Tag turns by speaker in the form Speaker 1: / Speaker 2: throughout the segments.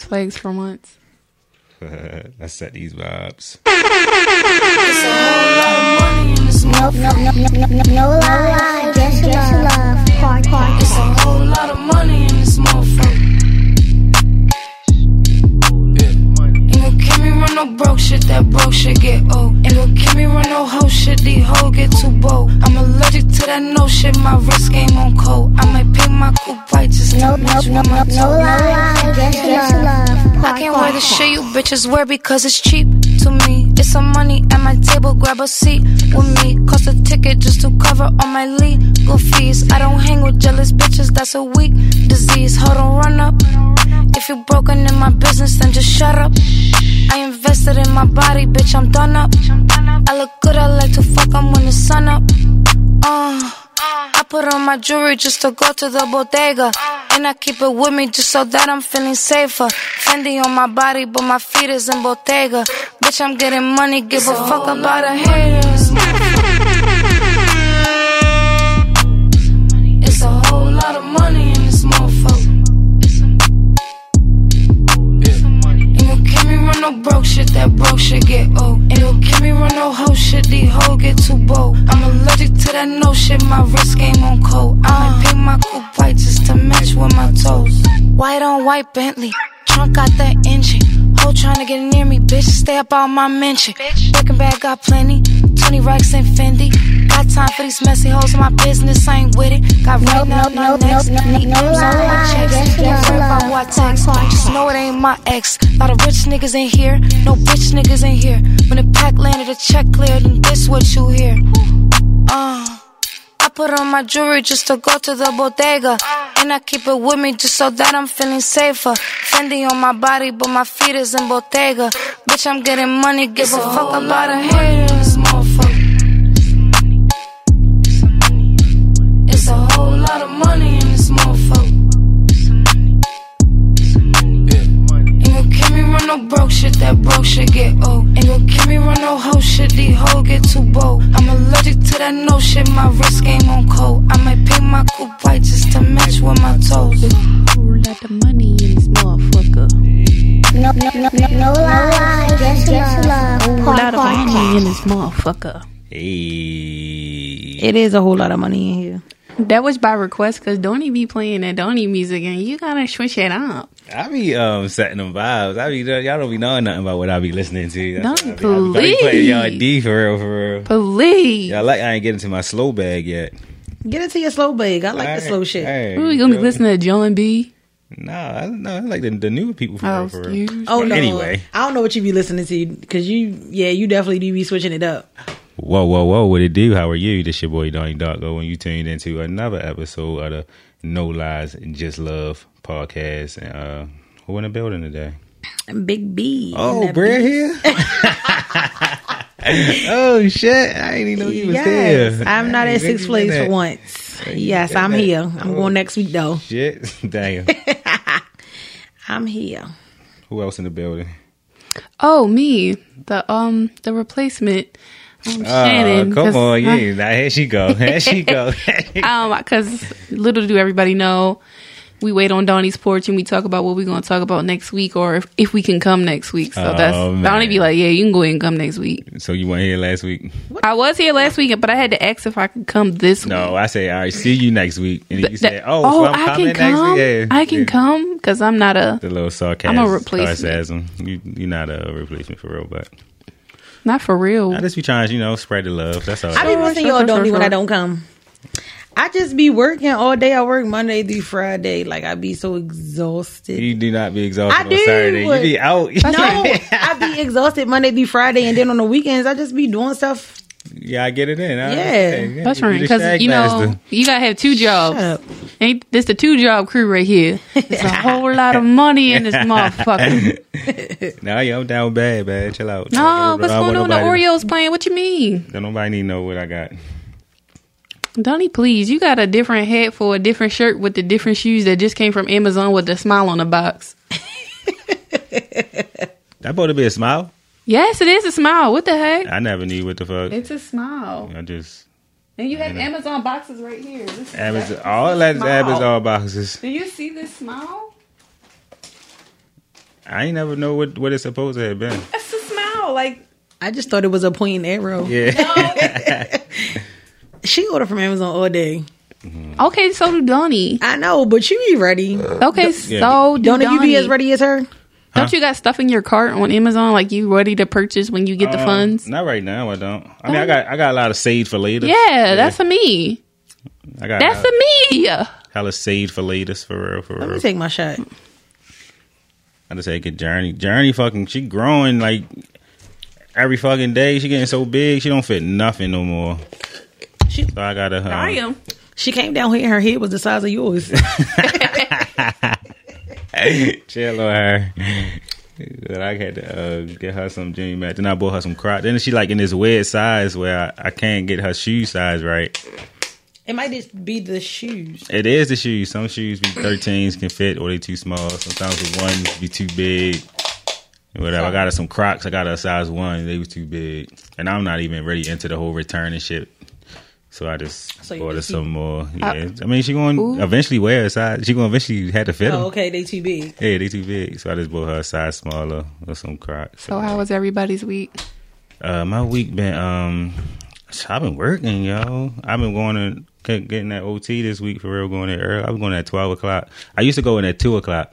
Speaker 1: flags for once.
Speaker 2: That's at these vibes.
Speaker 3: Nope, nope, nope, nope, nope, nope, no lie, just love. Part, part.
Speaker 4: It's a whole lot of money in this motherfucker. Ain't gon' keep me run no broke shit, that broke shit get old. Ain't gon' keep me run no hoe shit, these hoe get too bold. I'm allergic to that no shit, my wrist game on cold. I might paint my coupe white, just
Speaker 3: Nope, nope, nope, nope, no lie, just love.
Speaker 4: I can't wear the shit you bitches wear because it's cheap to me. It's some money at my table, grab a seat with me. Cost a ticket just to cover all my legal fees. I don't hang with jealous bitches, that's a weak disease. Hold on, run up. If you broken in my business, then just shut up. I invested in my body, bitch, I'm done up. I look good, I like to fuck, I'm when the sun up. Uh. I put on my jewelry just to go to the bodega. And I keep it with me just so that I'm feeling safer. Fendi on my body, but my feet is in Bottega. Bitch, I'm getting money, give a fuck about a haters. It's a whole lot of money in this motherfucker. Ain't gon' keep me run no broke shit, that broke shit get old. Ain't gon' keep me run no hoe shit, these hoe get too bold. I'm allergic to that no shit, my wrist game on cold. I might paint my coupe white just to match with my toes. White on white Bentley, trunk out that engine. Hoe tryna get near me, bitch, stay up out my mention. Breaking bag got plenty, 20 racks and Fendi. Got time for these messy hoes, my business I ain't with it. Got right
Speaker 3: Nope,
Speaker 4: now,
Speaker 3: nope,
Speaker 4: now
Speaker 3: nope,
Speaker 4: next.
Speaker 3: nope, nope,
Speaker 4: Need
Speaker 3: no
Speaker 4: M's, all in
Speaker 3: lies,
Speaker 4: checks.
Speaker 3: just
Speaker 4: Don't worry about
Speaker 3: love.
Speaker 4: who I text. Just know it ain't my ex. Lot of rich niggas in here, no bitch niggas in here. When the pack landed, the check cleared, and this what you hear. Uh, I put on my jewelry just to go to the bodega. And I keep it with me just so that I'm feeling safer. Fendi on my body, but my feet is in Bottega. Bitch, I'm getting money, give a fuck about a hater in this motherfucker. It's a whole lot of money in this motherfucker. Ain't gon' keep me run no broke shit, that broke shit get old. Ain't gon' keep me run no hoe shit, these hoe get too bold. I'm allergic to that no shit, my wrist game on cold. I might paint my coupe white just to match with my toes.
Speaker 1: Whole lot of money in this motherfucker.
Speaker 3: Nope, nope, nope, nope, no lie, just love.
Speaker 5: whole lot
Speaker 3: Part,
Speaker 5: of
Speaker 3: part.
Speaker 5: money in this motherfucker.
Speaker 2: Hey.
Speaker 5: It is a whole lot of money in here.
Speaker 1: That was by request because Donnie be playing that Donnie music and you gotta switch it up.
Speaker 2: I be um setting them vibes. I be y'all don't be knowing nothing about what I be listening to. That's
Speaker 1: Don't
Speaker 2: what I be- I be- I be playing y'all
Speaker 1: believe.
Speaker 2: D for real, for real.
Speaker 1: Please.
Speaker 2: Y'all like I ain't getting to my slow bag yet.
Speaker 5: Get into your slow bag. I like the slow shit.
Speaker 1: Ooh, we gonna be listening to John B.
Speaker 2: No, I no, I like the, the newer people for
Speaker 1: Oh,
Speaker 2: real, for real.
Speaker 1: excuse me.
Speaker 5: Oh
Speaker 2: But
Speaker 5: no!
Speaker 2: Anyway,
Speaker 5: I don't know what you be listening to because you, yeah, you definitely do be switching it up.
Speaker 2: whoa, whoa, whoa! What it do? How are you? This your boy Donnie Darko, and you tuned into another episode of the No Lies Just Love podcast. And uh, who in the building today?
Speaker 5: Big B.
Speaker 2: Oh,
Speaker 5: That
Speaker 2: Brad
Speaker 5: big-
Speaker 2: here. oh shit! I didn't even know you was
Speaker 5: Yes,
Speaker 2: there.
Speaker 5: I'm not at Six Flags for
Speaker 2: one.
Speaker 5: once. Yes,
Speaker 2: did
Speaker 5: I'm
Speaker 2: that.
Speaker 5: here. I'm
Speaker 2: Oh.
Speaker 5: going next week though.
Speaker 2: Shit, damn.
Speaker 5: I'm here.
Speaker 2: Who else in the building?
Speaker 1: Oh, me. The um the replacement. Um, Shannon.
Speaker 2: oh, come
Speaker 1: 'cause
Speaker 2: on,
Speaker 1: I-
Speaker 2: yeah. Now here she go. Here she go.
Speaker 1: um, because little do everybody know, we wait on Donnie's porch and we talk about what we're going to talk about next week or if, if we can come next week. So
Speaker 2: Oh,
Speaker 1: that's Donnie
Speaker 2: man.
Speaker 1: be like, yeah, you can go ahead and come next week.
Speaker 2: so you weren't here last week?
Speaker 1: I was here last week, but I had to ask if I could come this
Speaker 2: No,
Speaker 1: week.
Speaker 2: I say, all right, see you next week. And you said, oh, so I'm
Speaker 1: I
Speaker 2: coming
Speaker 1: can
Speaker 2: next
Speaker 1: come.
Speaker 2: week. Yeah.
Speaker 1: I can
Speaker 2: Yeah.
Speaker 1: come because I'm not a
Speaker 2: The little sarcasm.
Speaker 1: I'm a replacement.
Speaker 2: Sarcasm. You, you're not a replacement for real, but
Speaker 1: not for real.
Speaker 2: I just be trying to, you know, spread the love. That's all.
Speaker 5: I be
Speaker 1: Sure,
Speaker 5: missing
Speaker 1: sure,
Speaker 5: y'all
Speaker 1: sure,
Speaker 5: don't
Speaker 1: sure,
Speaker 5: when I
Speaker 1: sure.
Speaker 5: don't come. I just be working all day. I work Monday through Friday. Like I be so exhausted.
Speaker 2: you do not be exhausted
Speaker 5: I
Speaker 2: on
Speaker 5: do.
Speaker 2: Saturday. You be out.
Speaker 5: no, I be exhausted Monday through Friday, and then on the weekends I just be doing stuff.
Speaker 2: yeah, I get it in. I
Speaker 5: Yeah.
Speaker 2: understand. yeah.
Speaker 1: That's
Speaker 2: you
Speaker 1: right
Speaker 2: the
Speaker 1: because
Speaker 2: shag
Speaker 1: you know
Speaker 2: master.
Speaker 1: you gotta have two
Speaker 5: Shut
Speaker 1: jobs.
Speaker 5: up.
Speaker 1: Ain't this the two job crew right here? It's a whole lot of money in this motherfucker.
Speaker 2: Nah, yo, I'm down bad, man. Chill out.
Speaker 1: No,
Speaker 2: Don't-
Speaker 1: what's
Speaker 2: don't
Speaker 1: going on?
Speaker 2: want
Speaker 1: The
Speaker 2: nobody-
Speaker 1: Oreos playing? What you mean?
Speaker 2: Don't nobody need to know what I got.
Speaker 1: Donnie, please, you got a different hat for a different shirt with the different shoes that just came from Amazon with the smile on the box.
Speaker 2: That supposed to be a smile?
Speaker 1: Yes, it is a smile. What the heck?
Speaker 2: I never knew what the fuck.
Speaker 1: It's a smile.
Speaker 2: I just
Speaker 1: And you have Amazon boxes right here. This is-
Speaker 2: Amazon. All that is
Speaker 1: Smile.
Speaker 2: Amazon boxes.
Speaker 1: Do you see this smile?
Speaker 2: I ain't never know what what it's supposed to have been.
Speaker 1: That's a smile. Like
Speaker 5: I just thought it was a point and arrow.
Speaker 2: Yeah,
Speaker 5: She ordered from Amazon all day.
Speaker 1: okay, so do Donnie.
Speaker 5: I know, but you be ready.
Speaker 2: Uh,
Speaker 1: Okay,
Speaker 2: yeah.
Speaker 1: so do
Speaker 5: Don't
Speaker 1: Donnie.
Speaker 5: you be as ready as her?
Speaker 1: Don't you got stuff in your cart on Amazon? Like you ready to purchase when you get the
Speaker 2: Um,
Speaker 1: funds?
Speaker 2: Not right now. I don't. I mean, I got I got a lot of saved for later.
Speaker 1: Yeah, that's a me.
Speaker 2: I got
Speaker 1: That's
Speaker 2: a
Speaker 1: a me.
Speaker 2: hella saved for later for real for
Speaker 5: Let
Speaker 2: real.
Speaker 5: me take my shot.
Speaker 2: I just take a journey. Journey fucking she growing like every fucking day. She getting so big she don't fit nothing no more.
Speaker 5: She-
Speaker 2: so I gotta. Um,
Speaker 1: I am.
Speaker 5: She came down here and her head was the size of yours.
Speaker 2: Chill on her. But I had to uh, get her some Jimmy Mac. Then I bought her some Crocs. Then she like in this weird size where I, I can't get her shoe size right.
Speaker 5: it might just be the shoes.
Speaker 2: It is the shoes. Some shoes be thirteens can fit or they too small. Sometimes the ones be too big. Whatever. I got her some Crocs. I got her a size one. They was too big, and I'm not even really into the whole return and shit. So I just
Speaker 5: So you
Speaker 2: bought her
Speaker 5: just
Speaker 2: some more. Yeah, I mean she going to eventually wear a size. She going to eventually had to fit them.
Speaker 5: Oh, okay, they too big.
Speaker 2: Yeah, they too big. So I just bought her a size smaller or some Crocs.
Speaker 1: So how was everybody's week?
Speaker 2: Uh, my week been um, I've been working, yo. I've been going to get- getting that OT this week for real. Going there early. I've been going at twelve o'clock. I used to go in at two o'clock.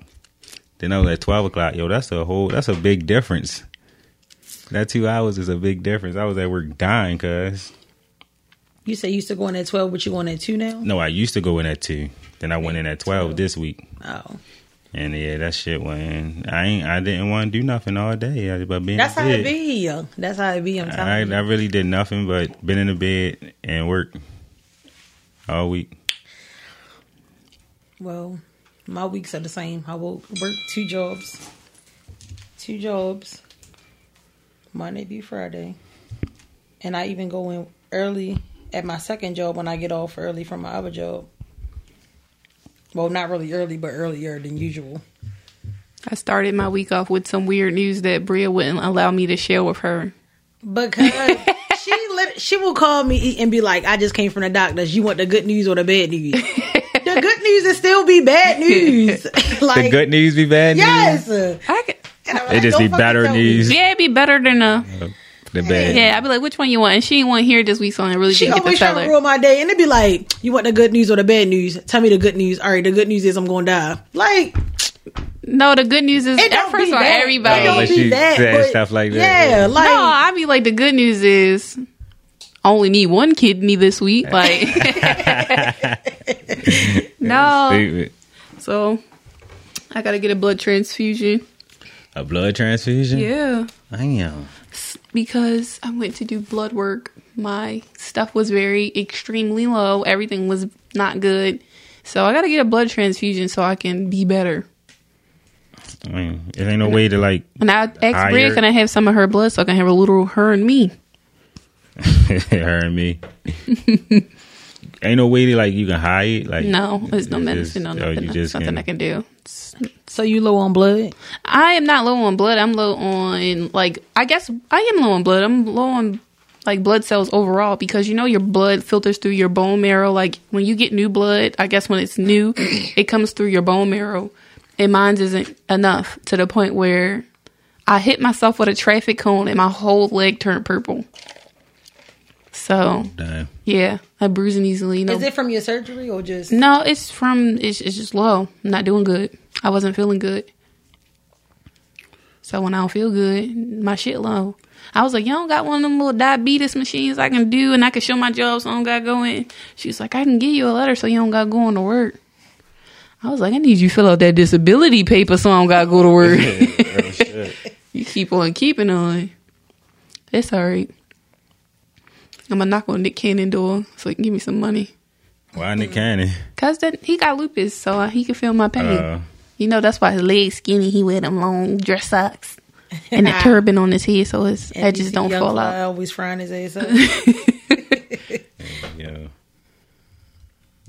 Speaker 2: Then I was at twelve o'clock. Yo, that's a whole. That's a big difference. That two hours is a big difference. I was at work dying, cause
Speaker 5: You say you still going at twelve, but you going at two now?
Speaker 2: no, I used to go in at two. Then I went in at twelve this week,
Speaker 5: Oh,
Speaker 2: and yeah, that shit went. In. I ain't. I didn't want to do nothing all day. I- But being
Speaker 5: that's how it
Speaker 2: sick.
Speaker 5: be. yo. That's how it be. I'm
Speaker 2: I,
Speaker 5: telling
Speaker 2: I
Speaker 5: you.
Speaker 2: really did nothing but been in the bed and work all week.
Speaker 5: Well, my weeks are the same. I will work two jobs, two jobs, Monday through Friday, and I even go in early at my second job when I get off early from my other job. Well, not really early, but earlier than usual.
Speaker 1: I started my week off with some weird news that Bria wouldn't allow me to share with her.
Speaker 5: Because she lit- she will call me and be like, "I just came from the doctors. You want the good news or the bad news? the good news is still be bad news. like
Speaker 2: the good news be bad
Speaker 5: yes,
Speaker 1: I could,
Speaker 5: And I'm
Speaker 2: It just
Speaker 5: "Don't
Speaker 2: be
Speaker 5: fucking
Speaker 2: better
Speaker 5: tell me."
Speaker 2: news.
Speaker 1: yeah, it'd be better than a
Speaker 2: news. The bad.
Speaker 1: yeah. I'd be like, which one you want? And she didn't want to hear this week, so I really
Speaker 5: She
Speaker 1: didn't get to
Speaker 5: always
Speaker 1: tell
Speaker 5: trying to
Speaker 1: her.
Speaker 5: ruin my day, and it'd be like, "You want the good news or the bad news? Tell me the good news. All right, the good news is I'm going to die. Like
Speaker 1: No, the good news is
Speaker 5: it don't
Speaker 1: first
Speaker 5: be
Speaker 1: of all,
Speaker 5: that.
Speaker 1: everybody.
Speaker 5: It don't
Speaker 2: Unless
Speaker 5: be
Speaker 2: you
Speaker 5: that.
Speaker 2: said
Speaker 5: but
Speaker 2: stuff like that,
Speaker 5: Yeah,
Speaker 2: yeah.
Speaker 5: like
Speaker 1: no, I be like, the good news is I only need one kidney this week. Like, no.
Speaker 2: Stupid.
Speaker 1: So I got to get a blood transfusion.
Speaker 2: A blood transfusion.
Speaker 1: Yeah.
Speaker 2: Damn.
Speaker 1: Because I went to do blood work. My stuff was very extremely low. Everything was not good. So I got to get a blood transfusion so I can be better.
Speaker 2: I mean, it ain't no way to like.
Speaker 1: And I asked Bria,
Speaker 2: Higher.
Speaker 1: can I have some of her blood so I can have a little her and me?
Speaker 2: her and me. ain't no way to like you can hide. it, Like
Speaker 1: No, there's no
Speaker 2: it's
Speaker 1: medicine, no
Speaker 2: just- oh,
Speaker 1: nothing.
Speaker 2: you
Speaker 1: There's
Speaker 2: just
Speaker 1: nothing
Speaker 2: can-
Speaker 1: I can do. It's
Speaker 5: so you low on blood.
Speaker 1: I am not low on blood. I'm low on like I guess I am low on blood. I'm low on like blood cells overall because you know your blood filters through your bone marrow. Like when you get new blood, I guess when it's new, it comes through your bone marrow. And mine isn't enough to the point where I hit myself with a traffic cone and my whole leg turned purple. So
Speaker 2: Damn.
Speaker 1: yeah, I bruising easily. No,
Speaker 5: Is it from your surgery or just?
Speaker 1: no, it's from it's, it's just low. I'm not doing good. I wasn't feeling good. So when I don't feel good, my shit low. I was like, you don't got one of them little diabetes machines I can do, and I can show my job, so I don't got to go in. She was like, I can give you a letter, so you don't got going to work. I was like, I need you to fill out that disability paper, so I don't got to go to work. you keep on keeping on. It's all right. I'm gonna knock on Nick Cannon door so he can give me some money.
Speaker 2: Why Nick Cannon?
Speaker 1: Cause then he got lupus, so uh, he can feel my pain.
Speaker 2: Uh,
Speaker 1: you know that's why his legs skinny. He wear them long dress socks and the turban on his head, so his edges don't
Speaker 5: Young
Speaker 1: fall
Speaker 5: Fly
Speaker 1: out.
Speaker 5: Always frying his ass up.
Speaker 2: Yeah.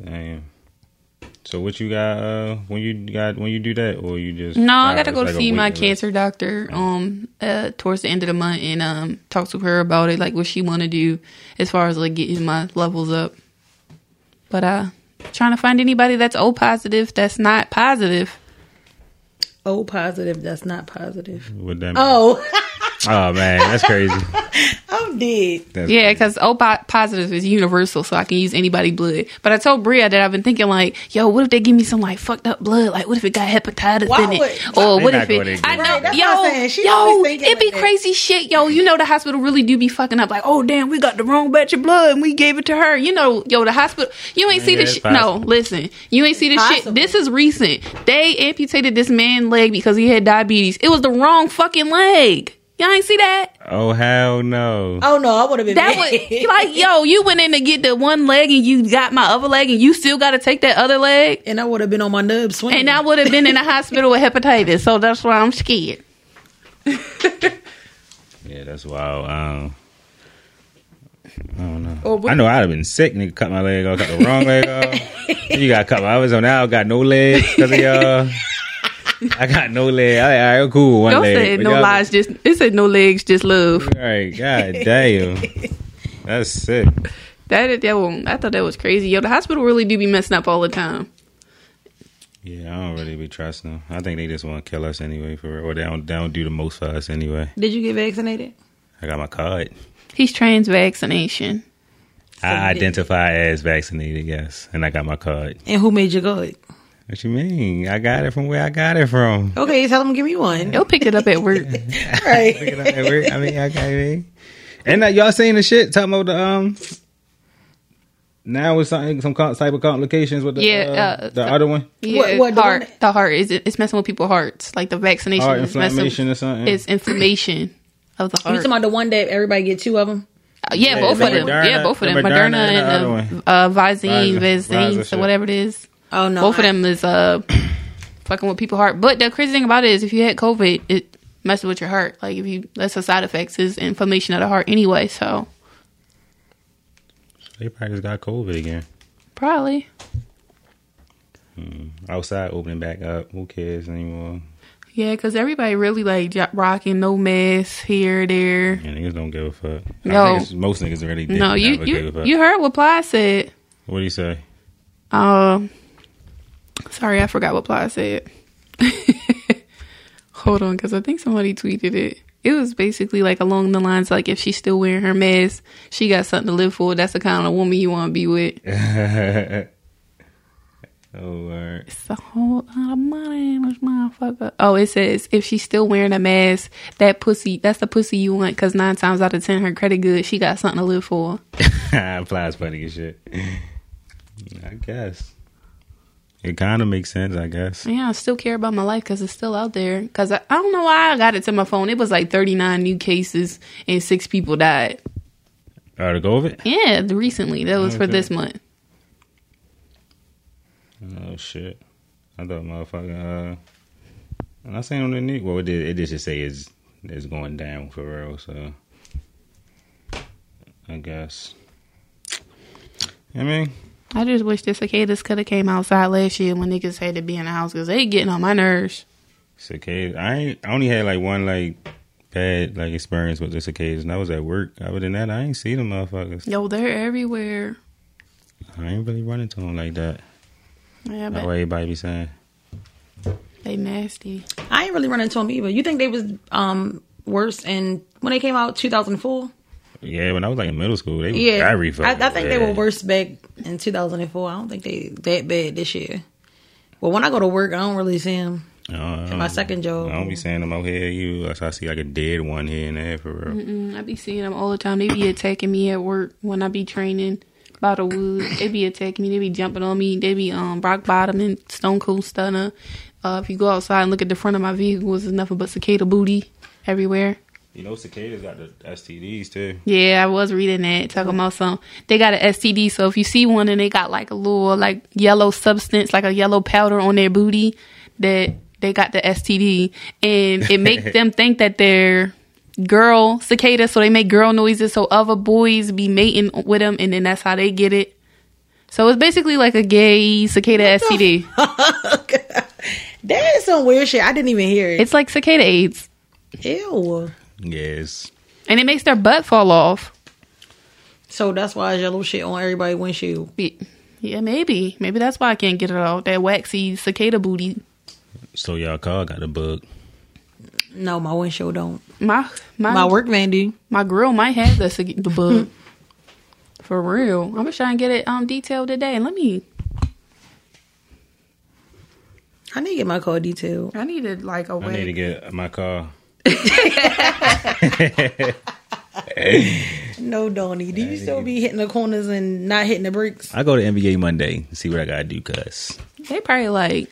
Speaker 2: Damn. So what you got uh when you got when you do that or you just
Speaker 1: No, I
Speaker 2: uh,
Speaker 1: gotta go
Speaker 2: it's
Speaker 1: to
Speaker 2: like a
Speaker 1: see my
Speaker 2: waiting list?
Speaker 1: cancer doctor um uh towards the end of the month and um talk to her about it, like what she want to do as far as like getting my levels up. But uh, trying to find anybody that's O positive that's not positive.
Speaker 5: O Oh, positive. That's not positive.
Speaker 2: What that mean?
Speaker 5: Oh,
Speaker 2: Oh, man, that's crazy.
Speaker 5: I'm dead.
Speaker 2: That's
Speaker 1: Yeah, because O po- positive is universal, so I can use anybody blood. But I told Bria that I've been thinking like, yo, what if they give me some like fucked up blood? Like, what if it got hepatitis
Speaker 5: Why
Speaker 1: in it?
Speaker 5: would-
Speaker 1: or
Speaker 2: They
Speaker 1: what
Speaker 2: not
Speaker 1: if
Speaker 2: gonna
Speaker 1: it?
Speaker 2: do
Speaker 1: I
Speaker 2: it.
Speaker 1: know,
Speaker 5: Right, that's what I'm saying. She
Speaker 1: yo, yo,
Speaker 5: always thinking
Speaker 1: it be
Speaker 5: like that.
Speaker 1: crazy shit, yo. You know, the hospital really do be fucking up. Like, oh damn, we got the wrong batch of blood and we gave it to her. You know, yo, the hospital. You ain't see
Speaker 2: Yeah,
Speaker 1: this.
Speaker 2: it's
Speaker 1: Sh- no,
Speaker 2: possible.
Speaker 1: listen, you ain't see this
Speaker 5: Possible.
Speaker 1: shit. This is recent. They amputated this man leg because he had diabetes. It was the wrong fucking leg. Y'all ain't see that?
Speaker 2: Oh, hell no.
Speaker 5: Oh no, I would have been
Speaker 1: That
Speaker 5: mad.
Speaker 1: was like, yo, you went in to get the one leg and you got my other leg and you still got to take that other leg.
Speaker 5: and I would have been on my nubs swinging.
Speaker 1: And I would have been in the hospital with hepatitis. So that's why I'm scared.
Speaker 2: Yeah, that's wild. Um, I don't know.
Speaker 5: Or Oh, what-
Speaker 2: I know I'd have been sick, nigga. Cut my leg off, cut the wrong leg off. You got to cut my. I was on now, got no legs because of y'all. I got no leg. I, all right, cool, one
Speaker 1: Don't
Speaker 2: leg.
Speaker 1: say
Speaker 2: But
Speaker 1: no
Speaker 2: y'all-
Speaker 1: lies, just, it said no legs, just love.
Speaker 2: All right, god damn, that's sick.
Speaker 1: That, that one, I thought that was crazy. Yo, the hospital really do be messing up all the time.
Speaker 2: Yeah, I don't really be trusting them. I think they just want to kill us anyway, for real. Or they don't, they don't do the most for us anyway.
Speaker 5: Did you get vaccinated?
Speaker 2: I got my card.
Speaker 1: He's trans vaccination.
Speaker 2: I
Speaker 5: you did.
Speaker 2: identify as vaccinated, yes, and I got my card.
Speaker 5: And who made you go? it?
Speaker 2: What you mean? I got it from where I got it from.
Speaker 5: Okay, tell them give me one.
Speaker 1: Yo, picked it up at work.
Speaker 5: Right.
Speaker 2: Pick it up at work. I mean, okay, I mean. And now y'all seen the shit talking about the um. Now with something, some com- type of complications with the
Speaker 1: Yeah,
Speaker 2: uh,
Speaker 1: uh,
Speaker 2: the other one,
Speaker 1: Yeah,
Speaker 5: What- what, the one
Speaker 1: heart. The,
Speaker 5: that-
Speaker 1: heart is it's messing with people's hearts. Like the vaccination
Speaker 2: heart
Speaker 1: is messing.
Speaker 2: Oh, inflammation or something.
Speaker 1: It's inflammation of the
Speaker 5: You
Speaker 1: heart.
Speaker 5: talking about the one that everybody get two of them?
Speaker 1: Uh, yeah,
Speaker 2: Yeah,
Speaker 1: both of
Speaker 2: the
Speaker 1: them.
Speaker 2: Moderna-
Speaker 1: yeah, both of
Speaker 2: the
Speaker 1: them.
Speaker 2: Moderna
Speaker 1: Moderna
Speaker 2: and the
Speaker 1: and
Speaker 2: other
Speaker 1: the uh, Visine,
Speaker 2: Visa- Visa
Speaker 1: Visine, so
Speaker 2: shit.
Speaker 1: whatever it is.
Speaker 5: Oh no,
Speaker 1: both of them is uh fucking with people heart. But the crazy thing about it is, if you had COVID, it messes with your heart. Like if you that's the side effects is inflammation of the heart anyway. So
Speaker 2: they probably just got COVID again.
Speaker 1: probably
Speaker 2: Outside opening back up, who cares anymore?
Speaker 1: yeah, because everybody really like j- rocking no mess here there.
Speaker 2: Yeah, niggas don't give a fuck. I
Speaker 1: No.
Speaker 2: think it's- most niggas really did
Speaker 1: no, you
Speaker 2: never give a
Speaker 1: you
Speaker 2: fuck.
Speaker 1: you heard what Ply said.
Speaker 2: what do you say?
Speaker 1: Um, sorry, I forgot what Ply said. Hold on, because I think somebody tweeted it. It was basically like along the lines like if she's still wearing her mask, she got something to live for. That's the kind of woman you want to be with.
Speaker 2: oh, word.
Speaker 1: It's a whole lot of money in this motherfucker. Oh, it says if she's still wearing a mask, that pussy, that's the pussy you want. Because nine times out of ten, her credit good, she got something to live for.
Speaker 2: applies funny as shit. I guess it kind of makes sense. I guess.
Speaker 1: Yeah, I still care about my life because it's still out there. Because I, I don't know why I got it to my phone. It was like 39 new cases and six people died.
Speaker 2: All right, to go with it.
Speaker 1: Yeah, the- recently. That was for
Speaker 2: Okay.
Speaker 1: this month.
Speaker 2: Oh shit! I thought motherfucking. Uh, and I seen on the news. Well, it did. It did just say it's it's going down for real. So I guess. I mean,
Speaker 1: I just wish the cicadas could have came outside last year when niggas had to be in the house because they getting on my nerves.
Speaker 2: cicadas. I ain't, I only had like one like bad like experience with the cicadas, and I was at work. Other than that, I ain't see them motherfuckers.
Speaker 1: Yo, they're everywhere.
Speaker 2: I ain't really running to them like that.
Speaker 1: Yeah,
Speaker 2: That's
Speaker 1: but
Speaker 2: what everybody be saying.
Speaker 1: they nasty.
Speaker 5: I ain't really running to them either. You think they was um worse in when they came out 2004?
Speaker 2: Yeah, when I was like in middle school, they were
Speaker 5: Yeah,
Speaker 2: very
Speaker 5: I,
Speaker 2: fucking
Speaker 5: I think they were
Speaker 2: bad.
Speaker 5: worse back in 2004. I don't think they that bad this year. But when I go to work, I don't really see them.
Speaker 2: No, I don't-
Speaker 5: my second job.
Speaker 2: I don't be saying them out here. You, I see like a dead one here and there for real.
Speaker 1: I be seeing them all the time. They be attacking me at work when I be training by the woods. They be attacking me. They be jumping on me. They be um rock bottom and stone cold stunner. Uh, if you go outside and look at the front of my vehicles, there's nothing but cicada booty everywhere.
Speaker 2: You know, cicadas got the STDs too.
Speaker 1: Yeah, I was reading that talking about some. They got an STD, so if you see one and they got like a little like yellow substance, like a yellow powder on their booty, that they got the STD, and it make them think that they're girl cicadas, so they make girl noises. So other boys be mating with them, and then that's how they get it. So it's basically like a gay cicada STD.
Speaker 5: That is some weird shit. I didn't even hear it.
Speaker 1: It's like cicada AIDS,
Speaker 5: Ew.
Speaker 2: Yes.
Speaker 1: and it makes their butt fall off.
Speaker 5: So that's why it's yellow shit on everybody's windshield.
Speaker 1: Yeah, maybe, maybe that's why I can't get it off that waxy cicada booty.
Speaker 2: So y'all car got a bug.
Speaker 5: No, my windshield don't.
Speaker 1: My my Mm-hmm.
Speaker 5: My work van do.
Speaker 1: my grill might have the cig- the bug. For real, I'm just trying to get it um detailed today. Let me.
Speaker 5: I need to get my car detailed.
Speaker 1: I needed like a
Speaker 2: I need to
Speaker 1: way.
Speaker 2: get my car.
Speaker 5: No, Donnie. Do you still be hitting the corners and not hitting the brakes?
Speaker 2: I go to NBA Monday see what I gotta do, cuz.
Speaker 1: They probably like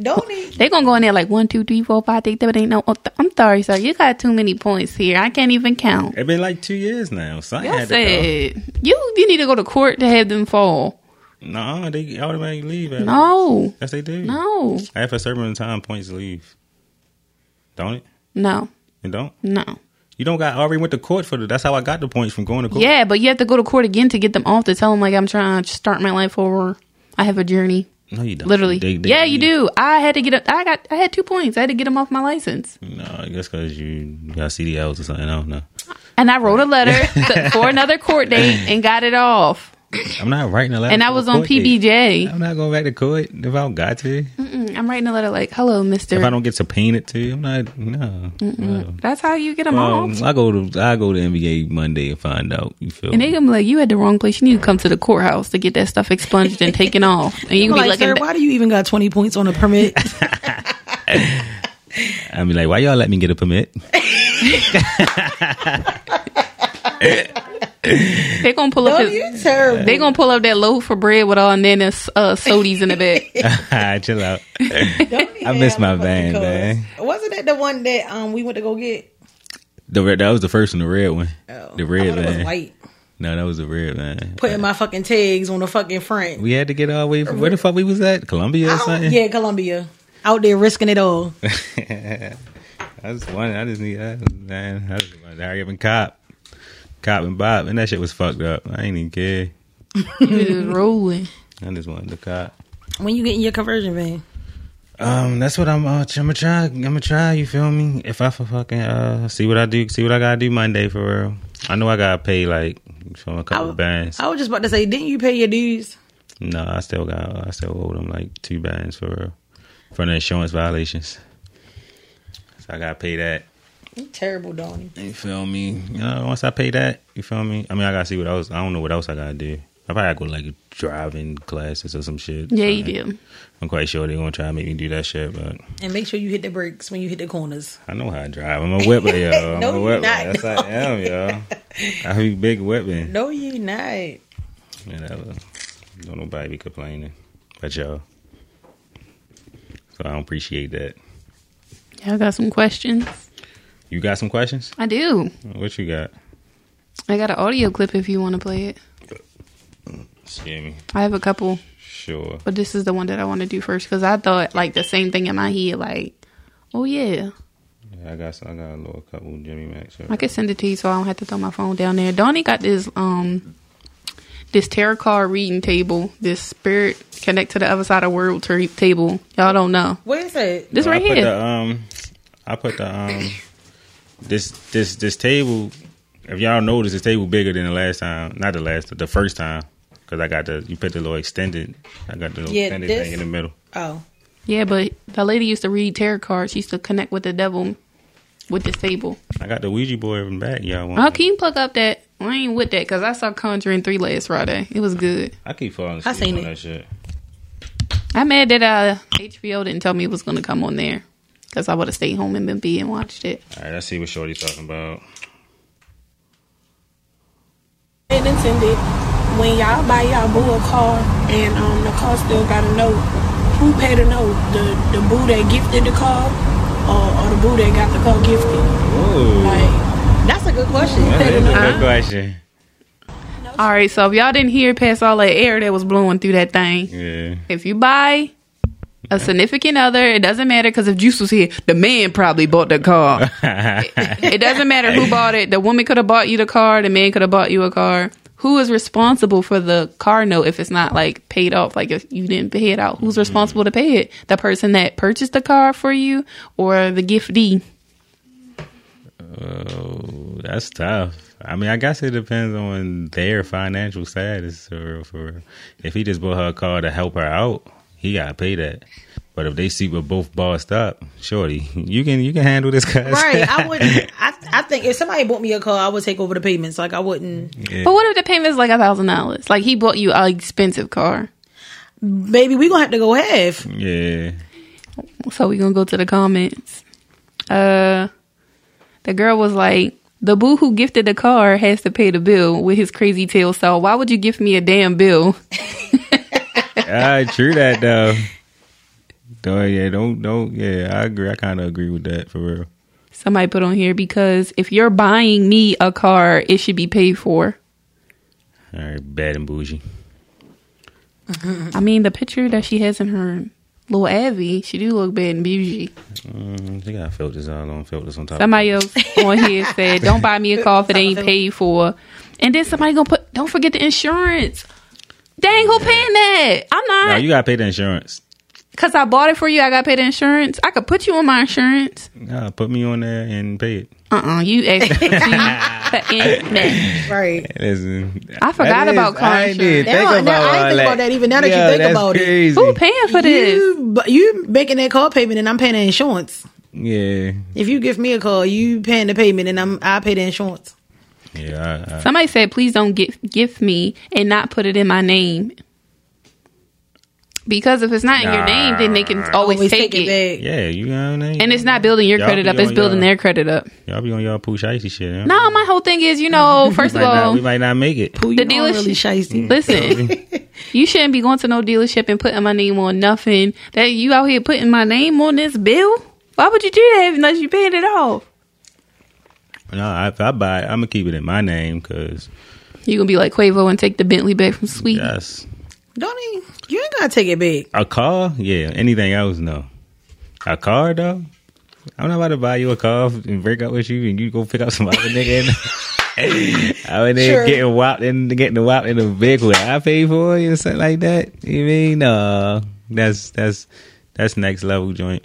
Speaker 5: Donnie.
Speaker 1: they gonna go in there like one, two, three, four, five, six, seven, eight. No, oh, th- I'm sorry, sir. You got too many points here. I can't even count.
Speaker 2: It's been like two years now. So I
Speaker 1: Y'all
Speaker 2: had to go.
Speaker 1: said you you need to go to court to have them fall.
Speaker 2: No, they automatically leave. after-
Speaker 1: No,
Speaker 2: Yes, they do.
Speaker 1: no,
Speaker 2: After a certain time, points leave. Don't it?
Speaker 1: no,
Speaker 2: It don't.
Speaker 1: no.
Speaker 2: You don't got. I already went to court for the. That's how I got the points from going to court.
Speaker 1: Yeah, but you have to go to court again to get them off to tell them like I'm trying to start my life over. I have a journey.
Speaker 2: No, you don't.
Speaker 1: Literally.
Speaker 2: They- they-
Speaker 1: yeah, you do. I had to get a, I got I had two points. I had to get them off my license.
Speaker 2: No, that's because you got CDLs or something. I don't know.
Speaker 1: And I wrote a letter to- for another court date and got it off.
Speaker 2: I'm not writing a letter.
Speaker 1: And I
Speaker 2: for
Speaker 1: was
Speaker 2: a
Speaker 1: on
Speaker 2: court date.
Speaker 1: PBJ.
Speaker 2: I'm not going back to court if I got to.
Speaker 1: Mm, I'm writing a letter like, "Hello,
Speaker 2: If I
Speaker 1: Mister."
Speaker 2: don't get subpoenaed to, I'm not. No. no.
Speaker 1: That's how you get them
Speaker 2: Um,
Speaker 1: off.
Speaker 2: I go to I go to NBA Monday and find out. You feel?
Speaker 1: And they gonna be like, "You had the wrong place. You need to come to the courthouse to get that stuff expunged and taken off." And you
Speaker 5: I'm
Speaker 1: gonna be
Speaker 5: like,
Speaker 1: looking. ba-
Speaker 5: sir, why do you even got 20 points on a permit?
Speaker 2: I mean, like, why y'all let me get a permit?
Speaker 1: they gonna pull up.
Speaker 5: Donnie,
Speaker 1: His,
Speaker 5: Oh, you terrible.
Speaker 1: they gonna pull up that loaf for bread with all Nana's uh, sodies in the back.
Speaker 2: Chill out.
Speaker 5: Donnie
Speaker 2: I
Speaker 5: had
Speaker 2: miss
Speaker 5: all the
Speaker 2: my
Speaker 5: fucking
Speaker 2: van,
Speaker 5: cars.
Speaker 2: man.
Speaker 5: Wasn't that the one that um we went to go get?
Speaker 2: The red, that was the first one, the red one.
Speaker 5: Oh,
Speaker 2: the
Speaker 5: I
Speaker 2: red
Speaker 5: thought it was
Speaker 2: van.
Speaker 5: white.
Speaker 2: No, that was the red van.
Speaker 5: Putting my fucking tags on the fucking front.
Speaker 2: We had to get all the way. From, where the fuck we was at? Columbia or
Speaker 5: I don't-
Speaker 2: something?
Speaker 5: Yeah, Columbia. Out there risking it all.
Speaker 2: I just wanted. I just need. I, man, I just wanted to hurry up and cop, cop and bob, and that shit was fucked up. I ain't even care.
Speaker 1: Just rolling.
Speaker 2: I just wanted to cop.
Speaker 5: When you getting your conversion van?
Speaker 2: Um, that's what I'm. Uh, I'm gonna try. I'm gonna try. You feel me? If I f- fucking uh, see what I do, see what I gotta do Monday for real. I know I gotta pay like from a couple
Speaker 5: I-
Speaker 2: bands.
Speaker 5: I was just about to say, didn't you pay your dues?
Speaker 2: no, I still got. I still owe them like two bands for real for the insurance violations. So I gotta pay that.
Speaker 5: You terrible, Donnie.
Speaker 2: You feel me? You know, once I pay that, you feel me? I mean, I gotta see what else. I don't know what else I gotta do. I probably gotta go to, like driving classes or some shit.
Speaker 1: Yeah, you
Speaker 2: Something.
Speaker 1: do.
Speaker 2: I'm quite sure they're gonna try to make me do that shit, but
Speaker 5: And make sure you hit the brakes when you hit the corners.
Speaker 2: I know how to drive. I'm a whipper, yo. I'm
Speaker 5: No,
Speaker 2: a
Speaker 5: you
Speaker 2: whipper.
Speaker 5: not.
Speaker 2: Yes, I am, yo. I be big whipping.
Speaker 5: No, you not.
Speaker 2: Whatever. Don't nobody be complaining but y'all. So I don't appreciate that.
Speaker 1: Yeah, I got some questions.
Speaker 2: You got some questions?
Speaker 1: I do.
Speaker 2: What you got?
Speaker 1: I got an audio clip if you want to play it.
Speaker 2: Excuse me.
Speaker 1: I have a couple,
Speaker 2: Sure.
Speaker 1: but this is the one that I want to do first because I thought like the same thing in my head. Like, oh yeah,
Speaker 2: I got some, I got a little couple Jimmy Max.
Speaker 1: I could send it to you so I don't have to throw my phone down there. Donnie got this um this tarot card reading table, this spirit connect to the other side of world ter- table. Y'all don't know
Speaker 5: What is that?
Speaker 1: this
Speaker 2: I
Speaker 1: right
Speaker 2: put
Speaker 1: here.
Speaker 2: The, um, I put the um, this this this table. If y'all notice, this table bigger than the last time. Not the last, the first time. Cause I got the you put the little extended. I got the little
Speaker 5: Yeah,
Speaker 2: extended
Speaker 5: this-
Speaker 2: thing in the middle.
Speaker 5: Oh.
Speaker 1: yeah, but the lady used to read tarot cards. She used to connect with the devil with this table.
Speaker 2: I got the Ouija board in the back. Y'all want?
Speaker 1: Oh, can you plug up that? I ain't with that because I saw Conjuring Three last Friday. It was good.
Speaker 2: I keep falling
Speaker 5: I
Speaker 2: asleep
Speaker 5: seen
Speaker 2: on
Speaker 5: it.
Speaker 2: that shit.
Speaker 1: I'm mad that uh, HBO didn't tell me it was going to come on there because I would have stayed home and been be and watched it.
Speaker 2: All right, I see what Shorty's talking about.
Speaker 6: It intended when y'all buy y'all boo a car and um, the car still got a note, who paid the note? The the boo that gifted the car or, or the boo that got the car gifted?
Speaker 2: Ooh,
Speaker 6: Like,
Speaker 5: That's a good question.
Speaker 2: that is a good
Speaker 1: Uh-huh.
Speaker 2: question.
Speaker 1: All right, so if y'all didn't hear past all that air that was blowing through that thing,
Speaker 2: Yeah,
Speaker 1: if you buy a significant other, it doesn't matter because if Juice was here, the man probably bought the car. it doesn't matter who bought it. The woman could have bought you the car. The man could have bought you a car. Who is responsible for the car note if it's not like paid off? Like if you didn't pay it out, who's responsible to pay it? The person that purchased the car for you or the giftee?
Speaker 2: oh, that's tough. I mean, I guess it depends on their financial status. For real, for real. if he just bought her a car to help her out, he gotta pay that. But if they see we're both bossed up, shorty, you can you can handle this, cuz.
Speaker 5: Right. I wouldn't. I, I think if somebody bought me a car, I would take over the payments. Like I wouldn't.
Speaker 1: But what if the payment's like a thousand dollars? Like he bought you an expensive car.
Speaker 5: Baby, we gonna have to go half.
Speaker 2: yeah.
Speaker 1: So we gonna go to the comments. Uh, the girl was like, "The boo who gifted the car has to pay the bill with his crazy tail. So why would you give me a damn bill?"
Speaker 2: Ah, true that though. Don't, yeah, don't don't yeah, I agree. I kinda agree with that for real.
Speaker 1: Somebody put on here because if you're buying me a car, it should be paid for.
Speaker 2: All right, bad and bougie.
Speaker 1: I mean, the picture that she has in her little Abby, she do look bad and bougie.
Speaker 2: Mm, I think I felt this all on felt this on top. of
Speaker 1: Somebody
Speaker 2: it.
Speaker 1: else on here said, "Don't buy me a car if it ain't paid for." And then somebody gonna put, "Don't forget the insurance." Dang, who paying that? I'm
Speaker 2: No,
Speaker 1: not
Speaker 2: you gotta pay the insurance.
Speaker 1: because I bought it for you. I got paid the insurance. I could put you on my insurance.
Speaker 2: Nah, put me on there and pay it.
Speaker 1: Uh uh you asked for the internet.
Speaker 5: Right.
Speaker 2: Listen,
Speaker 1: I forgot about car
Speaker 2: I
Speaker 1: insurance.
Speaker 2: did
Speaker 5: Now,
Speaker 2: think
Speaker 5: now,
Speaker 2: about
Speaker 5: I ain't
Speaker 2: all
Speaker 5: think about that even now that you
Speaker 2: Yo,
Speaker 5: think
Speaker 2: that's
Speaker 5: about it.
Speaker 2: crazy.
Speaker 1: Who paying for this?
Speaker 5: You but you making that car payment and I'm paying the insurance.
Speaker 2: Yeah,
Speaker 5: If you give me a car, you paying the payment and I'm I pay the insurance.
Speaker 2: yeah. I, I,
Speaker 1: Somebody said, "Please don't gift gift me and not put it in my name." Because if it's not in your name, then they can always,
Speaker 5: Always
Speaker 1: take, it.
Speaker 5: back.
Speaker 2: yeah, you know what I mean?
Speaker 1: And it's not building your
Speaker 2: Y'all
Speaker 1: credit
Speaker 2: be
Speaker 1: up; it's
Speaker 2: on
Speaker 1: building
Speaker 2: y'all-
Speaker 1: their credit up.
Speaker 2: y'all be on y'all poo shit shit. Huh?
Speaker 1: No, my whole thing is, you know, first
Speaker 2: we
Speaker 1: of
Speaker 2: might, not,
Speaker 1: all,
Speaker 2: we might not make it.
Speaker 5: Who you
Speaker 1: The
Speaker 5: the dealership. Mm. really shicey.
Speaker 1: listen, you shouldn't be going to no dealership and putting my name on nothing. That you out here putting my name on this bill? Why would you do that unless you paying it off?
Speaker 2: No, I, if I buy, it, I'm gonna keep it in my name because
Speaker 1: You gonna be like Quavo and take the Bentley back from Sweet?
Speaker 2: yes,
Speaker 5: Don't even, you ain't gotta take it back.
Speaker 2: a car. Yeah, anything else? No, a car though. I'm not about to buy you a car and break up with you, and you go pick up some other nigga. And, I mean,
Speaker 5: Sure.
Speaker 2: there getting whopped in getting whopped in a big way. I pay for it or something like that. You mean no? That's that's that's next level joint.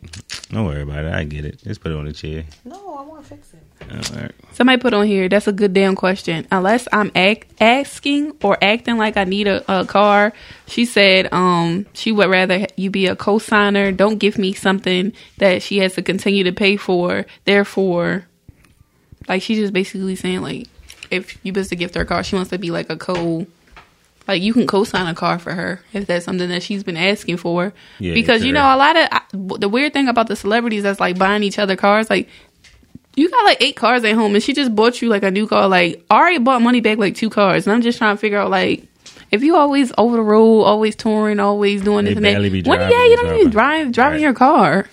Speaker 2: Don't worry about it. I get it. Just put it on the chair.
Speaker 5: No, I wanna fix it.
Speaker 2: All right.
Speaker 1: Somebody put on here. That's a good damn question. Unless I'm act- asking or acting like I need a, a car, she said. Um, she would rather you be a co-signer. Don't give me something that she has to continue to pay for. Therefore, like she's just basically saying like, if you was to gift her a car, she wants to be like a co. Like you can co-sign a car for her if that's something that she's been asking for.
Speaker 2: Yeah,
Speaker 1: because you
Speaker 2: true.
Speaker 1: know a lot of I, the weird thing about the celebrities that's like buying each other cars, like you got like eight cars at home and she just bought you like a new car like I already bought money back like two cars and i'm just trying to figure out like if you always over the road always touring always doing
Speaker 2: They
Speaker 1: this and that
Speaker 2: barely
Speaker 1: when
Speaker 2: be
Speaker 1: yeah you
Speaker 2: driving or
Speaker 1: don't even
Speaker 2: something.
Speaker 1: drive driving
Speaker 2: Right.
Speaker 1: your car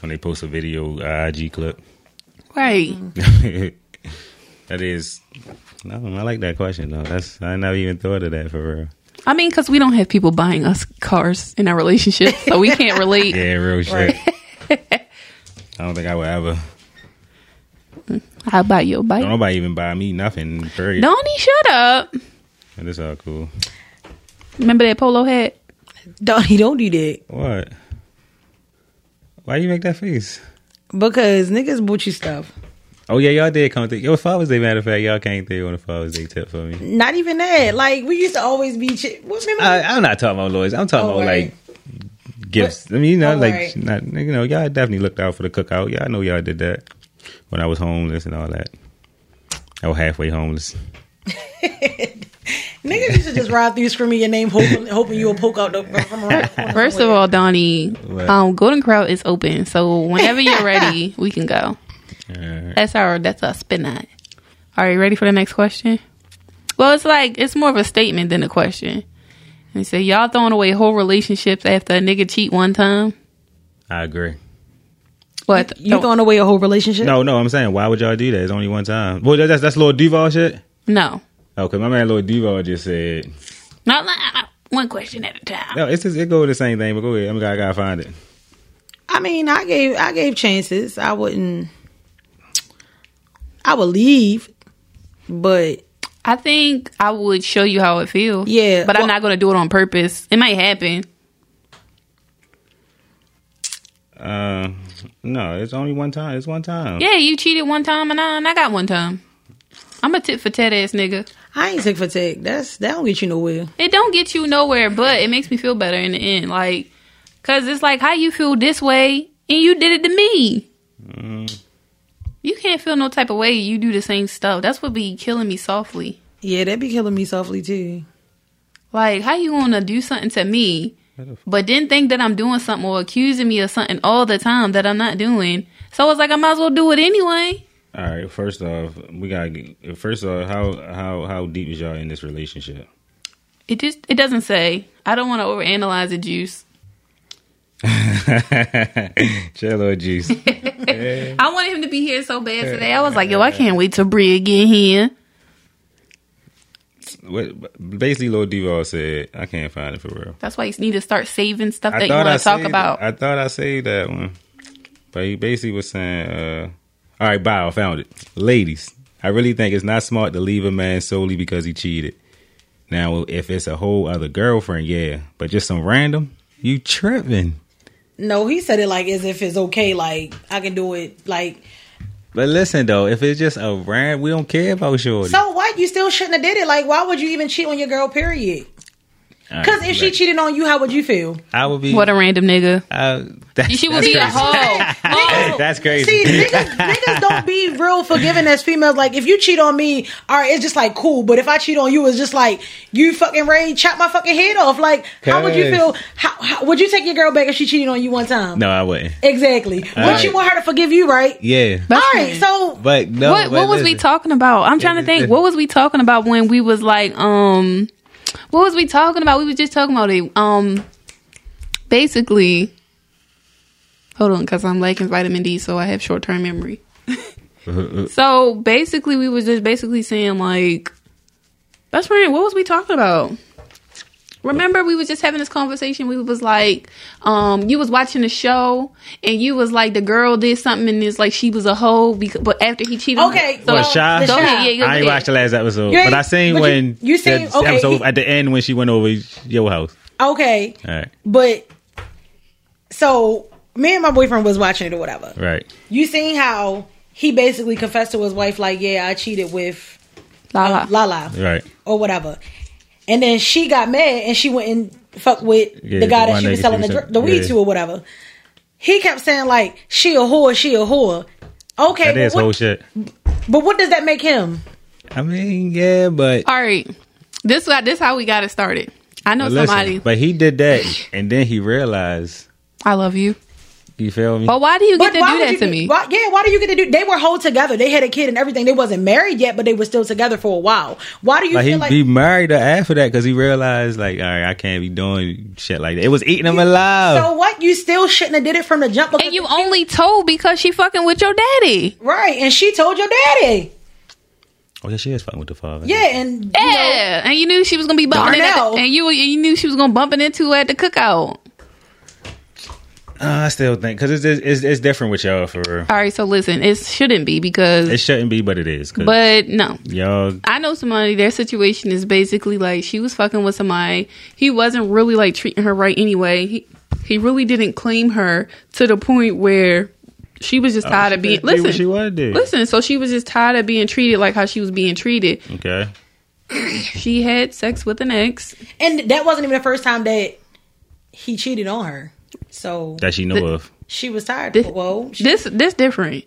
Speaker 2: When they post a video uh, IG clip,
Speaker 1: right
Speaker 2: that is. No, I like that question though. That's I never even thought of that for real.
Speaker 1: i mean because we don't have people buying us cars in our relationship so we can't relate
Speaker 2: Yeah, real shit. I don't think I would ever.
Speaker 1: how about your bike
Speaker 2: Don't nobody even buy me nothing. Period.
Speaker 1: donnie shut up
Speaker 2: And it's all cool.
Speaker 1: remember that polo hat
Speaker 5: Donnie, don't do that.
Speaker 2: What? Why you make that face?
Speaker 5: Because niggas bought you stuff.
Speaker 2: Oh yeah, y'all did come through. Your Father's Day, matter of fact, y'all came through on the Father's Day tip for me.
Speaker 5: Not even that. Like we used to always be ch- what, remember
Speaker 2: I, I'm not talking about lawyers. I'm talking
Speaker 5: Oh,
Speaker 2: about
Speaker 5: right.
Speaker 2: like gifts. I mean, you know,
Speaker 5: Oh,
Speaker 2: like
Speaker 5: right.
Speaker 2: not you know, y'all definitely looked out for the cookout. Y'all know y'all did that when I was homeless and all that. I was halfway homeless.
Speaker 5: Niggas used to just ride through screaming your name, hoping, hoping you'll poke out the from around the corner
Speaker 1: first of
Speaker 5: somewhere.
Speaker 1: all donnie
Speaker 2: What?
Speaker 1: um golden crowd is open so whenever you're ready we can go
Speaker 2: Uh,
Speaker 1: That's our that's our spin on. it. All right, ready for the next question? Well, it's like it's more of a statement than a question. And say y'all throwing away whole relationships after a nigga cheat one time.
Speaker 2: I agree.
Speaker 1: What
Speaker 5: you throwing away a whole relationship.
Speaker 2: No, no, I'm saying why would y'all do that? It's only one time. Well, that- that's that's Lord Duval shit.
Speaker 1: no,
Speaker 2: Okay, my man Lord Duval just said
Speaker 1: not like, one question at a time.
Speaker 2: no. It's just, it go the same thing, but go ahead. I'm I gotta find it.
Speaker 5: I mean, I gave I gave chances. I wouldn't. I would leave, but
Speaker 1: I think I would show you how it feels.
Speaker 5: Yeah,
Speaker 1: but
Speaker 5: well-
Speaker 1: I'm not gonna do it on purpose. It might happen.
Speaker 2: Uh, no, it's only one time. It's one time.
Speaker 1: Yeah, you cheated one time and I and I got one time. I'm a tit for tat ass nigga.
Speaker 5: I ain't tick for tick. That's that don't get you nowhere.
Speaker 1: It don't get you nowhere, but it makes me feel better in the end. Like, Cause it's like how you feel this way and you did it to me.
Speaker 2: Mm-hmm.
Speaker 1: You can't feel no type of way. You do the same stuff. That's what be killing me softly.
Speaker 5: Yeah, that be killing me softly too.
Speaker 1: Like how you wanna do something to me, but then think that I'm doing something or accusing me of something all the time that I'm not doing. So it's like I might as well do it anyway.
Speaker 2: All right. First off, we gotta. get- First off, how how how deep is y'all in this relationship?
Speaker 1: It just it doesn't say. I don't want to overanalyze the juice.
Speaker 2: Chill or juice.
Speaker 1: I wanted him to be here so bad today. I was like, yo, I can't wait till Bria get here.
Speaker 2: what, basically, Lil Duval said, "I can't find it for real."
Speaker 1: That's why you need to start saving stuff that
Speaker 2: I
Speaker 1: you want
Speaker 2: I
Speaker 1: to talk
Speaker 2: saved-
Speaker 1: about.
Speaker 2: I thought I saved that one, but he basically was saying, uh, "All right, bye. I found it, ladies. I really think it's not smart to leave a man solely because he cheated. Now, if it's a whole other girlfriend, yeah, but just some random, you tripping."
Speaker 5: No, he said it like as if it's okay. Like I can do it. Like
Speaker 2: But listen though, if it's just a random, we don't care about shorty.
Speaker 5: so what? You still shouldn't have did it. Like why would you even cheat on your girl? Period. Because if she cheated on you, how would you feel?
Speaker 2: I would be.
Speaker 1: what a random nigga.
Speaker 2: I- that's,
Speaker 1: She would
Speaker 2: that's
Speaker 1: be a
Speaker 2: crazy.
Speaker 1: hoe.
Speaker 2: That's crazy.
Speaker 5: See, niggas, niggas don't be real forgiving as females. Like, if you cheat on me, all right, it's just like cool. But if I cheat on you, it's just like you fucking ready to chop my fucking head off. Like, how would you
Speaker 2: Cause-
Speaker 5: feel? How, how would you take your girl back if she cheated on you one time?
Speaker 2: no, I wouldn't.
Speaker 5: exactly. Would
Speaker 2: Alright.
Speaker 5: you want her to forgive you, right?
Speaker 2: Yeah,
Speaker 5: All
Speaker 1: That's
Speaker 5: right,
Speaker 1: crazy.
Speaker 5: so
Speaker 2: but no.
Speaker 1: what what
Speaker 2: but
Speaker 1: was we
Speaker 2: listen.
Speaker 1: talking about? I'm trying to think. What was we talking about when we was like um what was we talking about? We was just talking about it. Um basically Hold on cuz I'm lacking vitamin D so I have short-term memory. so basically we was just basically saying like best friend, what was we talking about? Remember we was just having this conversation. We was like, um, you was watching a show and you was like the girl did something and it's like she was a hoe because, but after he cheated on her-
Speaker 5: okay,
Speaker 1: So
Speaker 2: What,
Speaker 5: so
Speaker 2: Shy?
Speaker 5: the
Speaker 1: Go ahead,
Speaker 5: Shy.
Speaker 1: yeah, yeah.
Speaker 2: I ain't watched the last episode,
Speaker 5: You ain't-
Speaker 2: but I seen
Speaker 5: but you-
Speaker 2: when
Speaker 5: you seen-
Speaker 2: the
Speaker 5: okay,
Speaker 2: episode
Speaker 5: he-
Speaker 2: at the end when she went over your house.
Speaker 5: Okay,
Speaker 2: All right,
Speaker 5: but so me and my boyfriend was watching it or whatever.
Speaker 2: right.
Speaker 5: You seen how he basically confessed to his wife, like, yeah, I cheated with
Speaker 1: Lala.
Speaker 5: Lala.
Speaker 2: Right.
Speaker 5: or whatever. And then she got mad and she went and fucked with
Speaker 2: Yeah,
Speaker 5: the
Speaker 2: the
Speaker 5: guy that
Speaker 2: one
Speaker 5: she was
Speaker 2: nigga
Speaker 5: selling
Speaker 2: she
Speaker 5: the,
Speaker 2: was
Speaker 5: dr- the weed
Speaker 2: yeah.
Speaker 5: to or whatever. He kept saying like, "She a whore, she a whore." Okay,
Speaker 2: That is
Speaker 5: but what,
Speaker 2: whole shit.
Speaker 5: but what does that make him?
Speaker 2: I mean, yeah, but
Speaker 1: All right, this got this how we got it started. I know
Speaker 2: but listen,
Speaker 1: somebody.
Speaker 2: but he did that, and then he realized.
Speaker 1: I love you,
Speaker 2: You feel me?
Speaker 5: Oh,
Speaker 1: but why do you get
Speaker 5: But
Speaker 1: to
Speaker 5: why
Speaker 1: do
Speaker 5: would
Speaker 1: that
Speaker 5: you
Speaker 1: to
Speaker 5: get-
Speaker 1: me?
Speaker 5: Why, yeah, why do you get to do? They were whole together. They had a kid and everything. They wasn't married yet, but they were still together for a while. Why do you
Speaker 2: Like he,
Speaker 5: feel like?
Speaker 2: he married her after that because he realized like, all right, I can't be doing shit like that. It was eating him alive.
Speaker 5: so what? You still shouldn't have did it from the jump. because-
Speaker 1: And you only told because she fucking with your daddy.
Speaker 5: right, and she told your daddy.
Speaker 2: oh yeah, she is fucking with the father.
Speaker 5: Yeah, and you know,
Speaker 1: Yeah, and you knew she was gonna be bumping it, at
Speaker 5: Darnell.
Speaker 1: the, and you you knew she was gonna bump it into at the cookout.
Speaker 2: Uh, I still think because it's, it's it's- it's different with y'all for real.
Speaker 1: All right, so listen, it shouldn't be
Speaker 2: It
Speaker 1: because,
Speaker 2: shouldn't be, but it is. 'cause
Speaker 1: but no,
Speaker 2: y'all,
Speaker 1: I know somebody, their situation is basically like she was fucking with somebody. He wasn't really like treating her right anyway. He, he really didn't claim her to the point where she was just tired of
Speaker 2: Oh, she
Speaker 1: being
Speaker 2: did what
Speaker 1: listen.
Speaker 2: she wanted to do.
Speaker 1: Listen, so she was just tired of being treated like how she was being treated.
Speaker 2: okay,
Speaker 1: She had sex with an ex.
Speaker 5: and that wasn't even the first time that he cheated on her. So
Speaker 2: that she knew
Speaker 1: The-
Speaker 2: of.
Speaker 5: She was tired.
Speaker 1: This
Speaker 5: Whoa. She,
Speaker 1: this, this different.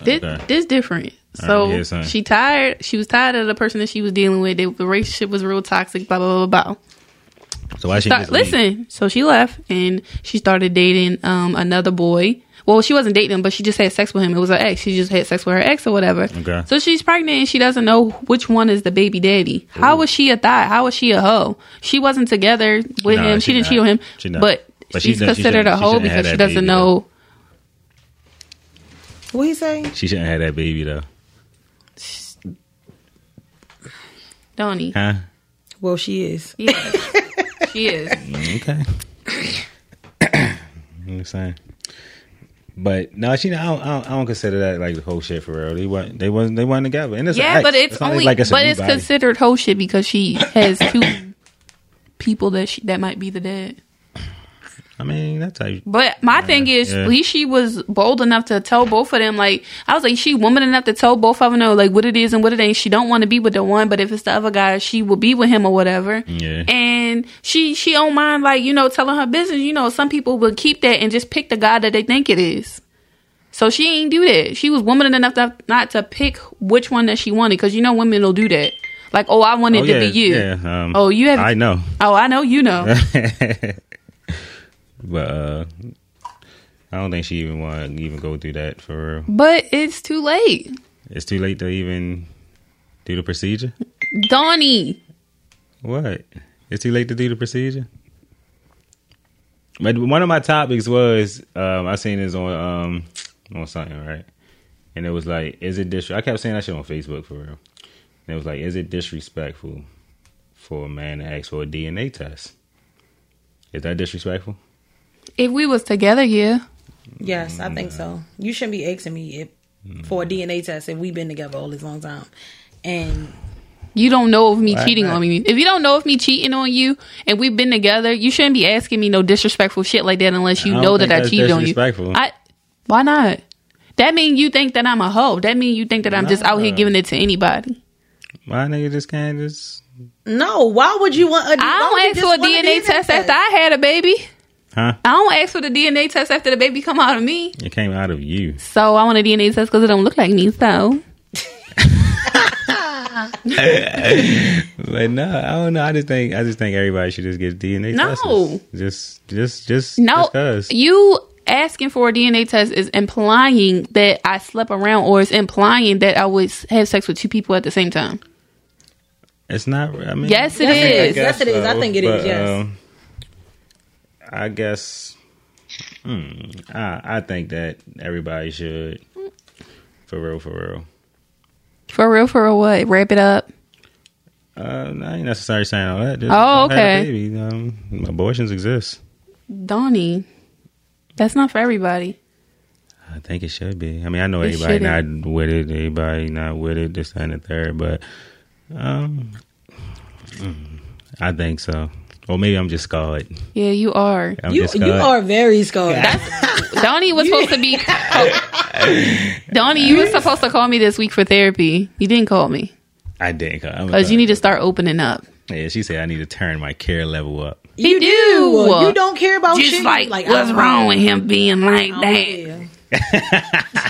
Speaker 1: This
Speaker 2: Okay.
Speaker 1: this different.
Speaker 2: All right,
Speaker 1: So
Speaker 2: here's something.
Speaker 1: she tired. She was tired of the person that she was dealing with. They, the relationship was real toxic. Blah blah blah blah. blah.
Speaker 2: So why she
Speaker 1: Start-
Speaker 2: just leave?
Speaker 1: listen. So she left and she started dating um another boy. Well, she wasn't dating him, but she just had sex with him. It was her ex. She just had sex with her ex or whatever.
Speaker 2: Okay.
Speaker 1: So she's pregnant and she doesn't know which one is the baby daddy. How was she a thought? How was she a hoe? She wasn't together with
Speaker 2: Nah,
Speaker 1: him. She,
Speaker 2: she
Speaker 1: didn't
Speaker 2: not.
Speaker 1: cheat on him.
Speaker 2: She not.
Speaker 1: But,
Speaker 2: But she
Speaker 1: she's
Speaker 2: done- she
Speaker 1: considered a
Speaker 2: shouldn't- she
Speaker 1: hoe
Speaker 2: shouldn't have
Speaker 1: because she
Speaker 2: that
Speaker 1: doesn't
Speaker 2: baby,
Speaker 1: know.
Speaker 5: what he say?
Speaker 2: She shouldn't have that baby though,
Speaker 1: Donnie.
Speaker 2: huh?
Speaker 5: Well, she is.
Speaker 1: Yeah. she is.
Speaker 2: Okay. you know what I'm saying? But no, she. I don't, I don't. I don't consider that like the whole shit for real. They weren't. They wasn't. They weren't together. And it's an
Speaker 1: Yeah,
Speaker 2: ex.
Speaker 1: but it's,
Speaker 2: not
Speaker 1: only
Speaker 2: a
Speaker 1: but
Speaker 2: new
Speaker 1: it's
Speaker 2: body.
Speaker 1: considered whole shit because she has two people that she that might be the dad.
Speaker 2: I mean, that type.
Speaker 1: But my thing is,
Speaker 2: yeah.
Speaker 1: at least she was bold enough to tell both of them. Like I was like, she woman enough to tell both of them know like what it is and what it ain't. She don't want to be with the one, but if it's the other guy, she will be with him or whatever.
Speaker 2: Yeah.
Speaker 1: And she she don't mind like you know telling her business. You know, some people will keep that and just pick the guy that they think it is. So she ain't do that. She was woman enough to, not to pick which one that she wanted because you know women will do that. Like, oh, I wanted
Speaker 2: Oh,
Speaker 1: to
Speaker 2: yeah,
Speaker 1: be you.
Speaker 2: yeah, um,
Speaker 1: oh, you have.
Speaker 2: I know.
Speaker 1: Oh, I know you know.
Speaker 2: But uh, I don't think she even want to even go through that for real.
Speaker 1: but it's too late,
Speaker 2: It's too late to even do the procedure.
Speaker 1: Donnie.
Speaker 2: What? It's too late to do the procedure. But one of my topics was um, I seen this on um, on something right, and it was like, is it disrespectful? I kept saying that shit on Facebook for real, and it was like, is it disrespectful for a man to ask for a DNA test? Is that disrespectful?
Speaker 1: If we was together, yeah.
Speaker 5: Yes, I
Speaker 2: Mm.
Speaker 5: think so. You shouldn't be asking me if, for a DNA test if we've been together all this long time. And
Speaker 1: You don't know of me
Speaker 2: Right,
Speaker 1: cheating
Speaker 2: right.
Speaker 1: on me. If you don't know of me cheating on you and we've been together, you shouldn't be asking me no disrespectful shit like that unless you
Speaker 2: I don't
Speaker 1: know
Speaker 2: think
Speaker 1: that I
Speaker 2: that's
Speaker 1: cheated on you.
Speaker 2: disrespectful.
Speaker 1: I why not? That mean you think that I'm a hoe. That mean you think that I'm just out here
Speaker 2: Nah.
Speaker 1: giving it to anybody.
Speaker 2: My nigga just can't just
Speaker 5: no, why would you want a
Speaker 1: I don't ask for a DNA test after I had a baby.
Speaker 2: huh?
Speaker 1: I don't ask for the DNA test after the baby come out of me.
Speaker 2: It came out of you.
Speaker 1: So I want a DNA test because it don't look like me. So
Speaker 2: But no, I don't know. I just think I just think everybody should just get DNA
Speaker 1: No.
Speaker 2: tests. Just just just
Speaker 1: No,
Speaker 2: just 'cause.
Speaker 1: you asking for a DNA test is implying that I slept around, or is implying that I would s- have sex with two people at the same time.
Speaker 2: It's not. I mean,
Speaker 1: Yes, it
Speaker 2: I mean, I
Speaker 1: is.
Speaker 2: guess
Speaker 5: Yes, it is. I think it is, yes.
Speaker 2: um, I guess. Hmm, I I think that everybody should, for real, for real.
Speaker 1: For real, for real, what? Wrap it up.
Speaker 2: Uh, I ain't necessarily saying all that. Just,
Speaker 1: Oh,
Speaker 2: I've had a
Speaker 1: okay.
Speaker 2: baby. Um, abortions exist.
Speaker 1: Donnie, that's not for everybody.
Speaker 2: I think it should be. I mean, I know
Speaker 1: It
Speaker 2: everybody
Speaker 1: shouldn't.
Speaker 2: not with it. Everybody not with it. This that, and the third, but um, mm, I think so. Or maybe I'm just scarred.
Speaker 1: Yeah, you are.
Speaker 2: I'm
Speaker 5: You,
Speaker 2: just
Speaker 5: you
Speaker 2: scarred.
Speaker 5: are very scarred.
Speaker 1: Donnie was supposed to be. Oh. Donnie, you were supposed to call me this week for therapy. You didn't call me
Speaker 2: I didn't. I'm
Speaker 1: because you
Speaker 2: sorry.
Speaker 1: need to start opening up.
Speaker 2: Yeah, she said I need to turn my care level up.
Speaker 1: You, do.
Speaker 5: Well, you don't care about
Speaker 1: Just
Speaker 5: shit.
Speaker 1: Oh, like, uh, Oh,
Speaker 5: I
Speaker 1: what's
Speaker 5: don't
Speaker 1: wrong with him being like that?
Speaker 5: care.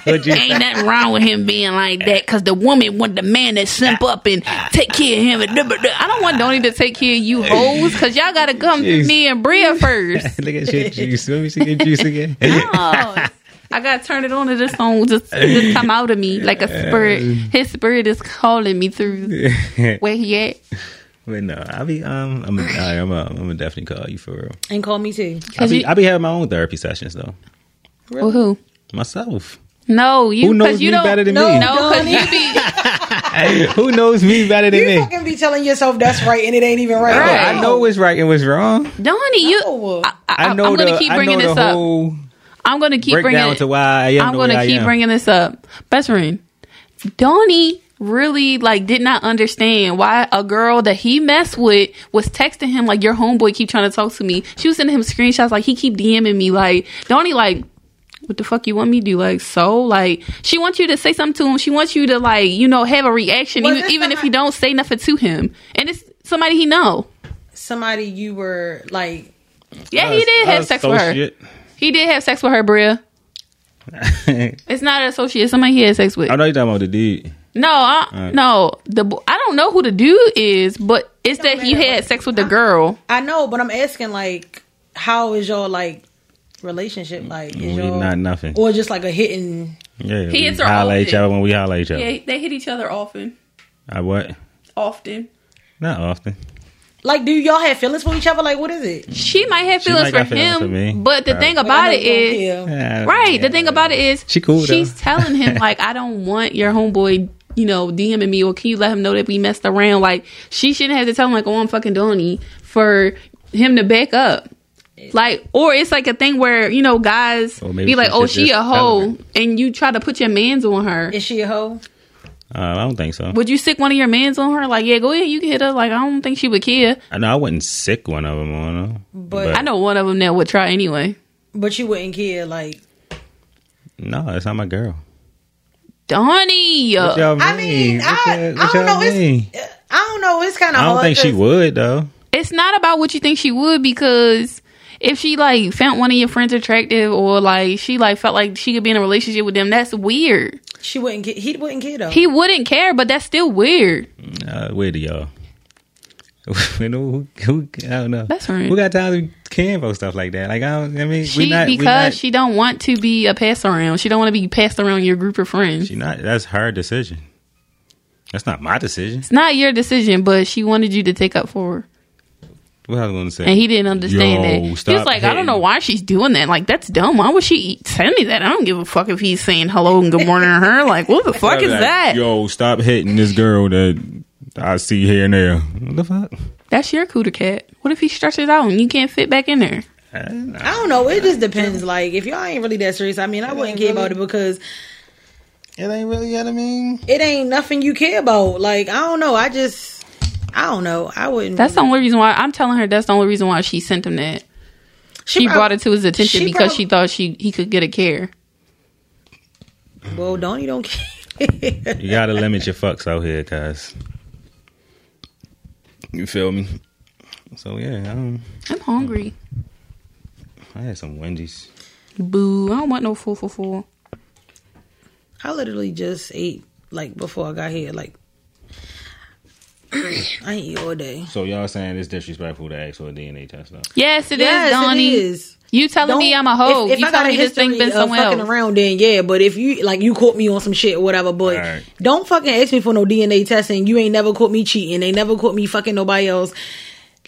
Speaker 2: What'd you say?
Speaker 1: ain't nothing wrong with him being like that because the woman want the man to simp up and take care of him. And duh, duh, duh. I don't want Donnie to take care of you hoes because y'all got to come to
Speaker 2: Jeez.
Speaker 1: me and Bria first.
Speaker 2: Look at your juice. Let me see your juice again.
Speaker 1: Oh, I got to turn it on to this song. Just, just come out of me like a spirit. His spirit is calling me through. Where he at?
Speaker 2: but no, I be um, I'm a, I, I'm a, I'm a definitely call you for real.
Speaker 5: And call me too.
Speaker 2: I
Speaker 1: Because
Speaker 2: be,
Speaker 1: you,
Speaker 2: I be having my own therapy sessions though,
Speaker 1: well, who?
Speaker 2: myself.
Speaker 1: No, you.
Speaker 2: Who knows
Speaker 1: 'cause you
Speaker 2: me
Speaker 1: don't,
Speaker 2: better than
Speaker 1: no,
Speaker 2: me?
Speaker 1: No, because
Speaker 5: Donnie.
Speaker 1: you be.
Speaker 2: Who knows me better than
Speaker 5: You
Speaker 2: me? Oh,
Speaker 5: fucking be telling yourself that's right and it ain't even right.
Speaker 1: Right.
Speaker 2: I know what's right and what's wrong.
Speaker 1: Donnie, you.
Speaker 5: No.
Speaker 1: I, I,
Speaker 2: I know
Speaker 1: am going
Speaker 2: the,
Speaker 1: to keep
Speaker 2: I
Speaker 1: bringing
Speaker 2: know
Speaker 1: this
Speaker 2: the
Speaker 1: up.
Speaker 2: whole
Speaker 1: I'm going to keep bringing
Speaker 2: breakdown
Speaker 1: it
Speaker 2: to why I am.
Speaker 1: I'm
Speaker 2: the
Speaker 1: going
Speaker 2: way
Speaker 1: to
Speaker 2: I
Speaker 1: keep
Speaker 2: am.
Speaker 1: bringing this up. Best friend, Donnie really like did not understand why a girl that he messed with was texting him like your homeboy keep trying to talk to me. She was sending him screenshots like he keep DMing me like Donnie like what the fuck you want me to do like so like she wants you to say something to him. She wants you to like you know have a reaction
Speaker 5: Was
Speaker 1: even
Speaker 5: this
Speaker 1: even
Speaker 5: the-
Speaker 1: if you don't say nothing to him. And it's somebody he know.
Speaker 5: Somebody you were like,
Speaker 1: Yeah, he did have sex with her. He did have sex with her, Bria.
Speaker 2: her.
Speaker 1: It's not an associate. It's Somebody he had sex with.
Speaker 2: I know you're talking about the dude.
Speaker 1: No, I,
Speaker 2: Alright.
Speaker 1: no. The bo- I don't know who the dude is, but it's that he had sex with the girl.
Speaker 5: I know, but I'm asking like, how is your like relationship like? Is
Speaker 2: We
Speaker 5: your,
Speaker 2: not nothing.
Speaker 5: or just like a hidden?
Speaker 2: Yeah,
Speaker 1: He
Speaker 2: we
Speaker 1: hits her
Speaker 2: holla
Speaker 1: own
Speaker 2: at
Speaker 1: dick.
Speaker 2: y'all when we holla at y'all.
Speaker 1: they hit each other often.
Speaker 2: I what?
Speaker 1: Often.
Speaker 2: Not often.
Speaker 5: Like, do y'all have feelings for each other? Like, what is it?
Speaker 1: She might have
Speaker 2: She
Speaker 1: feelings for
Speaker 2: might got feelings
Speaker 1: him,
Speaker 2: for me.
Speaker 1: but the
Speaker 2: Right.
Speaker 1: thing
Speaker 5: I
Speaker 1: about
Speaker 5: know
Speaker 1: it
Speaker 5: you don't
Speaker 1: is,
Speaker 5: care.
Speaker 2: Yeah,
Speaker 1: right?
Speaker 2: yeah.
Speaker 1: The thing about it is,
Speaker 2: She cool, though.
Speaker 1: She's telling him like, I don't want your homeboy, you know, DMing me, or can you let him know that we messed around? Like, she shouldn't have to tell him like, oh, I'm fucking Donnie for him to back up. Like, or it's like a thing where you know guys
Speaker 2: Or maybe
Speaker 1: be like,
Speaker 2: she
Speaker 1: oh,
Speaker 2: should
Speaker 1: she
Speaker 2: just
Speaker 1: a
Speaker 2: tell her.
Speaker 1: hoe, and you try to put your man's on her.
Speaker 5: Is she a hoe?
Speaker 2: Uh, I don't think so.
Speaker 1: Would you sick one of your mans on her? Like, yeah, go ahead, you can hit her. Like, I don't think she would care.
Speaker 2: I know I wouldn't sick one of them on her,
Speaker 5: But-
Speaker 1: I know one of them that would try anyway.
Speaker 5: But you wouldn't care, like
Speaker 2: No, that's not my girl.
Speaker 1: Donnie,
Speaker 2: What y'all mean?
Speaker 5: I mean,
Speaker 2: What
Speaker 5: I,
Speaker 2: y'all-
Speaker 5: I
Speaker 2: what
Speaker 5: don't
Speaker 2: y'all
Speaker 5: know.
Speaker 2: mean?
Speaker 1: uh,
Speaker 5: It's I don't know. It's kind of.
Speaker 2: I don't think she would though.
Speaker 1: it's not about what you think she would because if she like found one of your friends attractive or like she like felt like she could be in a relationship with them, that's weird.
Speaker 5: She wouldn't get. He wouldn't care though.
Speaker 1: He wouldn't care, but that's still weird.
Speaker 2: Uh, where do y'all? you know, who, who, I don't know.
Speaker 1: That's right.
Speaker 2: Who got time to care about stuff like that? Like I, don't, I mean,
Speaker 1: She
Speaker 2: we not,
Speaker 1: because
Speaker 2: we not,
Speaker 1: she don't want to be a pass around. She don't want to be passed around your group of friends.
Speaker 2: she not. That's her decision. That's not my decision.
Speaker 1: it's not your decision, but she wanted you to take up for her.
Speaker 2: What I was going to say,
Speaker 1: And he didn't understand
Speaker 2: Yo,
Speaker 1: that. He was
Speaker 2: stop
Speaker 1: like, I don't
Speaker 2: hitting.
Speaker 1: know why she's doing that. Like, that's dumb. Why would she eat- send me that? I don't give a fuck if he's saying hello and good morning to her. Like, what the fuck
Speaker 2: Like,
Speaker 1: is that?
Speaker 2: Yo, stop hitting this girl that I see here and there. What the fuck?
Speaker 1: That's your cooter cat. What if he stretches out and you can't fit back in there?
Speaker 5: I don't know. It just depends. Like if y'all ain't really that serious, I mean, I wouldn't care about it because
Speaker 2: It ain't really. What I mean,
Speaker 5: it ain't nothing you care about. Like I don't know. I just. I don't know. I wouldn't.
Speaker 1: That's the only reason why I'm telling her that's the only reason why she sent him that. She
Speaker 5: prob-
Speaker 1: brought it to his attention
Speaker 5: she
Speaker 1: because
Speaker 5: prob-
Speaker 1: she thought she he could get a care.
Speaker 5: Well, Donnie don't care.
Speaker 2: you gotta limit your fucks out here, guys. You feel me? So yeah, I, don't,
Speaker 1: I'm hungry.
Speaker 2: I had some Wendy's.
Speaker 1: Boo. I don't want no fool for fool.
Speaker 5: I literally just ate like before I got here. Like I ain't eat all day.
Speaker 2: So y'all saying it's disrespectful to ask for a DNA test though?
Speaker 1: Yes, it is,
Speaker 5: Yes, it
Speaker 1: Donnie.
Speaker 5: is.
Speaker 1: You telling me I'm a hoe.
Speaker 5: If, if
Speaker 1: you
Speaker 5: I got a
Speaker 1: telling me this thing
Speaker 5: history
Speaker 1: been
Speaker 5: of
Speaker 1: somewhere
Speaker 5: fucking
Speaker 1: else.
Speaker 5: around, then yeah. But if you like, you caught me on some shit, or whatever. But
Speaker 2: Alright.
Speaker 5: don't fucking ask me for no DNA testing. You ain't never caught me cheating. They never caught me fucking nobody else.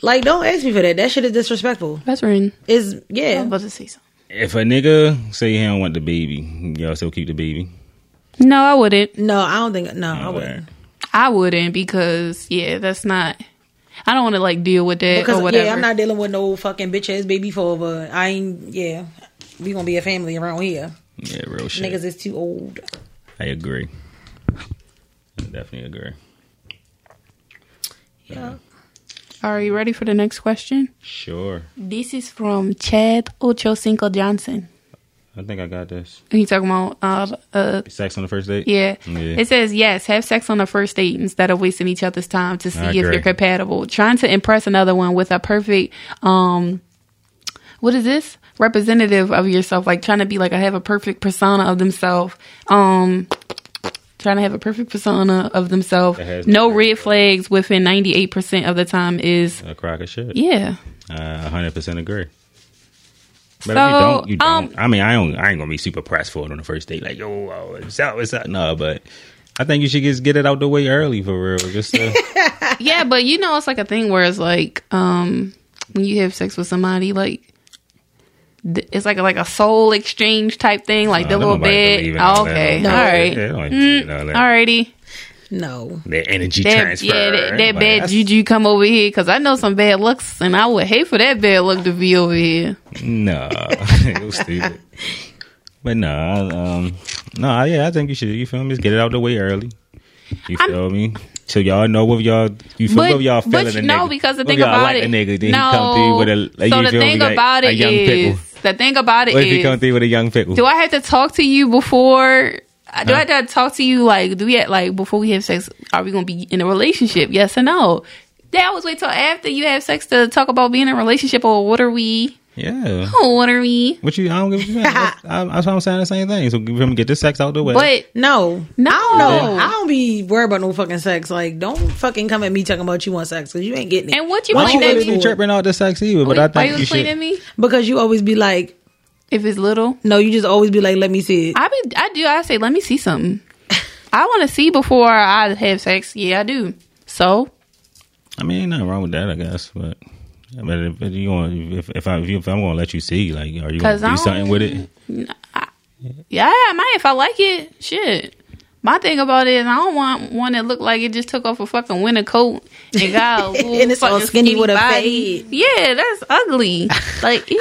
Speaker 5: Like, don't ask me for that. That shit is disrespectful.
Speaker 1: Best friend.
Speaker 5: Is
Speaker 1: I'm
Speaker 5: yeah.
Speaker 1: about to say something.
Speaker 2: If a nigga say he don't want the baby, y'all still keep the baby.
Speaker 1: No, I wouldn't.
Speaker 5: No, I don't think. No, I wouldn't.
Speaker 1: I wouldn't because yeah, that's not. I don't want to like deal with that
Speaker 5: Because
Speaker 1: or whatever.
Speaker 5: yeah, I'm not dealing with no fucking bitch ass baby father. I ain't. Yeah, we gonna be a family around here.
Speaker 2: Yeah, real shit.
Speaker 5: Niggas is too old.
Speaker 2: I agree. I definitely agree.
Speaker 5: Yeah.
Speaker 1: Are you ready for the next question?
Speaker 2: Sure.
Speaker 1: This is from Chad Ocho Cinco Johnson.
Speaker 2: I think I got this.
Speaker 1: He talking about uh, uh
Speaker 2: Sex on the first date.
Speaker 1: yeah.
Speaker 2: Yeah.
Speaker 1: It says yes, have sex on the first date instead of wasting each other's time to see
Speaker 2: I
Speaker 1: if
Speaker 2: agree.
Speaker 1: you're compatible. Trying to impress another one with a perfect um what is this? Representative of yourself, like trying to be like I have a perfect persona of themselves. Um trying to have a perfect persona of themselves.
Speaker 2: That has
Speaker 1: No
Speaker 2: no
Speaker 1: red flags within 98% of the time is
Speaker 2: A crock of shit.
Speaker 1: yeah.
Speaker 2: I 100% Uh, agree. But
Speaker 1: So,
Speaker 2: if you don't, you don't.
Speaker 1: um,
Speaker 2: I mean, I don't. I ain't gonna be super pressed for it on the first date. Like, yo, oh, it's out, it's out. No, but I think you should just get it out the way early for real. Just uh,
Speaker 1: yeah, but you know, it's like a thing where it's like um when you have sex with somebody, like th- it's like a, like a soul exchange type thing, like the
Speaker 2: don't
Speaker 1: little
Speaker 2: nobody
Speaker 1: bed.
Speaker 2: believe in all that.
Speaker 1: okay,
Speaker 2: No.
Speaker 1: all right,
Speaker 2: They don't
Speaker 1: Mm,
Speaker 2: believe in all that.
Speaker 1: alrighty.
Speaker 5: No.
Speaker 2: that energy
Speaker 1: That,
Speaker 2: transfer.
Speaker 1: yeah, that, that
Speaker 2: Like,
Speaker 1: bad
Speaker 2: that's-
Speaker 1: juju come over here because I know some bad looks, and I would hate for that bad look to be over here.
Speaker 2: No, it was stupid. But no, I, um, no, yeah, I think you should. You feel me? Just get it out the way early. You
Speaker 1: I'm-
Speaker 2: feel me? So y'all know what y'all you feel
Speaker 1: But-
Speaker 2: what y'all
Speaker 1: but
Speaker 2: feeling.
Speaker 1: you
Speaker 2: a
Speaker 1: know,
Speaker 2: nigga.
Speaker 1: because the
Speaker 2: What
Speaker 1: thing
Speaker 2: if y'all
Speaker 1: about
Speaker 2: like
Speaker 1: it,
Speaker 2: a nigga, then
Speaker 1: no.
Speaker 2: he come through with a like,
Speaker 1: so
Speaker 2: you
Speaker 1: the
Speaker 2: feel me,
Speaker 1: thing
Speaker 2: like
Speaker 1: about
Speaker 2: a
Speaker 1: it
Speaker 2: young
Speaker 1: is,
Speaker 2: pickle.
Speaker 1: the thing about it
Speaker 2: What if he come
Speaker 1: is,
Speaker 2: through with a young pickle?
Speaker 1: do I have to talk to you before? Do I have to talk to you like do we have, like before we have sex? Are we gonna be in a relationship? Yes or no? They always wait till after you have sex to talk about being in a relationship or what are we?
Speaker 2: yeah.
Speaker 1: Oh, what are we?
Speaker 2: What you? I don't give a shit. That's I- that's why I'm saying the same thing. So you feel me? Get this sex out the way.
Speaker 1: But
Speaker 5: No,
Speaker 1: No.
Speaker 5: I don't know. I don't be worried about no fucking sex. Like, don't fucking come at me talking about you want sex because you ain't getting it.
Speaker 1: and what you
Speaker 5: Why
Speaker 2: Why you
Speaker 5: you
Speaker 1: pointing at
Speaker 5: always
Speaker 1: me?
Speaker 2: really be tripping out the sex either? But I
Speaker 1: Wait, Why you
Speaker 2: think you
Speaker 1: was
Speaker 2: should.
Speaker 1: pointing at me?
Speaker 5: because you always be like,
Speaker 1: If it's little,
Speaker 5: no, you just always be like, let me see it.
Speaker 1: I be I do. I say let me see something. I want to see before I have sex. Yeah, I do. So
Speaker 2: I mean, ain't nothing wrong with that, I guess. But I mean, if, if you want, if if, I, if, you, if I'm gonna let you see, like, are you
Speaker 1: 'Cause I
Speaker 2: gonna do something
Speaker 1: don't-
Speaker 2: with it?
Speaker 1: Yeah, I might if I like it. Shit. My thing about it is I don't want one that looked like it just took off a fucking winter coat and got a little
Speaker 5: And it's all
Speaker 1: fucking
Speaker 5: skinny with a
Speaker 1: body.
Speaker 5: fade.
Speaker 1: Yeah, that's ugly. Like ew.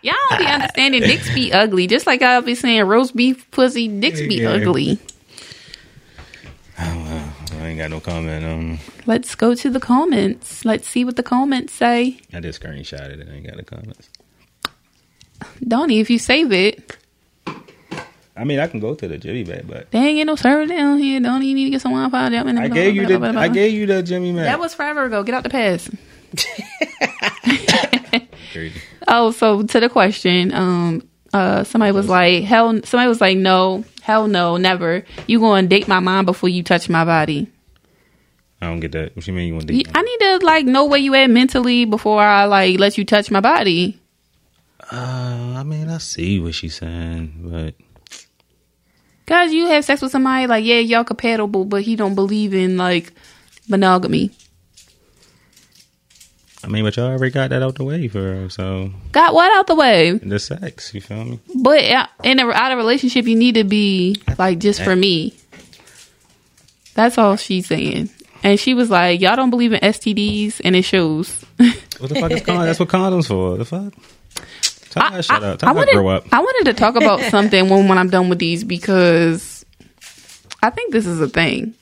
Speaker 1: Y'all don't be understanding dicks be ugly. Just like I'll be saying roast beef pussy, dicks be
Speaker 2: Yeah.
Speaker 1: ugly.
Speaker 2: I ain't got no comment. Um,
Speaker 1: Let's go to the comments. Let's see what the comments say.
Speaker 2: I just screenshotted it. I ain't got no comments.
Speaker 1: Donnie, if you save it,
Speaker 2: I mean, I can go to the jimmy bag, but
Speaker 1: they ain't get no service down here. Donnie, you need to get some Wi Fi.
Speaker 2: I gave you the I gave you the Jimmy Mac.
Speaker 1: That was forever ago. Get out the past.
Speaker 2: crazy.
Speaker 1: Oh, so to the question, um, uh, somebody was like, hell, somebody was like, no, hell no, never. You going to date my mom before you touch my body.
Speaker 2: I don't get that. What you mean you want to?
Speaker 1: You- I need to like know where you at mentally before I like let you touch my body.
Speaker 2: Uh, I mean, I see what she's saying, but
Speaker 1: Guys, you have sex with somebody like yeah, y'all compatible, but he don't believe in like monogamy.
Speaker 2: I mean, but y'all already got that out the way for her. So
Speaker 1: Got what out the way?
Speaker 2: the sex, you feel me?
Speaker 1: But uh, in a out of relationship, you need to be like just for me. That's all she's saying. And she was like, "Y'all don't believe in STDs, and it shows."
Speaker 2: What the fuck is condoms? That's what condoms for. The fuck? Tell her to shut up. Tell
Speaker 1: I
Speaker 2: her to
Speaker 1: wanted,
Speaker 2: grow up.
Speaker 1: I wanted to talk about something when when I'm done with these because I think this is a thing.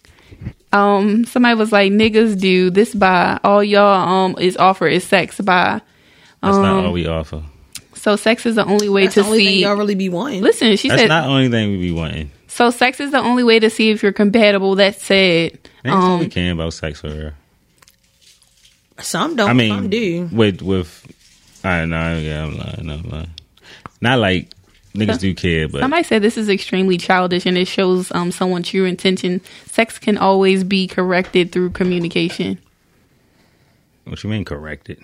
Speaker 1: Um, somebody was like, "Niggas do this by all y'all um is offer is sex by."
Speaker 2: That's
Speaker 1: Um,
Speaker 2: not all we offer.
Speaker 1: So sex is the only way
Speaker 5: That's
Speaker 1: to
Speaker 5: the only thing
Speaker 1: see.
Speaker 5: y'all really be wanting.
Speaker 1: Listen, she
Speaker 2: That's
Speaker 1: said.
Speaker 2: not the only thing we be wanting.
Speaker 1: so sex is the only way to see if you're compatible. That said,
Speaker 2: Ain't um, we
Speaker 1: um,
Speaker 2: can about sex for her.
Speaker 5: Some
Speaker 1: oh,
Speaker 5: don't.
Speaker 2: I mean,
Speaker 5: some do.
Speaker 2: with with I know, yeah, I'm lying, I'm lying. Not like niggas do care, but
Speaker 1: somebody said this is extremely childish and it shows um someone true intention. Sex can always be corrected through communication.
Speaker 2: what you mean corrected?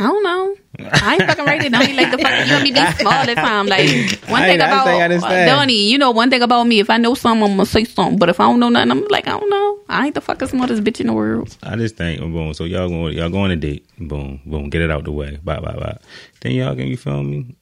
Speaker 1: I don't know. I ain't fucking right. Don't be like the fucking you know me this small all the time. Like one
Speaker 2: I-
Speaker 1: thing
Speaker 2: I
Speaker 1: about
Speaker 2: think I understand.
Speaker 1: Donnie, you know one thing about me. If I know something, I'm gonna say something. But if I don't know nothing, I'm like I don't know. I ain't the fucking smartest bitch in the world.
Speaker 2: I just think boom. So y'all going y'all going to date. Boom, boom. Get it out the way. Bye, bye, bye. Then y'all can you feel me?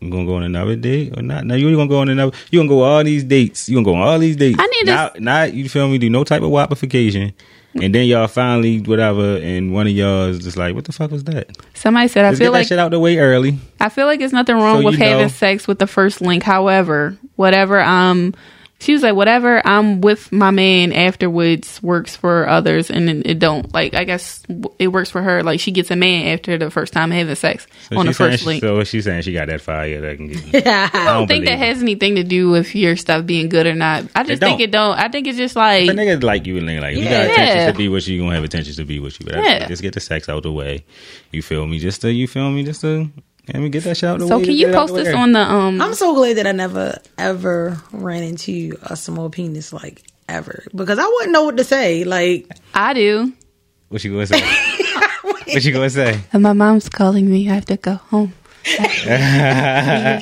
Speaker 2: You gonna go on another date or not? Now you gonna go on another. You gonna go all these dates. You gonna go on all these dates.
Speaker 1: I need to-
Speaker 2: not, not you feel me? Do no type of wapification, and then y'all finally whatever, and one of y'all is just like, what the fuck was that?
Speaker 1: Somebody said I
Speaker 2: Let's get
Speaker 1: feel
Speaker 2: that
Speaker 1: like
Speaker 2: shit out the way early.
Speaker 1: I feel like it's nothing wrong
Speaker 2: So
Speaker 1: with
Speaker 2: you know-
Speaker 1: having sex with the first link. However, whatever um she was like, whatever I'm with my man afterwards works for others, and it, it don't. Like I guess w- it works for her. Like she gets a man after the first time having sex
Speaker 2: So
Speaker 1: on the
Speaker 2: she's saying
Speaker 1: first
Speaker 2: she-
Speaker 1: link.
Speaker 2: So she's saying she got that fire that can get. I
Speaker 1: I don't think that
Speaker 2: believe it.
Speaker 1: has anything to do with your stuff being good or not. I just think
Speaker 2: don't.
Speaker 1: it don't. I think it's just like
Speaker 2: But niggas like you and nigga like you got
Speaker 1: Yeah.
Speaker 2: attention to be with you, you gonna have attention to be with you. But I
Speaker 1: Yeah.
Speaker 2: think just get the sex out the way. You feel me? Just to you feel me? Just to let me get that shit out the
Speaker 1: so.
Speaker 2: way.
Speaker 1: Can you post this on the um?
Speaker 5: I'm so glad that I never ever ran into a small penis like ever because I wouldn't know what to say. Like
Speaker 1: I do.
Speaker 2: What you gonna say? what you gonna say?
Speaker 1: And my mom's calling me. I have to go home.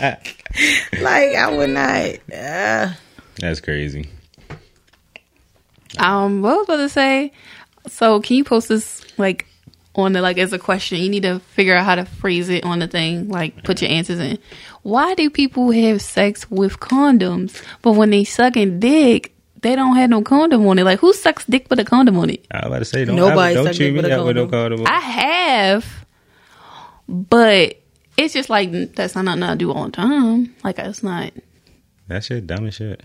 Speaker 5: like I would not. Uh,
Speaker 2: That's crazy.
Speaker 1: Um, what was I about to say? So can you post this like on the like as a question? You need to figure out how to phrase it on the thing. Like put your answers in. Why do people have sex with condoms, but when they sucking dick, they don't have no condom on it? Like who sucks dick with a condom on it?
Speaker 2: I was about to say don't
Speaker 5: Nobody
Speaker 2: I, don't
Speaker 5: sucked
Speaker 2: chew
Speaker 5: dick with
Speaker 2: me
Speaker 5: a
Speaker 2: out with no condom.
Speaker 1: I have, but it's just like that's not nothing I do all the time. Like it's not
Speaker 2: That shit dumb as shit.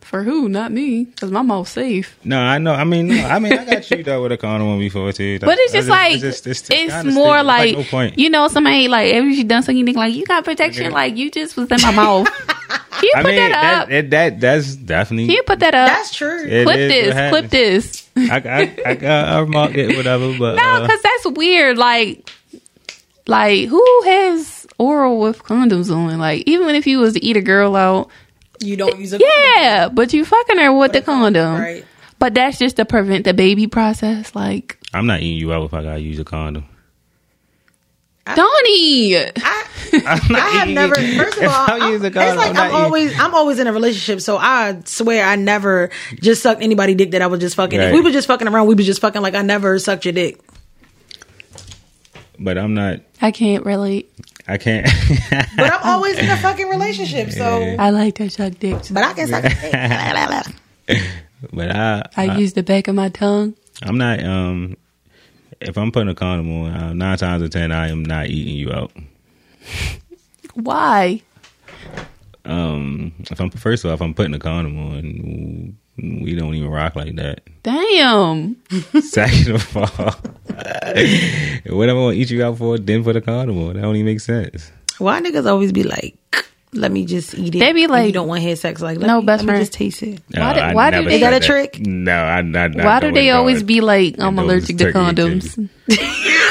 Speaker 1: for who, not me, because my mouth's safe.
Speaker 2: No, I know. I mean, no, I mean, I got chewed out with a condom on before too.
Speaker 1: But it's just like it's,
Speaker 2: kinda
Speaker 1: more
Speaker 2: stupid.
Speaker 1: like,
Speaker 2: no point.
Speaker 1: you know somebody like every she done something you think like you got protection
Speaker 2: Okay.
Speaker 1: like you just was in my mouth. Can you
Speaker 2: I
Speaker 1: put
Speaker 2: mean,
Speaker 1: that
Speaker 2: that,
Speaker 1: up?
Speaker 2: that, that that's definitely
Speaker 1: Can you put that up?
Speaker 5: that's true.
Speaker 2: it
Speaker 1: clip
Speaker 2: is what
Speaker 1: this. Clip
Speaker 2: happens. Uh,
Speaker 1: this.
Speaker 2: I, I, I, I, I remarked it, whatever. But
Speaker 1: No,
Speaker 2: uh,
Speaker 1: because that's weird. Like, like who has oral with condoms on? Like, even if you was to eat a girl out,
Speaker 5: You don't use a
Speaker 1: yeah, but you fucking her with the condom.
Speaker 5: right.
Speaker 1: But that's just to prevent the baby process. Like,
Speaker 2: I'm not eating you out if I gotta use a condom.
Speaker 1: Donnie,
Speaker 5: I, I have never. First of all,
Speaker 2: I
Speaker 5: I'm,
Speaker 2: use a
Speaker 5: it's
Speaker 2: condom, I'm
Speaker 5: like I'm,
Speaker 2: not eating-
Speaker 5: always I'm always in a relationship, so I swear I never just sucked anybody dick that I was just fucking. If
Speaker 2: Right.
Speaker 5: we were just fucking around. We was just fucking. Like I never sucked your dick.
Speaker 2: But I'm not.
Speaker 1: I can't relate.
Speaker 2: I can't.
Speaker 5: But I'm always in a fucking relationship, so.
Speaker 1: I like to suck dick.
Speaker 5: But I can suck. your dick.
Speaker 2: but I,
Speaker 1: I
Speaker 2: I,
Speaker 1: use the back of my tongue.
Speaker 2: I'm not. Um, if I'm putting a condom on, uh, nine times out of ten, I am not eating you out.
Speaker 1: Why?
Speaker 2: Um, if I'm first of all, if I'm putting a condom on, We don't even rock like that.
Speaker 1: Damn.
Speaker 2: Second of all, what am I gonna eat you out for? Then for the condom on? That don't even make sense.
Speaker 5: Why niggas always be like, let me just eat it.
Speaker 1: They be
Speaker 5: If you
Speaker 1: like,
Speaker 5: don't want head sex. Like, let
Speaker 1: no,
Speaker 5: me,
Speaker 1: best
Speaker 5: let me
Speaker 1: friend.
Speaker 5: just taste it.
Speaker 1: Why
Speaker 2: No,
Speaker 1: do-
Speaker 2: I
Speaker 1: why do
Speaker 2: never
Speaker 1: they-
Speaker 2: said
Speaker 1: Is that
Speaker 5: a trick?
Speaker 2: No, I not.
Speaker 1: Why do they always be like, I'm
Speaker 2: Those
Speaker 1: allergic to
Speaker 2: turkey
Speaker 1: condoms?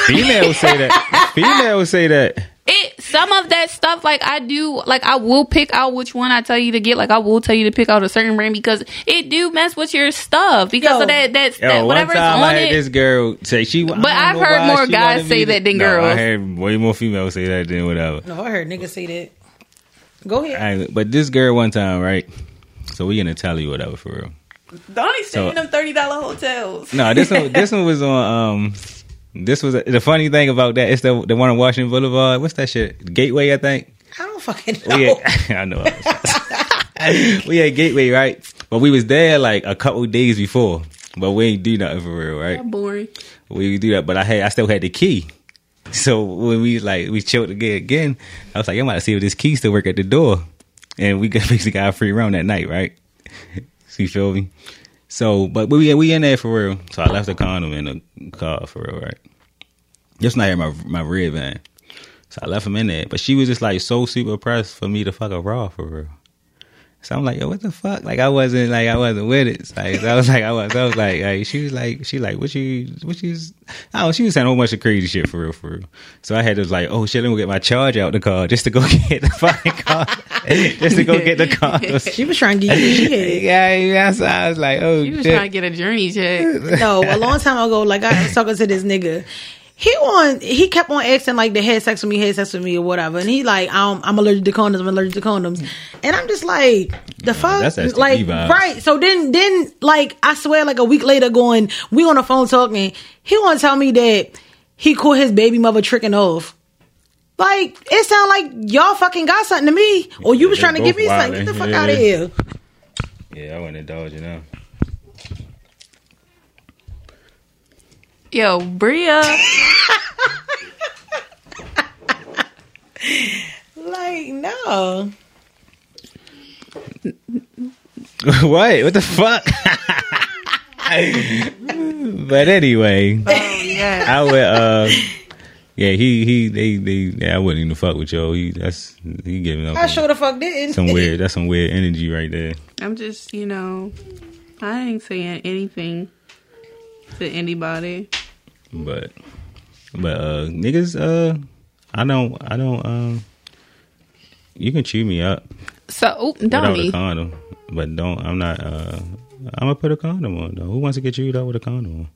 Speaker 2: Females say that. Females say that.
Speaker 1: It some of that stuff like I do like I will pick out which one I tell you to get like I will tell you to pick out a certain brand because it do mess with your stuff because
Speaker 5: Yo.
Speaker 1: of that that's
Speaker 2: Yo,
Speaker 1: that,
Speaker 2: one
Speaker 1: whatever's
Speaker 2: time
Speaker 1: on
Speaker 2: I had
Speaker 1: it.
Speaker 2: this girl say she. But
Speaker 1: I've heard more guys say that than
Speaker 2: I
Speaker 1: girls.
Speaker 2: heard way more females say that than whatever.
Speaker 5: No, I heard niggas say that. Go ahead.
Speaker 2: I, but this girl one time, right? So we gonna tell you whatever for real.
Speaker 1: Don't
Speaker 2: stay in them
Speaker 1: thirty dollar hotels.
Speaker 2: No, this one this one was on um this was the funny thing about that it's the the one on Washington Boulevard. What's that shit? Gateway, I think.
Speaker 5: I don't fucking know.
Speaker 2: We had, I know. I was- we had Gateway, right? But we was there like a couple days before. But we ain't do nothing for real, right?
Speaker 1: Boring.
Speaker 2: We do that, but I had I still had the key. So when we like we chilled again, again I was like, I'm about to see if this key still work at the door, and we got basically got a free room that night, right? you feel me? So, but we we in there for real. So I left the condom in the car for real, right? Just not in my my red van. So I left him in there, but she was just like so super pressed for me to fuck her raw for real. So I'm like, yo, what the fuck? Like I wasn't like I wasn't with it. So, Like so I was like I was I was like, like she was like she like what you what you oh she was saying a whole bunch of crazy shit for real for real. So I had to like oh shit, let me get my charge out the car just to go get the fucking car, just to go get the car.
Speaker 5: She was trying to get you. She had.
Speaker 2: Yeah, yeah. So I was like, oh
Speaker 1: You was
Speaker 2: shit.
Speaker 1: trying to get a journey check.
Speaker 5: No, a long time ago, like I was talking to this nigga. He on he kept on asking like they had sex with me, had sex with me or whatever. And he like, um, I'm allergic to condoms, I'm allergic to condoms. And I'm just like, the fuck?
Speaker 2: that's STD
Speaker 5: like
Speaker 2: vibes.
Speaker 5: right. So then then like I swear like a week later going, we on the phone talking, he wanna tell me that he caught his baby mother tricking off. Like, it sound like y'all fucking got something to me. Or you was
Speaker 2: Yeah,
Speaker 5: trying to give
Speaker 2: both
Speaker 5: me something. Get
Speaker 2: wildin',
Speaker 5: the fuck
Speaker 2: yeah.
Speaker 5: out of here.
Speaker 2: yeah, I went to Dodge, you know.
Speaker 1: Yo, Bria.
Speaker 5: Like, no.
Speaker 2: what? What the fuck? but anyway, I would. Uh, yeah, he he they they. Yeah, I wouldn't even fuck with yo. He that's he giving up.
Speaker 5: I sure the fuck didn't.
Speaker 2: some weird. That's some weird energy right there.
Speaker 1: I'm just, you know, I ain't saying anything to anybody.
Speaker 2: But but uh niggas uh I don't I don't um you can chew me up
Speaker 1: So, oh, oop,
Speaker 2: without a
Speaker 1: dummy.
Speaker 2: condom. But don't I'm not uh I'm gonna put a condom on though. Who wants to get chewed up with a condom on?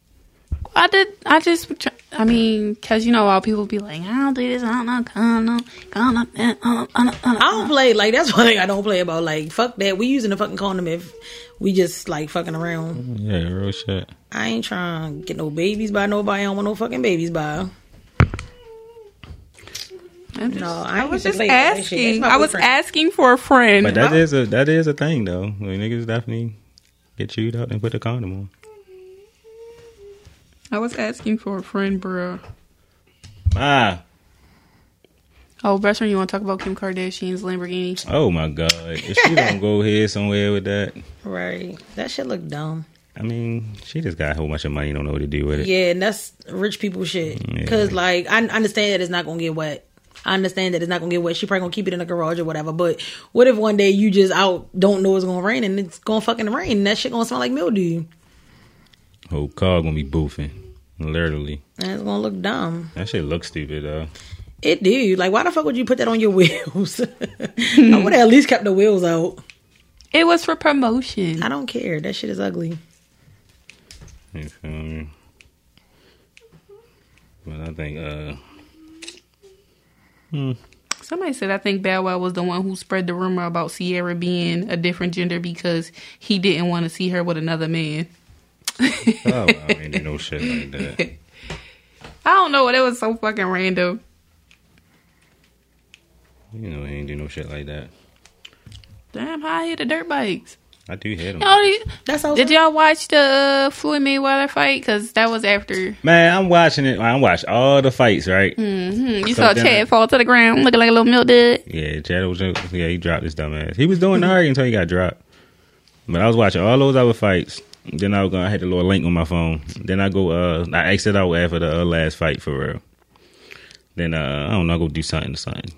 Speaker 1: I did. I just. tr- I mean, cause you know, all people be like, I don't do this. I don't know. Condom, condom, eh, uh, uh, uh,
Speaker 5: I don't play like that's one thing I don't play about. Like fuck that. We using a fucking condom if we just like fucking around.
Speaker 2: Yeah, real shit.
Speaker 5: I ain't trying to get no babies by nobody. I don't want no fucking babies by.
Speaker 1: I'm just-
Speaker 5: No, I
Speaker 1: I,
Speaker 5: ain't
Speaker 1: was
Speaker 5: used
Speaker 1: just
Speaker 5: to play with that
Speaker 1: asking.
Speaker 5: shit. That's my
Speaker 1: I was
Speaker 5: boyfriend.
Speaker 1: asking for a friend.
Speaker 2: But that is a that is a thing though. I mean, niggas definitely get chewed up and put the condom on.
Speaker 1: I was asking for a friend, bro.
Speaker 2: Ah,
Speaker 1: Oh, best friend, you want to talk about Kim Kardashian's Lamborghini?
Speaker 2: oh my god! If she don't go here somewhere with that,
Speaker 5: Right. That shit look dumb.
Speaker 2: I mean, she just got a whole bunch of money. Don't know what to do with it.
Speaker 5: Yeah, and that's rich people shit. Cause like I understand that it's not gonna get wet. I understand that it's not gonna get wet. She probably gonna keep it in the garage or whatever. But what if one day you just out don't know it's gonna rain and it's gonna fucking rain and that shit gonna smell like mildew
Speaker 2: Whole car gonna be boofing, literally.
Speaker 5: and it's gonna look dumb.
Speaker 2: That shit looks stupid though.
Speaker 5: It do. Like, why the fuck would you put that on your wheels? I would have at least kept the wheels out.
Speaker 1: It was for promotion.
Speaker 5: I don't care. That shit is ugly.
Speaker 2: You feel me? But I think uh,
Speaker 1: Somebody said I think Bow Wow was the one who spread the rumor about Sierra being a different gender because he didn't want to see her with another man.
Speaker 2: oh, I ain't do no shit like that.
Speaker 1: I don't know. That was so fucking random.
Speaker 2: You know, I ain't do no shit like that.
Speaker 1: Damn, how I hit the dirt bikes.
Speaker 2: I do hate
Speaker 1: Y'all,
Speaker 2: them.
Speaker 1: did-
Speaker 5: That's all.
Speaker 1: did y'all watch the uh, Floyd Mayweather fight? Because that was after
Speaker 2: Man, I'm watching it. I'm watching all the fights, right?
Speaker 1: Mhm, you
Speaker 2: So
Speaker 1: saw
Speaker 2: then
Speaker 1: Chad
Speaker 2: I-
Speaker 1: fall to the ground looking like a little milk dud.
Speaker 2: Yeah, Chad was yeah, he dropped his dumb ass. He was doing all right until he got dropped. But I was watching all those other fights. Then I was gonna, I had the little link on my phone. Then I go, uh, I exit out after the uh, last fight for real. Then uh, I don't know, I go do something or something.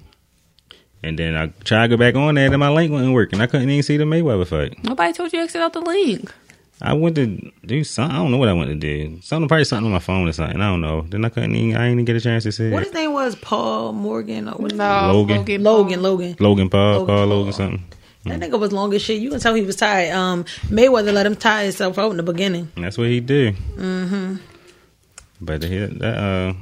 Speaker 2: And then I try to go back on there, then my link wasn't working. I couldn't even see the Mayweather fight.
Speaker 1: Nobody told you to exit out the link.
Speaker 2: I went to do something. I don't know what I went to do. Something probably something on my phone or something. I don't know. Then I couldn't. Even, I didn't even get a chance to see
Speaker 5: What
Speaker 2: it.
Speaker 5: his name was? Paul Morgan or what?
Speaker 1: No,
Speaker 2: Logan.
Speaker 5: Logan. Logan.
Speaker 2: Logan Paul,
Speaker 5: Logan
Speaker 2: Paul Logan
Speaker 5: Paul.
Speaker 2: something.
Speaker 5: That nigga was long as shit. You can tell he was tired. Um, Mayweather let him tie himself out in the beginning.
Speaker 2: And that's what he do. Mm-hmm. But he, that uh,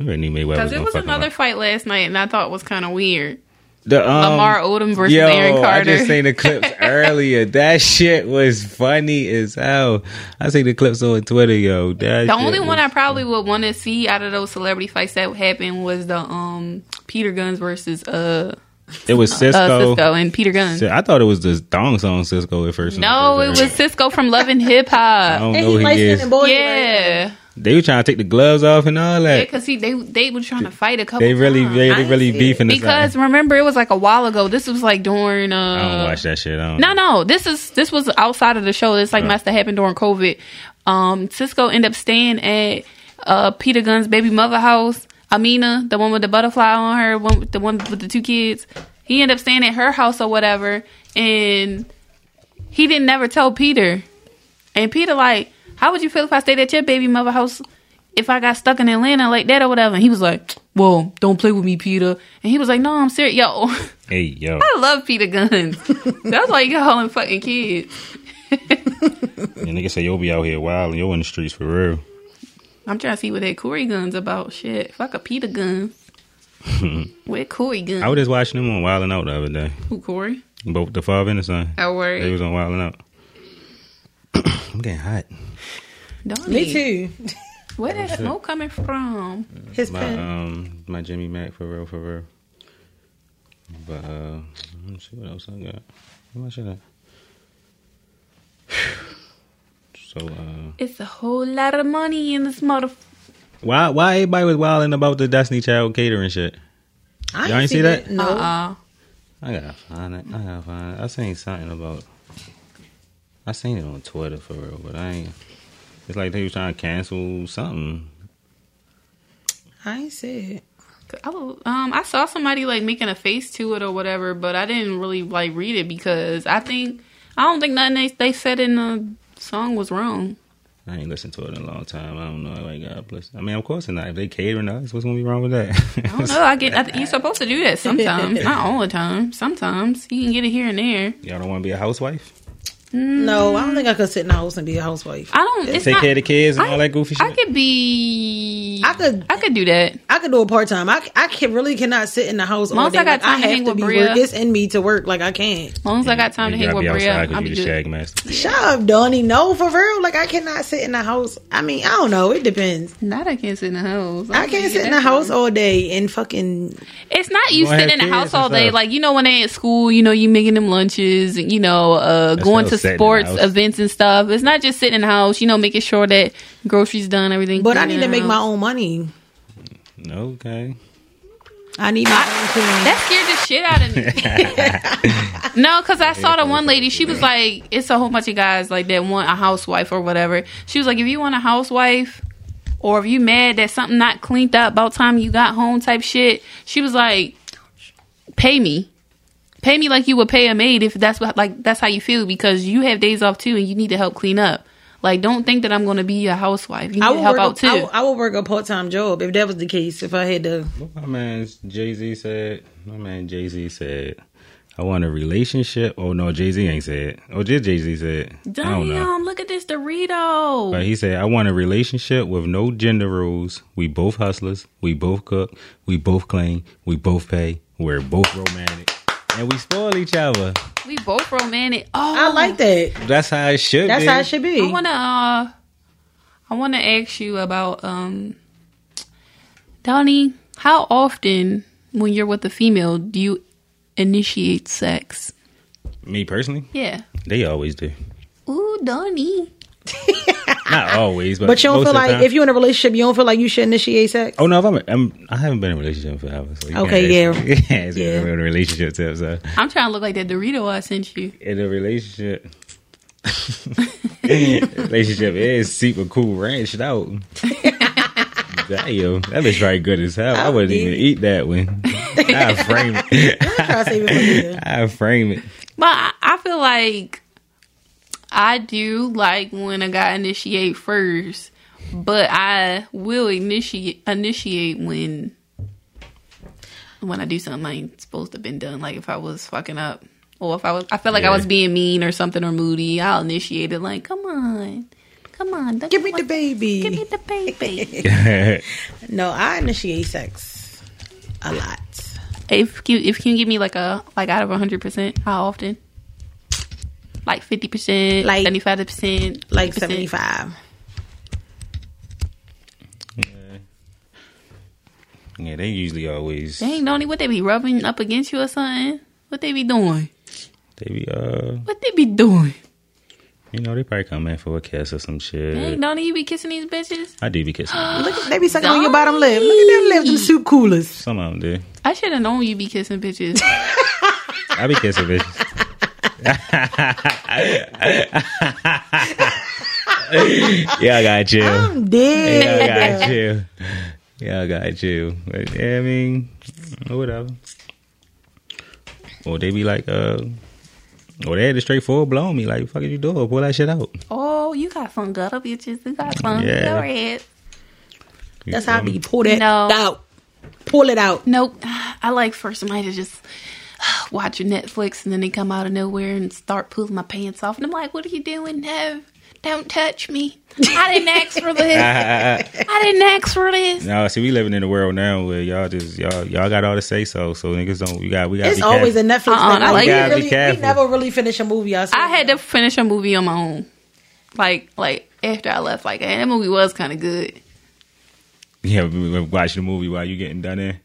Speaker 2: I really knew Mayweather.
Speaker 1: Because
Speaker 2: gonna
Speaker 1: it was
Speaker 2: fuck him
Speaker 1: another
Speaker 2: up.
Speaker 1: fight last night, and I thought it was kind of weird.
Speaker 2: The, um,
Speaker 1: Lamar Odom versus
Speaker 2: yo,
Speaker 1: Aaron Carter.
Speaker 2: I just seen the clips earlier. That shit was funny as hell. I seen the clips on Twitter, yo. That
Speaker 1: The only
Speaker 2: shit
Speaker 1: one
Speaker 2: was-
Speaker 1: I probably would want to see out of those celebrity fights that happened was the um Peter Guns versus uh,
Speaker 2: it was Cisco.
Speaker 1: uh Cisco and Peter Guns.
Speaker 2: I thought it was the thong song Cisco at first.
Speaker 1: No, it was Cisco from Love and Hip
Speaker 2: I
Speaker 1: Hop.
Speaker 2: don't
Speaker 5: And
Speaker 2: know
Speaker 5: he
Speaker 2: who he
Speaker 5: light-skinned
Speaker 2: is.
Speaker 5: and boy.
Speaker 1: Yeah,
Speaker 2: They were trying to take the gloves off and all that.
Speaker 1: because he they they were trying to fight a couple.
Speaker 2: they really,
Speaker 1: times.
Speaker 2: they
Speaker 5: I
Speaker 2: really,
Speaker 5: didn't
Speaker 2: really
Speaker 5: see it.
Speaker 2: beefing this
Speaker 1: because remember it was like a while ago. This was like during uh
Speaker 2: I don't watch that shit. I don't
Speaker 1: No, no. This is this was outside of the show. This like must have happened during COVID. Um, Cisco ended up staying at uh Peter Gunn's baby mother house. Amina, the one with the butterfly on her, one, with- the one with the two kids. He ended up staying at her house or whatever, and he didn't never tell Peter. And Peter like, how would you feel if I stayed at your baby mother house? If I got stuck in Atlanta like that or whatever, and he was like, "Well, don't play with me, Peter." And he was like, "No, I'm serious, yo."
Speaker 2: Hey, yo.
Speaker 1: I love Peter Guns. That's like y'all and fucking kids.
Speaker 2: And nigga say you'll be out here wild and you're in the streets for real.
Speaker 1: I'm trying to see what that Corey Guns about. Shit, fuck a Peter Gun. Where Corey Guns?
Speaker 2: I was just watching them on Wild and Out the other day.
Speaker 1: Who Corey?
Speaker 2: Both the father and the son.
Speaker 1: I
Speaker 2: They
Speaker 1: worry.
Speaker 2: was on Wild and Out. I'm getting hot.
Speaker 5: Me
Speaker 1: Donnie,
Speaker 5: too.
Speaker 1: Where that smoke coming from?
Speaker 5: His
Speaker 2: My
Speaker 5: pen.
Speaker 2: um my Jimmy Mac for real for real. But uh let me see what else I got. How much is that? So uh
Speaker 1: It's a whole lot of money in this mother.
Speaker 2: why why everybody was wilding about the Destiny Child catering shit?
Speaker 5: I
Speaker 2: y'all ain't see
Speaker 5: seen
Speaker 2: that?
Speaker 5: it. No.
Speaker 1: Uh,
Speaker 2: I gotta find it. I gotta find it. I seen something about. I seen it on Twitter for real, but I ain't. It's like they was trying to cancel something.
Speaker 5: I ain't see it.
Speaker 1: I, was- um, I saw somebody like making a face to it or whatever, but I didn't really like read it because I think I don't think nothing they, they said in the song was wrong.
Speaker 2: I ain't listened to it in a long time. I don't know. Like God bless. I mean, of course not. If they catering to us, what's gonna be wrong with that?
Speaker 1: I don't know. I get. I, th- you're supposed to do that sometimes, not all the time. Sometimes you can get it here and there.
Speaker 2: Y'all don't want to be a housewife,
Speaker 5: No, I don't think I could sit in the house and be a housewife.
Speaker 1: I don't. It's
Speaker 2: take
Speaker 1: not,
Speaker 2: care of the kids and
Speaker 1: I-
Speaker 2: all that goofy shit.
Speaker 1: I could be.
Speaker 5: I could-
Speaker 1: I could do that.
Speaker 5: I could do it part time. I, I can really cannot sit in the house all
Speaker 1: Long as
Speaker 5: day.
Speaker 1: I got
Speaker 5: Like, I
Speaker 1: time to hang
Speaker 5: have to
Speaker 1: with
Speaker 5: be
Speaker 1: Bria.
Speaker 5: work. It's in me to work. Like I can't.
Speaker 1: As long as I got time to
Speaker 2: You
Speaker 1: hang
Speaker 2: gotta
Speaker 1: with
Speaker 2: be
Speaker 1: Bria,
Speaker 2: outside 'cause
Speaker 1: I'll
Speaker 2: you
Speaker 1: be
Speaker 2: the
Speaker 1: good.
Speaker 2: shag master.
Speaker 5: Shut up, Donnie. No, for real. Like I cannot sit in the house. I mean, I don't know. It depends.
Speaker 1: Not I can't sit in the house.
Speaker 5: I can't sit in the house all day and fucking.
Speaker 1: It's not you
Speaker 2: gonna
Speaker 1: sitting in
Speaker 2: have
Speaker 1: the house
Speaker 2: kids and
Speaker 1: all day.
Speaker 2: stuff.
Speaker 1: Like you know when they at school, you know you making them lunches. You know uh, going
Speaker 2: how
Speaker 1: to
Speaker 2: sitting in the
Speaker 1: sports
Speaker 2: house.
Speaker 1: events and stuff. It's not just sitting in the house. You know making sure that groceries done, everything.
Speaker 5: But I
Speaker 1: clean
Speaker 5: need
Speaker 1: in
Speaker 5: to
Speaker 1: the
Speaker 5: make my
Speaker 1: house.
Speaker 5: own money.
Speaker 2: Okay.
Speaker 5: I need my own coin.
Speaker 1: That scared the shit out of me. no, because I saw the one lady. She was like, "It's a whole bunch of guys like that want a housewife or whatever." She was like, "If you want a housewife, or if you mad that something not cleaned up about time you got home type shit," she was like, "Pay me." Pay me like you would pay a maid if that's what like that's how you feel because you have days off too and you need to help clean up. Like, don't think that I'm going to be a housewife. You need
Speaker 5: I
Speaker 1: to
Speaker 5: would
Speaker 1: help
Speaker 5: work.
Speaker 1: out
Speaker 5: A,
Speaker 1: too.
Speaker 5: I, would, I would work a part time job if that was the case. If I had to,
Speaker 2: What my man Jay Z said. My man Jay Z said. I want a relationship. Oh no, Jay Z ain't said. Oh, just Jay Z said. I don't know.
Speaker 1: Damn! Look at this Dorito.
Speaker 2: But he said, I want a relationship with no gender rules. We both hustlers. We both cook. We both clean. We both pay. We're both romantic. And we spoil each other.
Speaker 1: We both romantic. Oh,
Speaker 5: I like that.
Speaker 2: That's how it should
Speaker 5: That's
Speaker 2: be.
Speaker 5: how it should be.
Speaker 1: I wanna, uh, I wanna ask you about, um, Donnie. How often, when you're with a female, do you initiate sex?
Speaker 2: Me personally,
Speaker 1: Yeah.
Speaker 2: they always do.
Speaker 1: Ooh, Donnie.
Speaker 2: Not always, but
Speaker 5: But you
Speaker 2: most
Speaker 5: don't feel
Speaker 2: of the
Speaker 5: like
Speaker 2: time.
Speaker 5: if you're in a relationship, you don't feel like you should initiate sex.
Speaker 2: Oh no, if I'm, I'm I haven't been in a relationship forever. So you
Speaker 5: Okay,
Speaker 2: can't ask me-
Speaker 5: yeah.
Speaker 2: you can't ask me
Speaker 5: Yeah.
Speaker 2: if I'm in a relationship tip. So
Speaker 1: I'm trying to look like that Dorito I sent you.
Speaker 2: in a relationship, relationship is super cool ranched out. Damn, that bitch right good as hell. I wouldn't
Speaker 5: did.
Speaker 2: even eat that one. I frame it.
Speaker 5: Try to save it for later.
Speaker 2: I frame it.
Speaker 1: But I, I feel like I do like when a guy initiate first, but I will initiate initiate when when I do something I ain't supposed to been done. Like if I was fucking up, or if I was, I felt like I
Speaker 2: Yeah.
Speaker 1: was being mean or something or moody. I'll initiate it. Like, come on, come on, don't
Speaker 5: Give
Speaker 1: you
Speaker 5: me the
Speaker 1: want-
Speaker 5: baby.
Speaker 1: Give me the baby.
Speaker 5: No, I initiate sex a lot.
Speaker 1: if you if you can give me like a like out of hundred percent, how often? Like fifty percent,
Speaker 5: Like-
Speaker 1: like seventy five percent,
Speaker 5: Like 75.
Speaker 2: yeah, they usually always
Speaker 1: Dang, Donnie, what they be rubbing up against you or something? What they be doing?
Speaker 2: they be uh
Speaker 1: What they be doing?
Speaker 2: you know they probably come in for a kiss or some shit.
Speaker 1: Dang, Donnie, you be kissing these bitches?
Speaker 2: I do be kissing.
Speaker 5: Look, at- they be sucking on your bottom lip. Look at them lips, them soup coolers.
Speaker 2: Some of them do.
Speaker 1: I should have known you be kissing bitches.
Speaker 2: I be kissing bitches. yeah, I got you.
Speaker 1: Oh,
Speaker 5: I'm dead.
Speaker 2: Yeah, I got you. Yeah, I got you. But, yeah, I mean, whatever. Or they be like, uh, or they had the straight forward blown me. Like, fuck is you doing? Pull that shit out.
Speaker 1: oh, you got some gutter bitches. You got some
Speaker 2: Yeah.
Speaker 1: Go ahead.
Speaker 2: You
Speaker 5: That's how I
Speaker 2: feel me?
Speaker 5: be. Pull that
Speaker 1: No.
Speaker 5: out. Pull it out.
Speaker 1: Nope. I like for somebody to just watch your Netflix and then they come out of nowhere and start pulling my pants off. And I'm like, what are you doing? No, don't touch me. I didn't ask for this. I didn't ask for this.
Speaker 2: No, see, we living in a world now where y'all just y'all y'all got all to say so. So niggas don't. You got we got.
Speaker 5: It's always a Netflix
Speaker 1: Uh-uh,
Speaker 5: thing.
Speaker 1: I like
Speaker 5: we,
Speaker 1: it.
Speaker 2: Gotta be
Speaker 5: really, we
Speaker 2: careful.
Speaker 5: never really finish a movie. I,
Speaker 1: I had to finish a movie on my own. Like, like after I left, like hey, that movie was kind of good.
Speaker 2: yeah. We we watching a movie while you getting done in.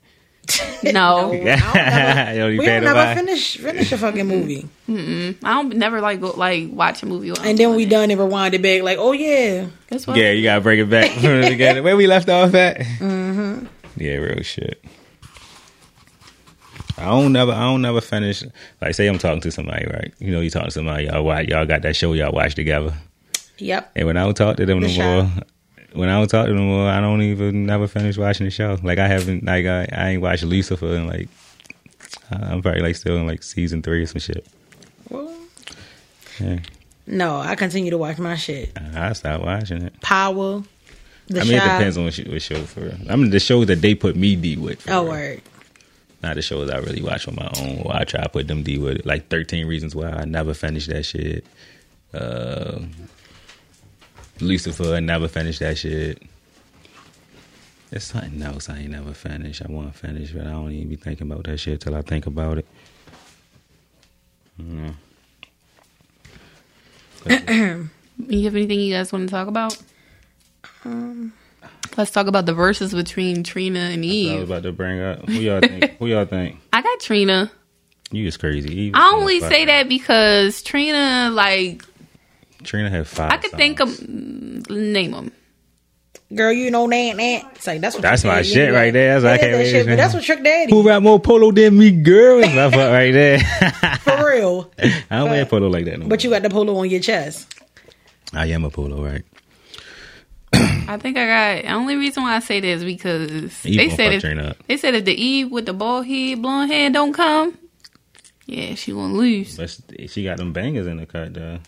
Speaker 1: No,
Speaker 5: I don't never-
Speaker 2: You don't be
Speaker 5: we
Speaker 2: paying
Speaker 5: don't never
Speaker 2: nobody.
Speaker 5: finish finish a fucking movie,
Speaker 1: I don't never like go like watch a movie. while I'm
Speaker 5: and then we
Speaker 1: doing
Speaker 5: done and rewind it back. Like, oh yeah,
Speaker 1: it. That's what.
Speaker 2: Yeah, you gotta break it back from the beginning. Where we left off at? Mm-hmm. Yeah, real shit. I don't never, I don't never finish. Like, say I'm talking to somebody, right? You know, you talking to somebody, y'all, watch, y'all got that show y'all watch together.
Speaker 5: yep.
Speaker 2: And when I don't talk to them
Speaker 5: The
Speaker 2: no
Speaker 5: show.
Speaker 2: more, when I don't talk to them no more, I don't even never finish watching the show. Like, I haven't, like, I, I ain't watched Lucifer, and like, I'm probably like still in like season three or some shit.
Speaker 5: Well,
Speaker 2: Yeah,
Speaker 5: No, I continue to watch my shit.
Speaker 2: I stopped watching it.
Speaker 5: Power. The
Speaker 2: I mean, it
Speaker 5: Chi-
Speaker 2: depends on what, sh- what show for real. I mean, the shows that they put me deep with. For
Speaker 5: Oh
Speaker 2: real.
Speaker 5: word.
Speaker 2: Not the shows I really watch on my own. Or I try to put them deep with it. Like 13 Reasons Why I never finished that shit. Uh, Lucifer, I never finished that shit. It's something else I ain't never finished. I want to finish, but I don't even be thinking about that shit till I think about it. Mm.
Speaker 1: You have anything you guys want to talk about?
Speaker 5: Um.
Speaker 1: Let's talk about the verses between Trina and
Speaker 2: I was
Speaker 1: Eve.
Speaker 2: about to bring up. Who y'all think? Who y'all think?
Speaker 1: I got Trina.
Speaker 2: You is crazy. Eve
Speaker 1: I
Speaker 2: is
Speaker 1: only
Speaker 2: motherfucking-
Speaker 1: say that because Trina, like,
Speaker 2: Trina had five.
Speaker 1: I could think of mm,
Speaker 2: songs.
Speaker 1: name them.
Speaker 5: Girl, you know that that. It's like that's what
Speaker 2: That's
Speaker 5: Trick
Speaker 2: my
Speaker 5: Daddy
Speaker 2: shit
Speaker 5: is.
Speaker 2: right there. That's why I
Speaker 5: It is
Speaker 2: can't
Speaker 5: that
Speaker 2: read
Speaker 5: shit,
Speaker 2: his
Speaker 5: but
Speaker 2: name.
Speaker 5: that's what Trick Daddy
Speaker 2: Who rap more polo than me, girl? That's my fuck right there.
Speaker 5: for real.
Speaker 2: I don't wear polo like that no more.
Speaker 5: But you got the polo on your chest.
Speaker 2: I am a polo, right?
Speaker 1: I think I got. The only reason why I say that is because
Speaker 2: Eve
Speaker 1: they
Speaker 2: gonna
Speaker 1: said
Speaker 2: fuck
Speaker 1: if,
Speaker 2: Trina up.
Speaker 1: they said if the Eve with the bald head, blonde hair don't come, yeah, she gonna lose.
Speaker 2: But she got them bangers in the cut, though.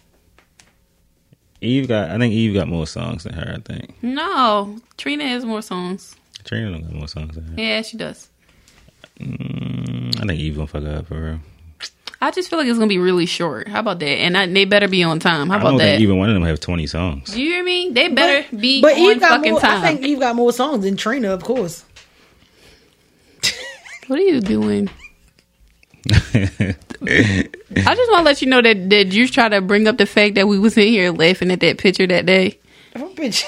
Speaker 2: Eve got, I think Eve got more songs than her, I think.
Speaker 1: No, Trina has more songs.
Speaker 2: Trina don't got more songs than her.
Speaker 1: Yeah, she does.
Speaker 2: Mm, I think Eve gonna fuck her up for real.
Speaker 1: I just feel like it's gonna be really short. How about that? And I, they better be on time. How
Speaker 2: I don't
Speaker 1: about that?
Speaker 2: think even one of them have 20 songs.
Speaker 1: Do you hear me? They better be
Speaker 5: But
Speaker 1: on
Speaker 5: Eve got
Speaker 1: fucking
Speaker 5: more.
Speaker 1: time.
Speaker 5: I think Eve got more songs than Trina, of course.
Speaker 1: what are you doing? I just want to let you know that that you try to bring up the fact that we was in here laughing at that picture that day.
Speaker 5: Oh, bitch.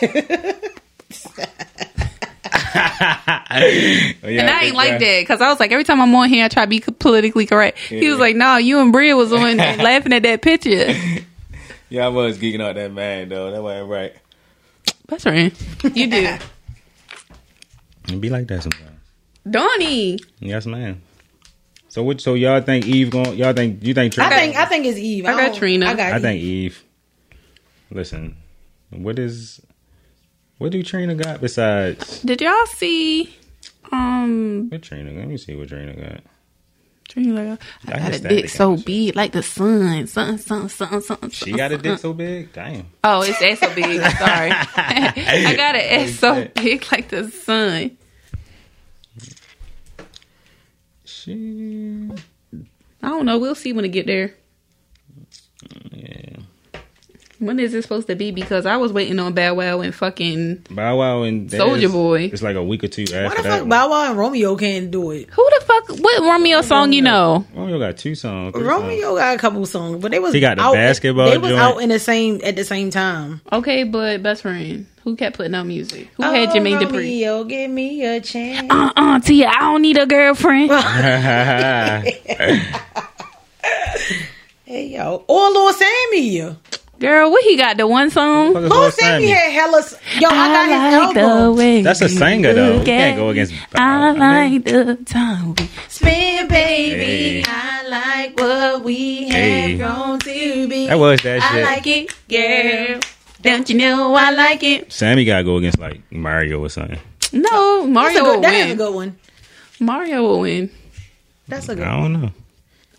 Speaker 1: And I ain't like that because I was like, every time I'm on here, I try to be co- politically correct. He was like, "No, you and Bria was on laughing at that picture."
Speaker 2: Yeah, I was geeking out that man, though. That wasn't right.
Speaker 1: best friend. You do.
Speaker 2: It be like that sometimes.
Speaker 1: Donnie.
Speaker 2: Yes, ma'am. So what? So y'all think Eve going? Y'all think you think? Trina?
Speaker 5: I think I think it's Eve.
Speaker 1: I got
Speaker 5: don't-
Speaker 1: Trina.
Speaker 5: I got
Speaker 2: I think Eve. Listen, what is? What do Trina got besides?
Speaker 1: Did y'all see? Um,
Speaker 2: What Trina? Let me see what Trina got.
Speaker 1: Trina, I
Speaker 2: I
Speaker 1: got a
Speaker 2: understand the
Speaker 1: dick so
Speaker 2: concept.
Speaker 1: big, like the sun, sun, sun, sun, sun.
Speaker 2: She got a dick so big. Damn.
Speaker 1: Oh, it's ass so big. Sorry, I got an ass so big like the sun.
Speaker 2: She.
Speaker 1: I don't know. We'll see when it get there.
Speaker 2: Yeah.
Speaker 1: When is it supposed to be? Because I was waiting on Bow Wow and fucking
Speaker 2: Bow Wow and that
Speaker 1: Soulja
Speaker 2: is-
Speaker 1: Boy.
Speaker 2: It's like a week or two after
Speaker 5: Why the
Speaker 2: that.
Speaker 5: fuck
Speaker 2: one.
Speaker 5: Bow Wow and Romeo can't do it?
Speaker 1: who the fuck? What Romeo song you know?
Speaker 2: Romeo got two songs. three songs.
Speaker 5: Romeo got a couple songs, but they was
Speaker 2: He got the
Speaker 5: out,
Speaker 2: basketball
Speaker 5: They was
Speaker 2: joint.
Speaker 5: out in the same at the same time.
Speaker 1: Okay, but best friend, who kept putting out music? Who had
Speaker 5: Oh,
Speaker 1: Jermaine Dupri?
Speaker 5: Romeo, give me a chance.
Speaker 1: Uh uh, Tia, I don't need a girlfriend.
Speaker 5: Hey yo, or Lil Sammy.
Speaker 1: Girl, what he got? The one song.
Speaker 2: Fuck is
Speaker 5: Lil
Speaker 2: Lil Sammy?
Speaker 5: Sammy had hella. s- Yo, I,
Speaker 1: I
Speaker 5: got
Speaker 1: like
Speaker 5: his album.
Speaker 1: the way.
Speaker 2: That's a singer though. You
Speaker 1: Okay.
Speaker 2: can't go against.
Speaker 1: I
Speaker 2: Bow Wow. I mean,
Speaker 1: like the time we
Speaker 5: Spin, baby.
Speaker 2: Hey.
Speaker 5: I like what we have
Speaker 2: Hey.
Speaker 5: grown to be.
Speaker 2: that was that
Speaker 5: I
Speaker 2: shit.
Speaker 5: like it, girl.
Speaker 1: Don't you know I like it?
Speaker 2: Sammy gotta go against like Mario or something.
Speaker 1: No,
Speaker 5: That's a
Speaker 1: Mario will
Speaker 5: good. That is a
Speaker 1: win.
Speaker 5: good one.
Speaker 1: Mario will win.
Speaker 5: That's a
Speaker 2: I
Speaker 5: good. one.
Speaker 2: don't know.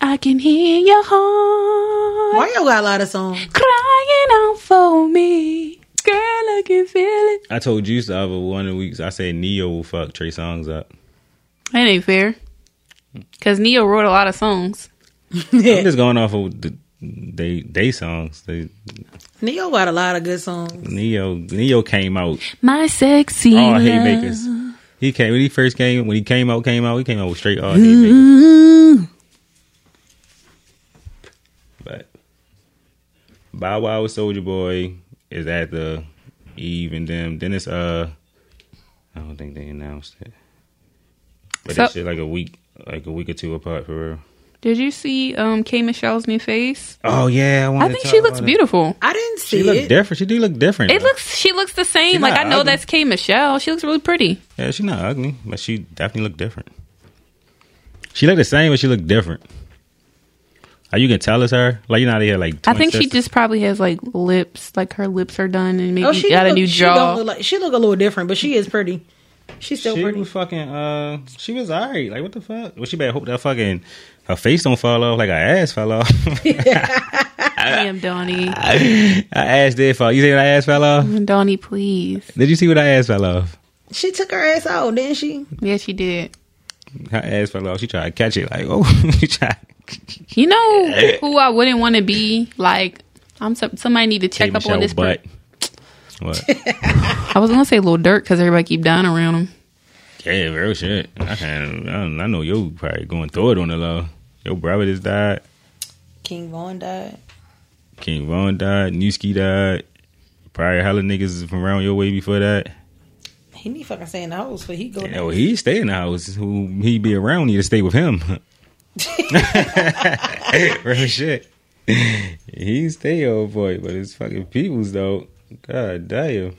Speaker 1: I can hear your heart
Speaker 5: Mario got a lot of songs.
Speaker 1: crying out for me. Girl, I can feel it.
Speaker 2: I told Juice the other one of the weeks. I said Neo will fuck Trey Songs up.
Speaker 1: That ain't fair. Cause Neo wrote a lot of songs.
Speaker 2: I'm just going off of the they they songs. They,
Speaker 5: Neo got a lot of good songs.
Speaker 2: Neo Neo came out
Speaker 1: My sexy.
Speaker 2: all
Speaker 1: love.
Speaker 2: haymakers. He came when he first came when he came out came out he came out with straight all haymakers.
Speaker 1: Ooh.
Speaker 2: But Bow Wow with Soldier Boy is at the Eve and them. Then it's uh I don't think they announced it. But
Speaker 1: So-
Speaker 2: that shit like a week like a week or two apart for real.
Speaker 1: Did you see um K Michelle's new face?
Speaker 2: Oh yeah, I wanted
Speaker 1: I
Speaker 2: to
Speaker 1: think
Speaker 2: talk
Speaker 1: she looks
Speaker 2: about it.
Speaker 1: beautiful.
Speaker 5: I didn't
Speaker 2: She
Speaker 5: see it.
Speaker 2: look different. She do look different.
Speaker 1: It
Speaker 2: though.
Speaker 1: looks she looks the same.
Speaker 2: She
Speaker 1: like
Speaker 2: not
Speaker 1: I know
Speaker 2: ugly.
Speaker 1: that's K Michelle. She looks really pretty.
Speaker 2: Yeah, she not ugly, but she definitely looked different. She looked the same, but she looked different. Are you gonna tell us her? Like you're not here like
Speaker 1: I
Speaker 2: twin
Speaker 1: think she
Speaker 2: sisters.
Speaker 1: just probably has like lips, like her lips are done, and maybe
Speaker 5: Oh, she
Speaker 1: got
Speaker 5: look,
Speaker 1: a new
Speaker 5: she don't
Speaker 1: jaw.
Speaker 5: Look like, she look a little different, but she is pretty. She's still
Speaker 2: she
Speaker 5: pretty.
Speaker 2: was fucking uh she was alright. Like what the fuck? Well she better hope that fucking her face don't fall off like her ass fell off.
Speaker 1: Damn, Donnie,
Speaker 2: her ass did fall. You see what her ass fell off?
Speaker 1: Donnie, please.
Speaker 2: Did you see what her ass fell off?
Speaker 5: She took her ass out, didn't she?
Speaker 1: Yes, she did.
Speaker 2: Her ass fell off. She tried to catch it like oh she tried
Speaker 1: You know who I wouldn't want to be like. I'm so, somebody need to check
Speaker 2: Take
Speaker 1: up on
Speaker 2: Michelle
Speaker 1: this. per-
Speaker 2: butt. What?
Speaker 1: I was gonna say little dirt because everybody keep dying around him.
Speaker 2: Yeah, real shit. I can I, I know you probably going through it on the low. Your brother just died.
Speaker 5: King Von died.
Speaker 2: King Von died. Newski died. Probably hella niggas from around your way before that.
Speaker 5: He need fucking stay in the house, but he go.
Speaker 2: You know, he stay in the house. Who he be around you to stay with him? real shit. He stay old boy, but it's fucking peoples though. God damn.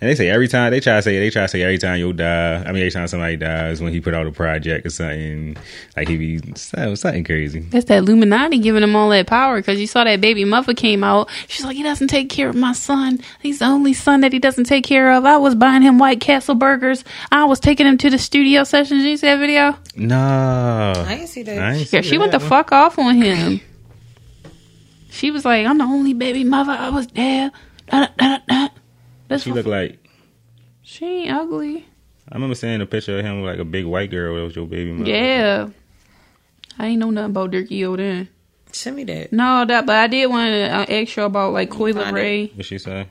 Speaker 2: And they say every time they try to say they try to say every time you die. I mean, every time somebody dies when he put out a project or something like he be something something crazy.
Speaker 1: That's that Illuminati giving him all that power because you saw that baby mother came out. She's like, he doesn't take care of my son. He's the only son that he doesn't take care of. I was buying him White Castle burgers. I was taking him to the studio sessions. You see that video?
Speaker 2: No.
Speaker 5: I ain't see that.
Speaker 2: I ain't
Speaker 1: Yeah,
Speaker 2: see
Speaker 1: she went the
Speaker 2: that one.
Speaker 1: fuck off on him. She was like, I'm the only baby mother. I was there. Da, da, da, da. This
Speaker 2: She
Speaker 1: one-
Speaker 2: looked like
Speaker 1: she ain't ugly.
Speaker 2: I remember seeing a picture of him with like a big white girl that was your baby mother.
Speaker 1: Yeah. I ain't know nothing about Dirkie O then.
Speaker 5: Send me that.
Speaker 1: No, that, but I did want to uh, ask you about like Coyle
Speaker 5: Find it.
Speaker 1: Ray.
Speaker 2: What she say?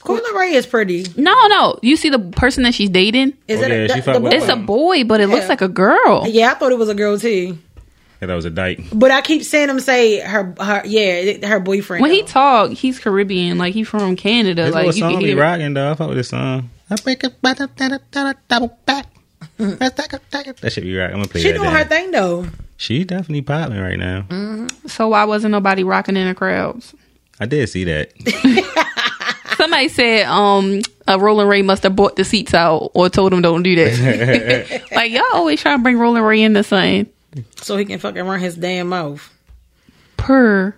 Speaker 5: Coyle Ray is pretty.
Speaker 1: No, no. You see the person that she's dating?
Speaker 5: Is
Speaker 2: Oh,
Speaker 5: it
Speaker 2: yeah,
Speaker 5: a,
Speaker 2: she
Speaker 5: the-
Speaker 2: fuck
Speaker 5: the
Speaker 2: with
Speaker 5: boy?
Speaker 1: It's a boy, but it looks
Speaker 5: Yeah.
Speaker 1: like a girl.
Speaker 5: Yeah, I thought it was a girl too.
Speaker 2: Yeah, that was a dyke.
Speaker 5: But I keep seeing him say her, her, yeah, it- her boyfriend.
Speaker 1: When he talk, he's Caribbean. Like he from Canada.
Speaker 2: This
Speaker 1: like
Speaker 2: little
Speaker 1: you
Speaker 2: song
Speaker 1: can
Speaker 2: be
Speaker 1: hear.
Speaker 2: rocking though. I fuck with this song. I break it by the da- da- da- da- double back. That should be right. I'm gonna play
Speaker 5: she
Speaker 2: that.
Speaker 5: doing
Speaker 2: down.
Speaker 5: her thing though.
Speaker 2: She definitely popping right now.
Speaker 1: Mm. So why wasn't nobody rocking in the crowds?
Speaker 2: I did see that.
Speaker 1: Somebody said um, uh, Roland Ray must have bought the seats out or told him don't do that. like y'all always try to bring Roland Ray in the same.
Speaker 5: so he can fucking run his damn mouth.
Speaker 1: Purr.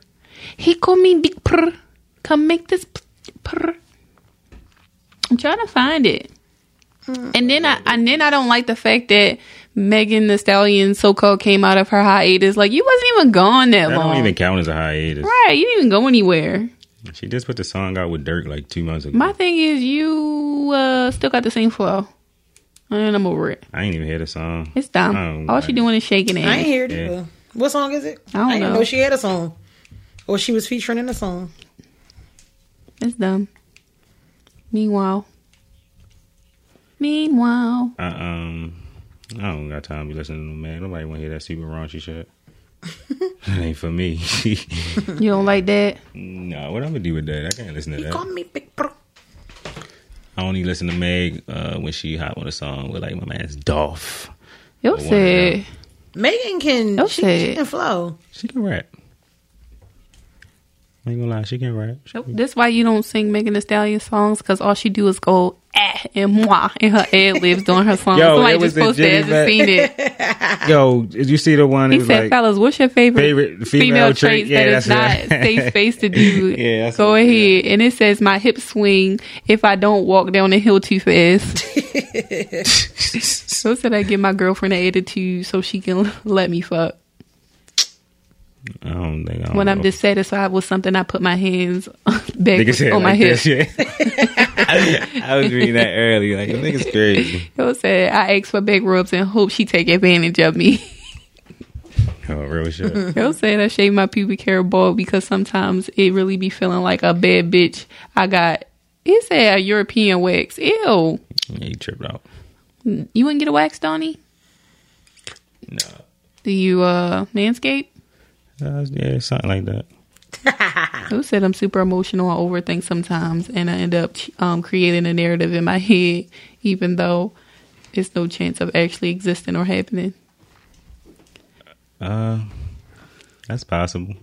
Speaker 1: He call me big purr. Come make this p- purr. I'm trying to find it. And then I and then I don't like the fact that Megan the Stallion so called came out of her hiatus. Like you wasn't even gone that,
Speaker 2: That
Speaker 1: long.
Speaker 2: don't even count as a hiatus.
Speaker 1: right, you didn't even go anywhere.
Speaker 2: She just put the song out with Dirk like two months ago.
Speaker 1: My thing is you uh still got the same flow. And I'm over it.
Speaker 2: I ain't even hear the song.
Speaker 1: It's dumb.
Speaker 2: I don't
Speaker 1: All she
Speaker 2: like
Speaker 1: doing is shaking it.
Speaker 5: I ain't heard it.
Speaker 2: Yeah.
Speaker 5: though. What song is it?
Speaker 1: I don't
Speaker 5: didn't
Speaker 1: know.
Speaker 5: know she had a song. Or she was featuring in a song.
Speaker 1: It's dumb. Meanwhile. Meanwhile.
Speaker 2: I, um, I don't got time to be listening to man. Nobody want to hear that super raunchy shit. that ain't for me.
Speaker 1: You don't like that?
Speaker 2: no, what I'm gonna do with that? I can't listen to that.
Speaker 5: me Big Bro.
Speaker 2: I only listen to Meg uh, when she hot on a song with like my man's Dolph.
Speaker 1: Yo
Speaker 2: I wanna
Speaker 1: said
Speaker 5: Megan can
Speaker 1: Don't
Speaker 5: she,
Speaker 1: say
Speaker 5: she
Speaker 1: it.
Speaker 5: can flow.
Speaker 2: She can rap. I ain't gonna lie, she can rap. She-
Speaker 1: Nope. That's why you don't sing Megan Thee Stallion songs because all she do is go ah and moi and her ad libs during her songs.
Speaker 2: Yo,
Speaker 1: Somebody
Speaker 2: it
Speaker 1: just
Speaker 2: was the
Speaker 1: posted it,
Speaker 2: Jimmy
Speaker 1: hasn't
Speaker 2: Mac-
Speaker 1: seen it.
Speaker 2: Yo, did you see the one?
Speaker 1: He
Speaker 2: It was
Speaker 1: said,
Speaker 2: like,
Speaker 1: "Fellas, what's your favorite
Speaker 2: favorite female trait?
Speaker 1: traits
Speaker 2: Yeah,
Speaker 1: that is
Speaker 2: that's
Speaker 1: not
Speaker 2: right.
Speaker 1: safe space to do?
Speaker 2: Yeah, that's
Speaker 1: go
Speaker 2: what-
Speaker 1: ahead." And it says, "My hips swing if I don't walk down the hill too fast." so said I give my girlfriend an attitude so she can let me fuck
Speaker 2: I don't think I don't
Speaker 1: when I'm
Speaker 2: know.
Speaker 1: dissatisfied with something. I put my hands back
Speaker 2: Nigga said
Speaker 1: on my
Speaker 2: like
Speaker 1: hips.
Speaker 2: this, yeah. I was reading that early. Like, yo, nigga's crazy.
Speaker 1: Yo said, I asked for back rubs and hope she take advantage of me.
Speaker 2: Oh, real shit.
Speaker 1: Yo said, I shave my pubic hair bald because sometimes it really be feeling like a bad bitch. I got, it said a European wax. Ew.
Speaker 2: yeah, you tripped out.
Speaker 1: You wouldn't get a wax, Donnie?
Speaker 2: No.
Speaker 1: Do you, uh, manscape?
Speaker 2: Uh, yeah, something like that.
Speaker 1: Yo said, I'm super emotional. I overthink sometimes and I end up um, creating a narrative in my head, even though it's no chance of actually existing or happening.
Speaker 2: Uh, that's possible.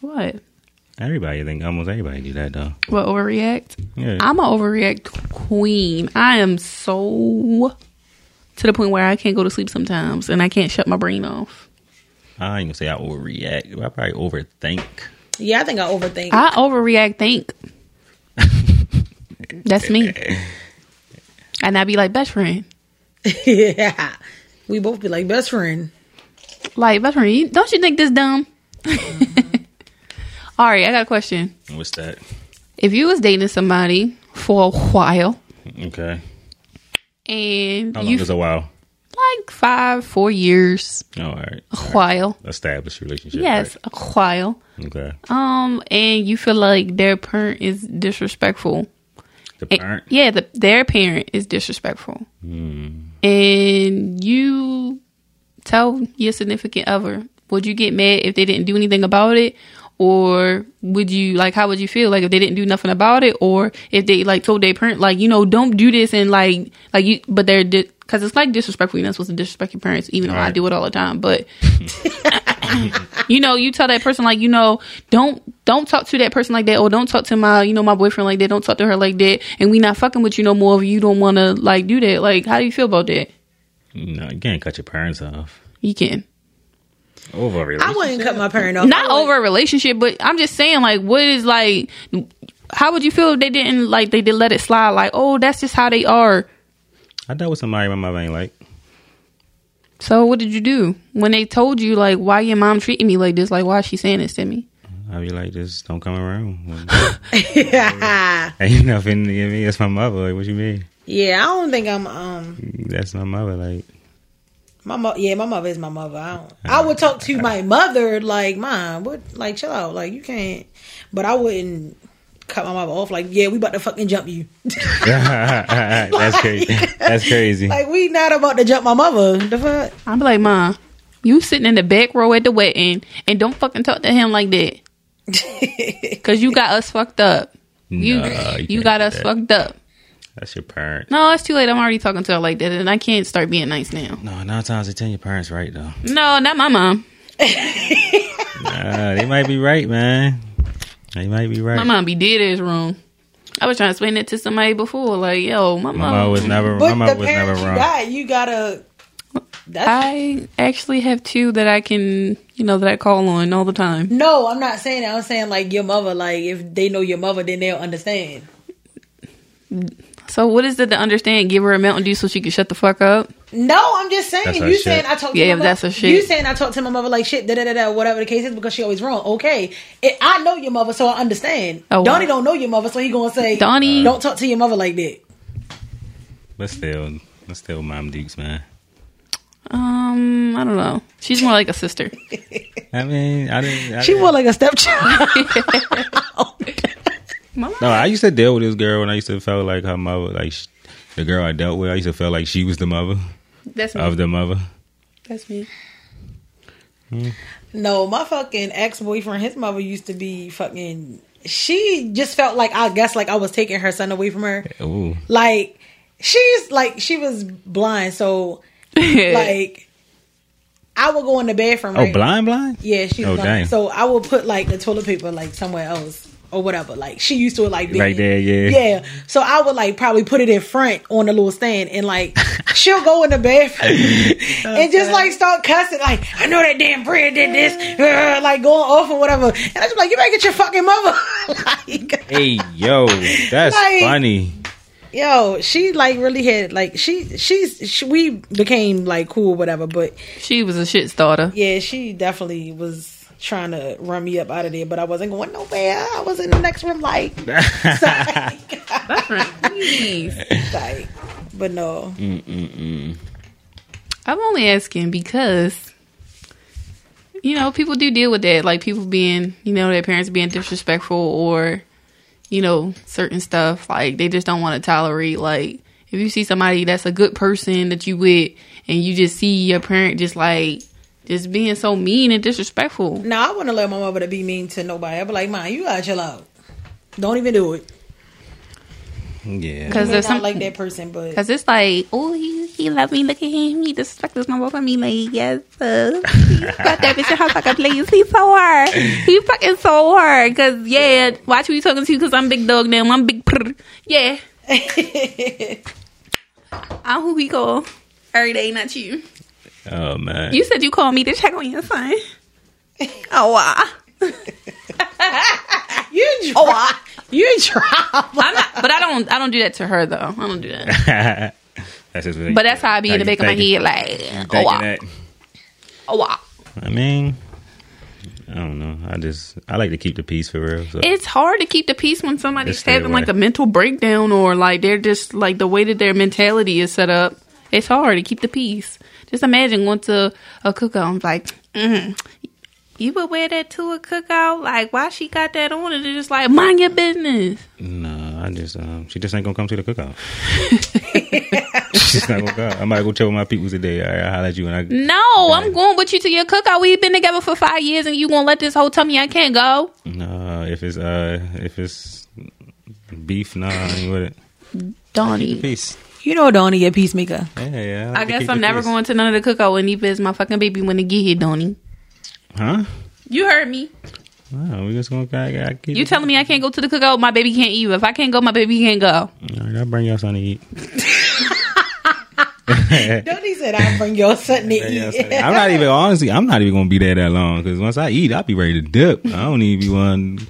Speaker 1: What?
Speaker 2: Everybody, I think almost everybody do that though.
Speaker 1: What, overreact?
Speaker 2: Yeah.
Speaker 1: I'm a overreact queen. I am so to the point where I can't go to sleep sometimes and I can't shut my brain off.
Speaker 2: I ain't gonna say I overreact. but I probably overthink.
Speaker 5: Yeah, I think I overthink.
Speaker 1: I overreact think. That's me. And I be like best friend.
Speaker 5: yeah. We both be like best friend.
Speaker 1: Like best friend, you- don't you think this dumb? All right, I got a question.
Speaker 2: What's that?
Speaker 1: If you was dating somebody for a while
Speaker 2: Okay.
Speaker 1: and
Speaker 2: How long
Speaker 1: you
Speaker 2: is a while?
Speaker 1: like five, four years,
Speaker 2: All right.
Speaker 1: a while.
Speaker 2: Established relationship.
Speaker 1: Yes, a while.
Speaker 2: right? Okay.
Speaker 1: Um, and you feel like their parent is disrespectful.
Speaker 2: The
Speaker 1: And-
Speaker 2: parent. Hmm.
Speaker 1: yeah, the, their parent is disrespectful. And you tell your significant other, would you get mad if they didn't do anything about it? Or would you like how would you feel like if they didn't do nothing about it or if they like told their parent like you know don't do this and like like you but they're because it's like disrespectful you're not supposed to disrespect your parents even though I
Speaker 2: Right.
Speaker 1: do it all the time but you know you tell that person like you know don't don't talk to that person like that or don't talk to my you know my boyfriend like that don't talk to her like that and we not fucking with you no more if you don't want to like do that like how do you feel about that
Speaker 2: No, you can't cut your parents off.
Speaker 1: you can
Speaker 2: Over a
Speaker 5: I
Speaker 2: relationship.
Speaker 5: wouldn't cut my parent off.
Speaker 1: not
Speaker 5: I would-
Speaker 1: over a relationship but i'm just saying like what is like how would you feel if they didn't like they did let it slide like oh that's just how they are
Speaker 2: I dealt with somebody my mother ain't like.
Speaker 1: so what did you do when they told you like why your mom treating me like this like why is she saying this to me
Speaker 2: I be like, just don't come around. ain't nothing to give me. That's my mother. Like, what you mean?
Speaker 5: Yeah, I don't think I'm um
Speaker 2: That's my mother. Like,
Speaker 5: my mo- yeah, my mother is my mother. I don't I would talk to my mother like mom, what like chill out. Like you can't but I wouldn't cut my mother off like, yeah, we about to fucking jump you.
Speaker 2: that's crazy. That's crazy.
Speaker 5: like we not about to jump my mother. The fuck?
Speaker 1: I'm like, Mom, you sitting in the back row at the wedding and don't fucking talk to him like that. Cause you got us fucked up. You
Speaker 2: Nah,
Speaker 1: you,
Speaker 2: can't
Speaker 1: got
Speaker 2: do
Speaker 1: us
Speaker 2: that.
Speaker 1: fucked up.
Speaker 2: That's your parent.
Speaker 1: No, it's too late. I'm already talking to her like that, and I can't start being nice now.
Speaker 2: No, nine times out of ten, your parents right though.
Speaker 1: No, not my mom.
Speaker 2: Uh, they might be right, man. They might be right.
Speaker 1: My mom be dead as wrong. I was trying to explain it to somebody before, like, yo, my
Speaker 2: My mom
Speaker 1: mom.
Speaker 2: was never.
Speaker 5: But
Speaker 2: my
Speaker 5: the
Speaker 2: mom was never
Speaker 5: parents you
Speaker 2: wrong.
Speaker 5: got, you gotta. That's,
Speaker 1: I actually have two that I can, you know, that I call on all the time.
Speaker 5: no, I'm not saying that. I'm saying like your mother. Like if they know your mother, then they'll understand.
Speaker 1: So what is it to understand? Give her a Mountain Dew so she can shut the fuck up.
Speaker 5: No, I'm just saying.
Speaker 2: That's her
Speaker 5: you saying
Speaker 2: shit.
Speaker 5: I talk. To
Speaker 1: Yeah,
Speaker 5: my
Speaker 1: if
Speaker 5: mother-
Speaker 1: that's her shit.
Speaker 5: You saying I talk to my mother like shit, da da da da, whatever the case is, because she always wrong. Okay, it, I know your mother, so I understand.
Speaker 1: Oh, wow.
Speaker 5: Donnie don't know your mother, so he gonna say,
Speaker 1: Donnie.
Speaker 5: don't talk to your mother like that.
Speaker 2: But still, but still, mom dukes, man.
Speaker 1: Um, I don't know. She's more like a sister.
Speaker 2: I mean, I didn't. I
Speaker 5: She
Speaker 2: didn't-
Speaker 5: more like a stepchild.
Speaker 2: No, I used to deal with this girl, and I used to feel like her mother, like sh the girl I dealt with. I used to feel like she was the mother
Speaker 1: That's me.
Speaker 2: of the mother.
Speaker 1: That's me.
Speaker 5: no, my fucking ex boyfriend, his mother used to be fucking. She just felt like I guess like I was taking her son away from her.
Speaker 2: Ooh,
Speaker 5: Like she's like she was blind, so like I would go in the bathroom.
Speaker 2: oh,
Speaker 5: right?
Speaker 2: blind, blind.
Speaker 5: Yeah, she's
Speaker 2: Oh,
Speaker 5: like
Speaker 2: dang.
Speaker 5: So I will put like the toilet paper like somewhere else or whatever. Like she used to it like being,
Speaker 2: Right there, yeah.
Speaker 5: yeah. So I would like probably put it in front on the little stand and like she'll go in the bathroom and just like start cussing like I know that damn bread did this uh, like going off or whatever. And I'm just like you better get your fucking mother. like
Speaker 2: Hey, yo, that's
Speaker 5: Like-
Speaker 2: funny.
Speaker 5: yo, she like really had like she she's she, we became like cool or whatever. But
Speaker 1: She was a shit starter.
Speaker 5: Yeah, she definitely was trying to run me up out of there, but I wasn't going nowhere. I was in the next room, like, like, like, but no,
Speaker 1: I'm only asking because you know people do deal with that, like people being, you know, their parents being disrespectful or you know certain stuff. Like they just don't want to tolerate. Like if you see somebody that's a good person that you with, and you just see your parent just like just being so mean and disrespectful.
Speaker 5: no, I wouldn't let my mother to be mean to nobody. I'd be like, Mom, you gotta chill out. Don't even do it.
Speaker 2: Yeah,
Speaker 1: Because
Speaker 5: May not
Speaker 1: there's some
Speaker 5: like that person, but
Speaker 1: Cause it's like, oh, he, he loved me. Look at him. He disrespect this number for me. Like, yes, uh, he fucked that bitch in her fucking place. He's so hard. He fucking so hard. Cause yeah, watch who you talking to. Cause I'm big dog now. I'm big. Prr. Yeah, I'm who he call every day, not you.
Speaker 2: oh man,
Speaker 1: You said you called me to check on your son. Oh, wow.
Speaker 5: you, dry, you drama.
Speaker 1: I'm not, but I don't. I don't do that to her though. I don't do that.
Speaker 2: that's just what
Speaker 1: But that's how I be in the
Speaker 2: Thank
Speaker 1: back
Speaker 2: you,
Speaker 1: of my
Speaker 2: thank you,
Speaker 1: head, like, oh,
Speaker 2: thank
Speaker 1: wow,
Speaker 2: you, that.
Speaker 1: oh, wow.
Speaker 2: I mean, I don't know. I just I like to keep the peace for real. So.
Speaker 1: it's hard to keep the peace when somebody's
Speaker 2: Just stay
Speaker 1: having
Speaker 2: away.
Speaker 1: like a mental breakdown or like they're just like the way that their mentality is set up. It's hard to keep the peace. Just imagine going to a cookout. I'm like, mm, you would wear that to a cookout? Like, why she got that on? And they're just like, mind your business.
Speaker 2: No, I just um, she just ain't gonna come to the cookout. She's not gonna come. I might go chill with my people today. All right, I'll holler at you when I.
Speaker 1: No, I'm going with you to your cookout. We've been together for five years, and you gonna let this whole tell me I can't go?
Speaker 2: No, if it's uh, if it's beef, nah, I ain't with it.
Speaker 1: Donnie.
Speaker 2: Peace.
Speaker 5: You know, Donnie, a peacemaker.
Speaker 2: Yeah, yeah. like
Speaker 1: I
Speaker 2: to
Speaker 1: guess
Speaker 2: keep
Speaker 1: I'm
Speaker 2: the
Speaker 1: never
Speaker 2: peace.
Speaker 1: going to none of the cookout and Eva is my fucking baby when they get here, Donnie.
Speaker 2: Huh?
Speaker 1: You heard me.
Speaker 2: No, we just gonna I, gotta keep.
Speaker 1: You
Speaker 2: it.
Speaker 1: telling me I can't go to the cookout? My baby can't eat. If I can't go, my baby can't go.
Speaker 2: All right, I'll bring y'all something to eat.
Speaker 5: Donnie said, I bring your son to eat.
Speaker 2: I'm not even honestly. I'm not even gonna be there that long because once I eat, I'll be ready to dip. I don't need to be one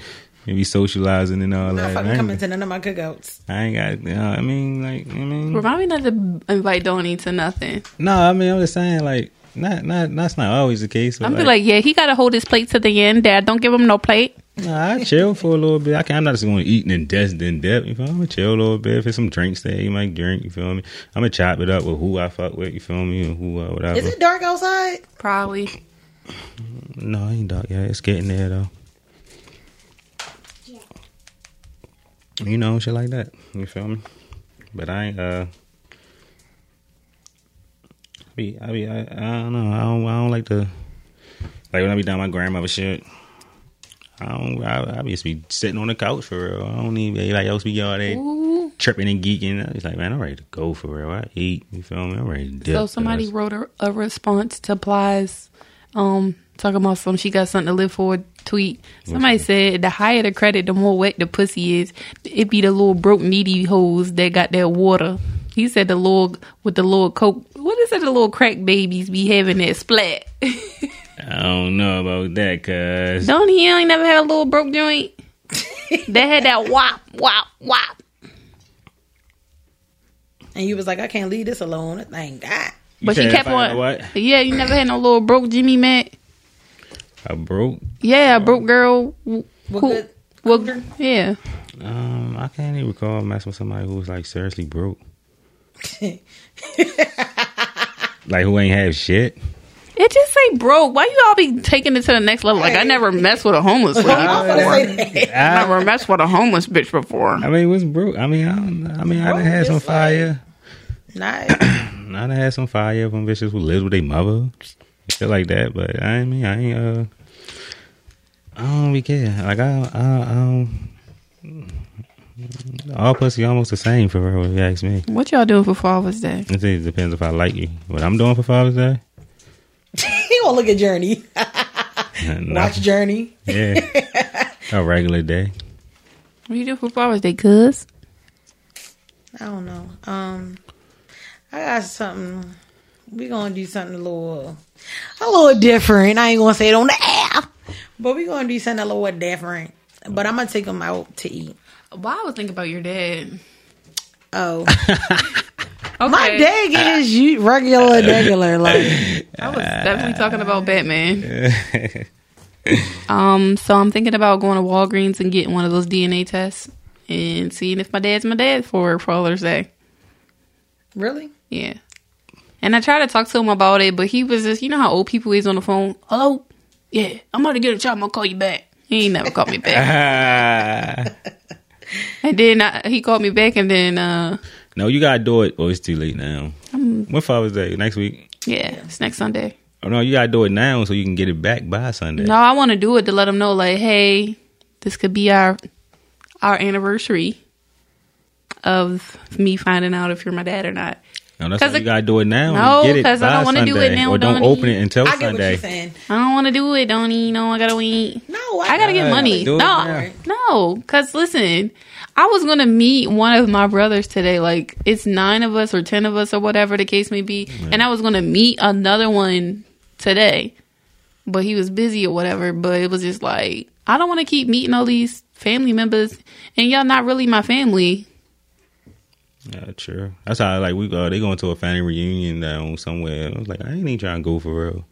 Speaker 2: maybe socializing and all
Speaker 5: I'm
Speaker 2: that. I
Speaker 5: fucking coming
Speaker 2: ain't,
Speaker 5: to none of my cookouts.
Speaker 2: I ain't got. You know, I mean, like, I mean,
Speaker 1: Remind me not to invite Donnie to nothing.
Speaker 2: No, I mean I'm just saying like not not that's not always the case. But
Speaker 1: I'm be like, yeah, he gotta hold his plate to the end. Dad, don't give him no plate.
Speaker 2: nah, I chill for a little bit. I can, I'm not just going to eat and then death then depth. You feel me? I'm gonna chill a little bit. If it's some drinks there, you might drink. You feel me? I'm gonna chop it up with who I fuck with. You feel me? And who uh, whatever.
Speaker 5: Is it dark outside?
Speaker 1: Probably.
Speaker 2: no, it ain't dark. Yeah, it's getting there though. You know, shit like that. You feel me? But I ain't uh. I be, I be, I, I don't know. I don't, I don't like to, like when I be down my grandmother's shit. I don't. I, I be just be sitting on the couch for real. I don't need anybody else be all there
Speaker 1: Ooh.
Speaker 2: tripping and geeking. I was like, man, I'm ready to go for real. I eat. You feel me? I'm ready to dip.
Speaker 1: So somebody
Speaker 2: cuz.
Speaker 1: wrote a, a response to Plies um Talking about some she got something to live for tweet. Somebody said the higher the credit, the more wet the pussy is. It be the little broke needy hoes that got that water. He said the little with the little coke. What is it? The little crack babies be having that splat.
Speaker 2: I don't know about that, cuz.
Speaker 1: Don't he ain't never had a little broke joint? they had that wop wop wop.
Speaker 5: And you was like, I can't leave this alone. Thank God.
Speaker 2: You
Speaker 1: But she
Speaker 2: said if
Speaker 1: kept
Speaker 2: I had
Speaker 1: on.
Speaker 2: What?
Speaker 1: Yeah, you never had no little broke Jimmy Mac.
Speaker 2: I broke.
Speaker 1: Yeah, broke girl. Cool.
Speaker 5: good-
Speaker 1: Well, yeah.
Speaker 2: Um, I can't even recall messing with somebody who was like seriously broke. like who ain't have shit.
Speaker 1: It just say broke. Why you all be taking it to the next level? Like I never messed with a homeless bitch before. I never messed with a homeless bitch before.
Speaker 2: I mean, what's broke? I mean, I don't. know. I mean, I done had some fire.
Speaker 5: Not
Speaker 2: I done had some fire from bitches who lives with their mother, shit like that. But I mean, I ain't. Uh, I don't really care. Like I, I, I don't. All pussy almost the same for real. If you ask me,
Speaker 1: What y'all doing for Father's Day?
Speaker 2: it just depends if I like you. What I'm doing for Father's Day?
Speaker 5: he gonna look at Journey. Watch
Speaker 2: Nothing.
Speaker 5: Journey.
Speaker 2: Yeah, a regular day.
Speaker 1: What you do for Father's Day, cuz?
Speaker 5: I don't know. Um, I got something. We gonna do something a little, a little different. I ain't gonna say it on the air, but we gonna do something a little different. But I'm gonna take them out to eat.
Speaker 1: Well, I was thinking about your dad.
Speaker 5: Oh,
Speaker 1: Okay.
Speaker 5: my dad get his u- regular, regular. Like
Speaker 1: I was definitely talking about Batman. um, so I'm thinking about going to Walgreens and getting one of those DNA tests and seeing if my dad's my dad for Father's Day.
Speaker 5: really?
Speaker 1: Yeah. And I tried to talk to him about it, but he was just, you know how old people is on the phone. Hello? Yeah, I'm about to get a job. I'm going to call you back. He ain't never called me back.
Speaker 2: Ah.
Speaker 1: and then I, he called me back, and then, uh,
Speaker 2: no, you gotta do it. Oh, it's too late now. When Father's Day? Next week?
Speaker 1: yeah, it's next Sunday.
Speaker 2: Oh no, you gotta do it now so you can get it back by Sunday.
Speaker 1: No, I want to do it to let him know, like, hey, this could be our our anniversary of me finding out if you're my dad or not.
Speaker 2: No, that's
Speaker 1: 'Cause
Speaker 2: why you
Speaker 1: it-
Speaker 2: gotta do it now.
Speaker 1: No,
Speaker 2: and get it
Speaker 1: 'cause I
Speaker 2: by
Speaker 1: don't wanna do it
Speaker 2: Sunday,
Speaker 1: now,
Speaker 2: Or don't
Speaker 1: Donnie.
Speaker 2: open it until
Speaker 5: I get what
Speaker 2: Sunday.
Speaker 5: you're saying.
Speaker 1: I don't want to do it, don't you know? I gotta wait.
Speaker 5: No, I,
Speaker 1: I gotta get
Speaker 2: Yeah,
Speaker 1: money.
Speaker 2: do
Speaker 1: No,
Speaker 2: it
Speaker 1: no,
Speaker 2: now.
Speaker 1: 'cause listen, I was gonna meet one of my brothers today. Like it's nine of us or ten of us or whatever the case may be, and I was gonna meet another one today, but he was busy or whatever. But it was just like I don't want to keep meeting all these family members, and y'all not really my family.
Speaker 2: Yeah, true. That's how like we uh, they going to a family reunion down somewhere. I was like, I ain't even trying to go for real.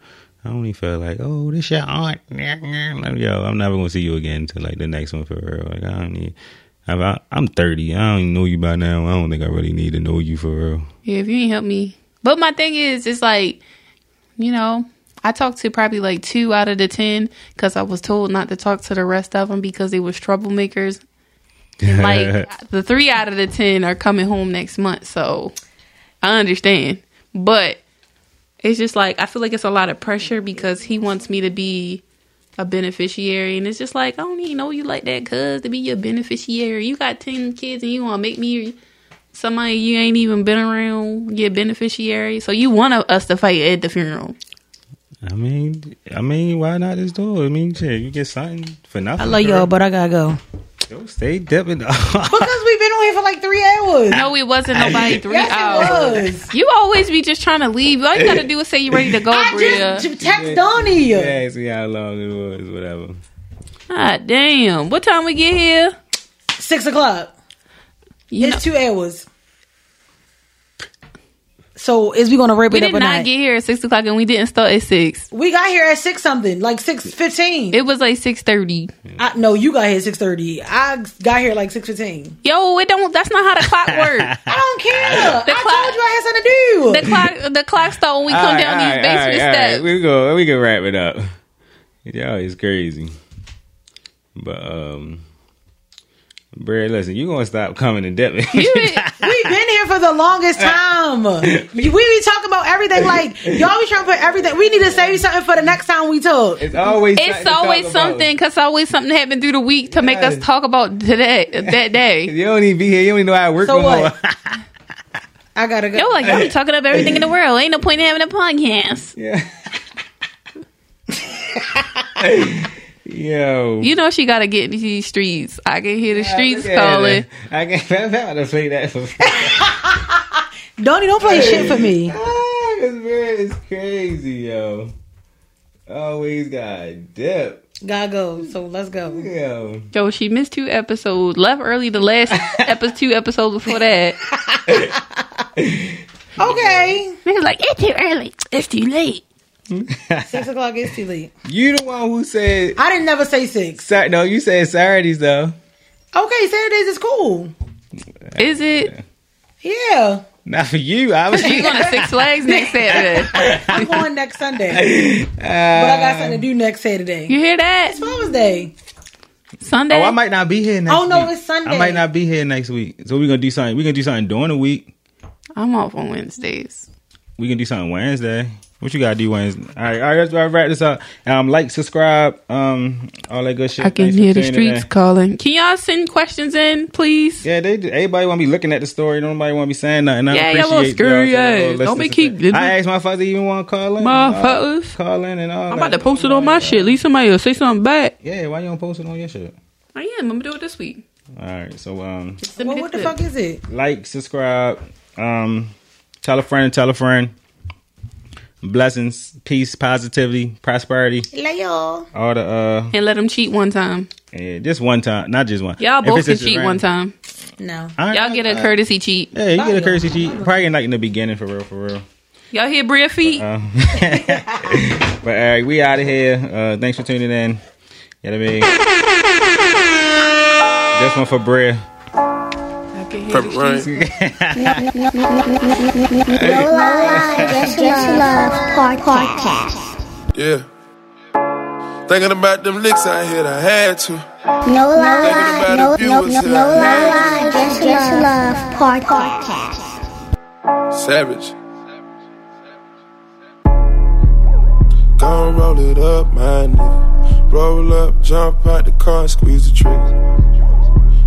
Speaker 2: I only felt like, oh, this your aunt. Like, Yo, I'm never gonna see you again until like the next one for real. Like I don't need. I'm, I- I'm 30. I don't even know you by now. I don't think I really need to know you for real.
Speaker 1: Yeah, if you ain't help me. But my thing is, it's like, you know, I talked to probably like two out of the ten because I was told not to talk to the rest of them because they was troublemakers. And like the three out of the ten are coming home next month, so I understand. But it's just like I feel like it's a lot of pressure because he wants me to be a beneficiary, and it's just like I don't even know you like that, cuz to be your beneficiary, you got ten kids and you want to make me somebody you ain't even been around your beneficiary. So you want us to fight at the funeral.
Speaker 2: I mean, I mean, why not just do it? I mean, shit, you get something for nothing.
Speaker 5: I love y'all, but I gotta go
Speaker 2: Yo, stay dipping.
Speaker 5: because we've been on here for like three hours.
Speaker 1: No, it wasn't nobody three hours.
Speaker 5: Yes, it was.
Speaker 1: You always be just trying to leave. All you gotta do is say you're ready to go,
Speaker 5: I
Speaker 1: Bria.
Speaker 5: just text Donnie.
Speaker 2: yeah, see how long it was, whatever.
Speaker 1: Ah, damn. What time we get here?
Speaker 5: Six o'clock.
Speaker 1: You know,
Speaker 5: it's two hours. So is we gonna wrap
Speaker 1: we
Speaker 5: it
Speaker 1: did
Speaker 5: up or
Speaker 1: not
Speaker 5: not?
Speaker 1: get here at six o'clock, and we didn't start at six.
Speaker 5: we got here at six something, like six fifteen.
Speaker 1: It was like six thirty.
Speaker 5: I no, you got here at six thirty. I got here like six fifteen.
Speaker 1: Yo, it don't. That's not how the clock works.
Speaker 5: I don't care.
Speaker 1: The
Speaker 5: I
Speaker 1: clock-
Speaker 5: told you I had something to do.
Speaker 1: The clock, the clock start when we come
Speaker 2: All right,
Speaker 1: down
Speaker 2: all
Speaker 1: these
Speaker 2: right, all
Speaker 1: basement
Speaker 2: right, all right.
Speaker 1: steps.
Speaker 2: We go. We can wrap it up. Y'all is crazy. But um, Brad, listen, you gonna stop coming to Devin?
Speaker 1: You did-
Speaker 5: We've been here for the longest time. we be talking about everything. Like y'all be trying to put everything. We need to save something for the next time we talk.
Speaker 2: it's always something
Speaker 1: It's
Speaker 2: to talk
Speaker 1: always
Speaker 2: about.
Speaker 1: something because always something happened through the week to make us
Speaker 2: Yes.
Speaker 1: talk about today that day.
Speaker 2: You don't even be here. You don't even know how I work
Speaker 5: So
Speaker 2: no
Speaker 5: what?
Speaker 2: more.
Speaker 5: I gotta go.
Speaker 1: Yo, like y'all be talking up everything in the world. Ain't no point in having a podcast.
Speaker 2: yeah. Yo.
Speaker 1: You know she gotta get in these streets. I can hear the streets
Speaker 2: Look at
Speaker 1: calling.
Speaker 2: it. I can't I'm about to play that for
Speaker 5: Donnie, don't play shit for me.
Speaker 2: Ah, this man is crazy, yo. Always got dip.
Speaker 5: Gotta go. So let's go.
Speaker 2: Yo.
Speaker 1: Yo, she missed two episodes. Left early the last epi- two episodes before that.
Speaker 5: Okay.
Speaker 1: They was like, it's too early. It's too late.
Speaker 5: Six o'clock is too late.
Speaker 2: You the one who said
Speaker 5: I didn't never say six.
Speaker 2: Sat- no, you said Saturdays though.
Speaker 5: Okay, Saturdays is cool.
Speaker 1: Is it?
Speaker 5: Yeah.
Speaker 2: Not for you, obviously.
Speaker 1: You going to Six Flags next Saturday?
Speaker 5: I'm going next Sunday. But I got something to do next Saturday.
Speaker 1: You hear that?
Speaker 5: It's Father's Day.
Speaker 1: Sunday.
Speaker 2: Oh, I might not be here next
Speaker 5: Oh, no,
Speaker 2: week.
Speaker 5: it's Sunday.
Speaker 2: I might not be here next week. So we're gonna do something. We're gonna do something during the week.
Speaker 1: I'm off on Wednesdays.
Speaker 2: we can do something Wednesday. What you gotta do Wednesday? All right, all right, let's wrap wrap this up. Um, like, subscribe, um, all that good shit.
Speaker 1: I can
Speaker 2: Thanks for
Speaker 1: hear the
Speaker 2: tuning
Speaker 1: streets
Speaker 2: in.
Speaker 1: calling. Can y'all send questions in, please?
Speaker 2: Yeah, they do. everybody want to be looking at the story. Nobody want to be saying nothing. I
Speaker 1: Yeah, y'all
Speaker 2: appreciate
Speaker 1: little scary
Speaker 2: y'all for
Speaker 1: ass.
Speaker 2: listening
Speaker 1: Don't be
Speaker 2: to
Speaker 1: keep-
Speaker 2: that. I asked my father even want to call in.
Speaker 1: Motherfuckers.
Speaker 2: Uh, call in and all.
Speaker 1: I'm about to post it on my shit. Leave somebody else say something back.
Speaker 2: Yeah, why you don't post it on your shit?
Speaker 1: I am. I'm gonna do it this week.
Speaker 2: All right, so um,
Speaker 1: Send me
Speaker 5: Well, what the
Speaker 1: clip.
Speaker 5: fuck is it?
Speaker 2: like, subscribe, um, tell a friend, tell a friend. Blessings, peace, positivity, prosperity,
Speaker 5: Lay y'all.
Speaker 2: all the uh,
Speaker 1: And let them cheat one time.
Speaker 2: yeah, just one time, not just one.
Speaker 1: Y'all
Speaker 2: If
Speaker 1: both
Speaker 2: it's
Speaker 1: can
Speaker 2: just
Speaker 1: cheat
Speaker 2: random-
Speaker 1: one time.
Speaker 5: No.
Speaker 2: I-
Speaker 1: Y'all get a
Speaker 2: I-
Speaker 1: courtesy cheat.
Speaker 2: Yeah, you get a courtesy cheat. Probably like in the beginning, for real, for real.
Speaker 1: Y'all hear Bria feet?
Speaker 2: But all right, we out of here. Uh, thanks for tuning in. You know what I mean? this one for Bria.
Speaker 3: No lie, just love. Podcast.
Speaker 7: Yeah. Thinking about them licks I hit, I had to.
Speaker 3: No lie,
Speaker 7: Thinking
Speaker 3: no,
Speaker 7: about the
Speaker 3: no, no,
Speaker 7: viewers
Speaker 3: no
Speaker 7: here.
Speaker 3: lie, just love. Podcast.
Speaker 7: Savage. Gon' roll it up, my nigga. Roll up, jump out the car, and squeeze the trigger.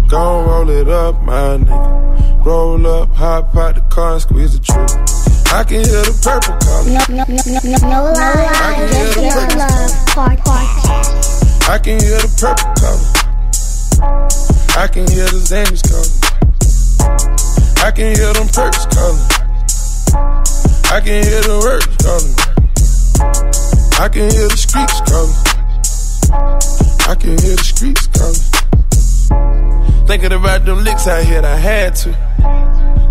Speaker 7: Gon' roll it up, my nigga. Roll up, hop out the car, and squeeze the trigger. I can hear the purple calling.
Speaker 3: No, no, no, no, no lie, just love. Podcast.
Speaker 7: I can hear the purple calling. I can hear the Xanax calling. I can hear them perks calling. I can hear the words calling. I can hear the streets calling. I can hear the streets calling. Thinking about them licks I hit, I had to.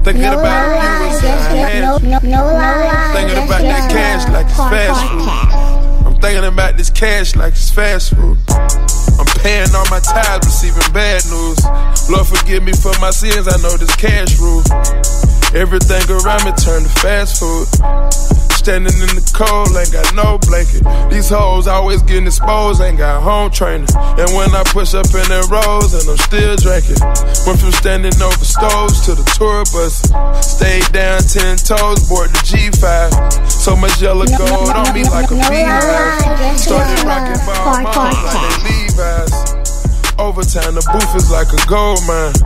Speaker 7: Thinking
Speaker 3: No
Speaker 7: about the
Speaker 3: lie,
Speaker 7: viewers I
Speaker 3: just
Speaker 7: had
Speaker 3: no,
Speaker 7: to.
Speaker 3: no, no lie,
Speaker 7: Thinking
Speaker 3: just
Speaker 7: about that cash like it's fast
Speaker 3: Podcast.
Speaker 7: I'm thinking about this cash like it's fast food. I'm paying all my tithes, receiving bad news. Lord, forgive me for my sins, I know this cash rule. Everything around me turned to fast food. Standing in the cold, ain't got no blanket. These hoes always getting exposed, ain't got home training. And when I push up in their rows, and I'm still drinking. Went from standing over stoves to the tour bus. Stayed down ten toes, board the G5. So much yellow
Speaker 3: No, no,
Speaker 7: gold
Speaker 3: no,
Speaker 7: on me
Speaker 3: no,
Speaker 7: like a
Speaker 3: no, no, no, no,
Speaker 7: beehive. Started
Speaker 3: no,
Speaker 7: rocking
Speaker 3: no,
Speaker 7: ball
Speaker 3: no,
Speaker 7: moms
Speaker 3: no,
Speaker 7: like they Levi's. Overtime, the booth is like a gold mine.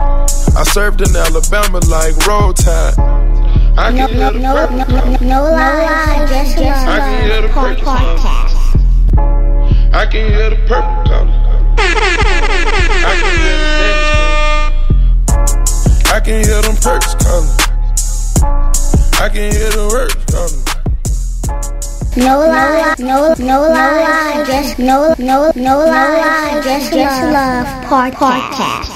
Speaker 7: I served in Alabama like roll tide. I
Speaker 3: No,
Speaker 7: can hear
Speaker 3: no, no,
Speaker 7: the
Speaker 3: no,
Speaker 7: purple
Speaker 3: no, no lie, just
Speaker 7: I can hear the
Speaker 3: love.
Speaker 7: purple
Speaker 3: Podcast.
Speaker 7: I can hear the purple calling. I can hear the Xanax calling. I can hear them perks calling. I can hear the words calling.
Speaker 3: No lie, no, no lie, just no, no, no lie, just love. Podcast.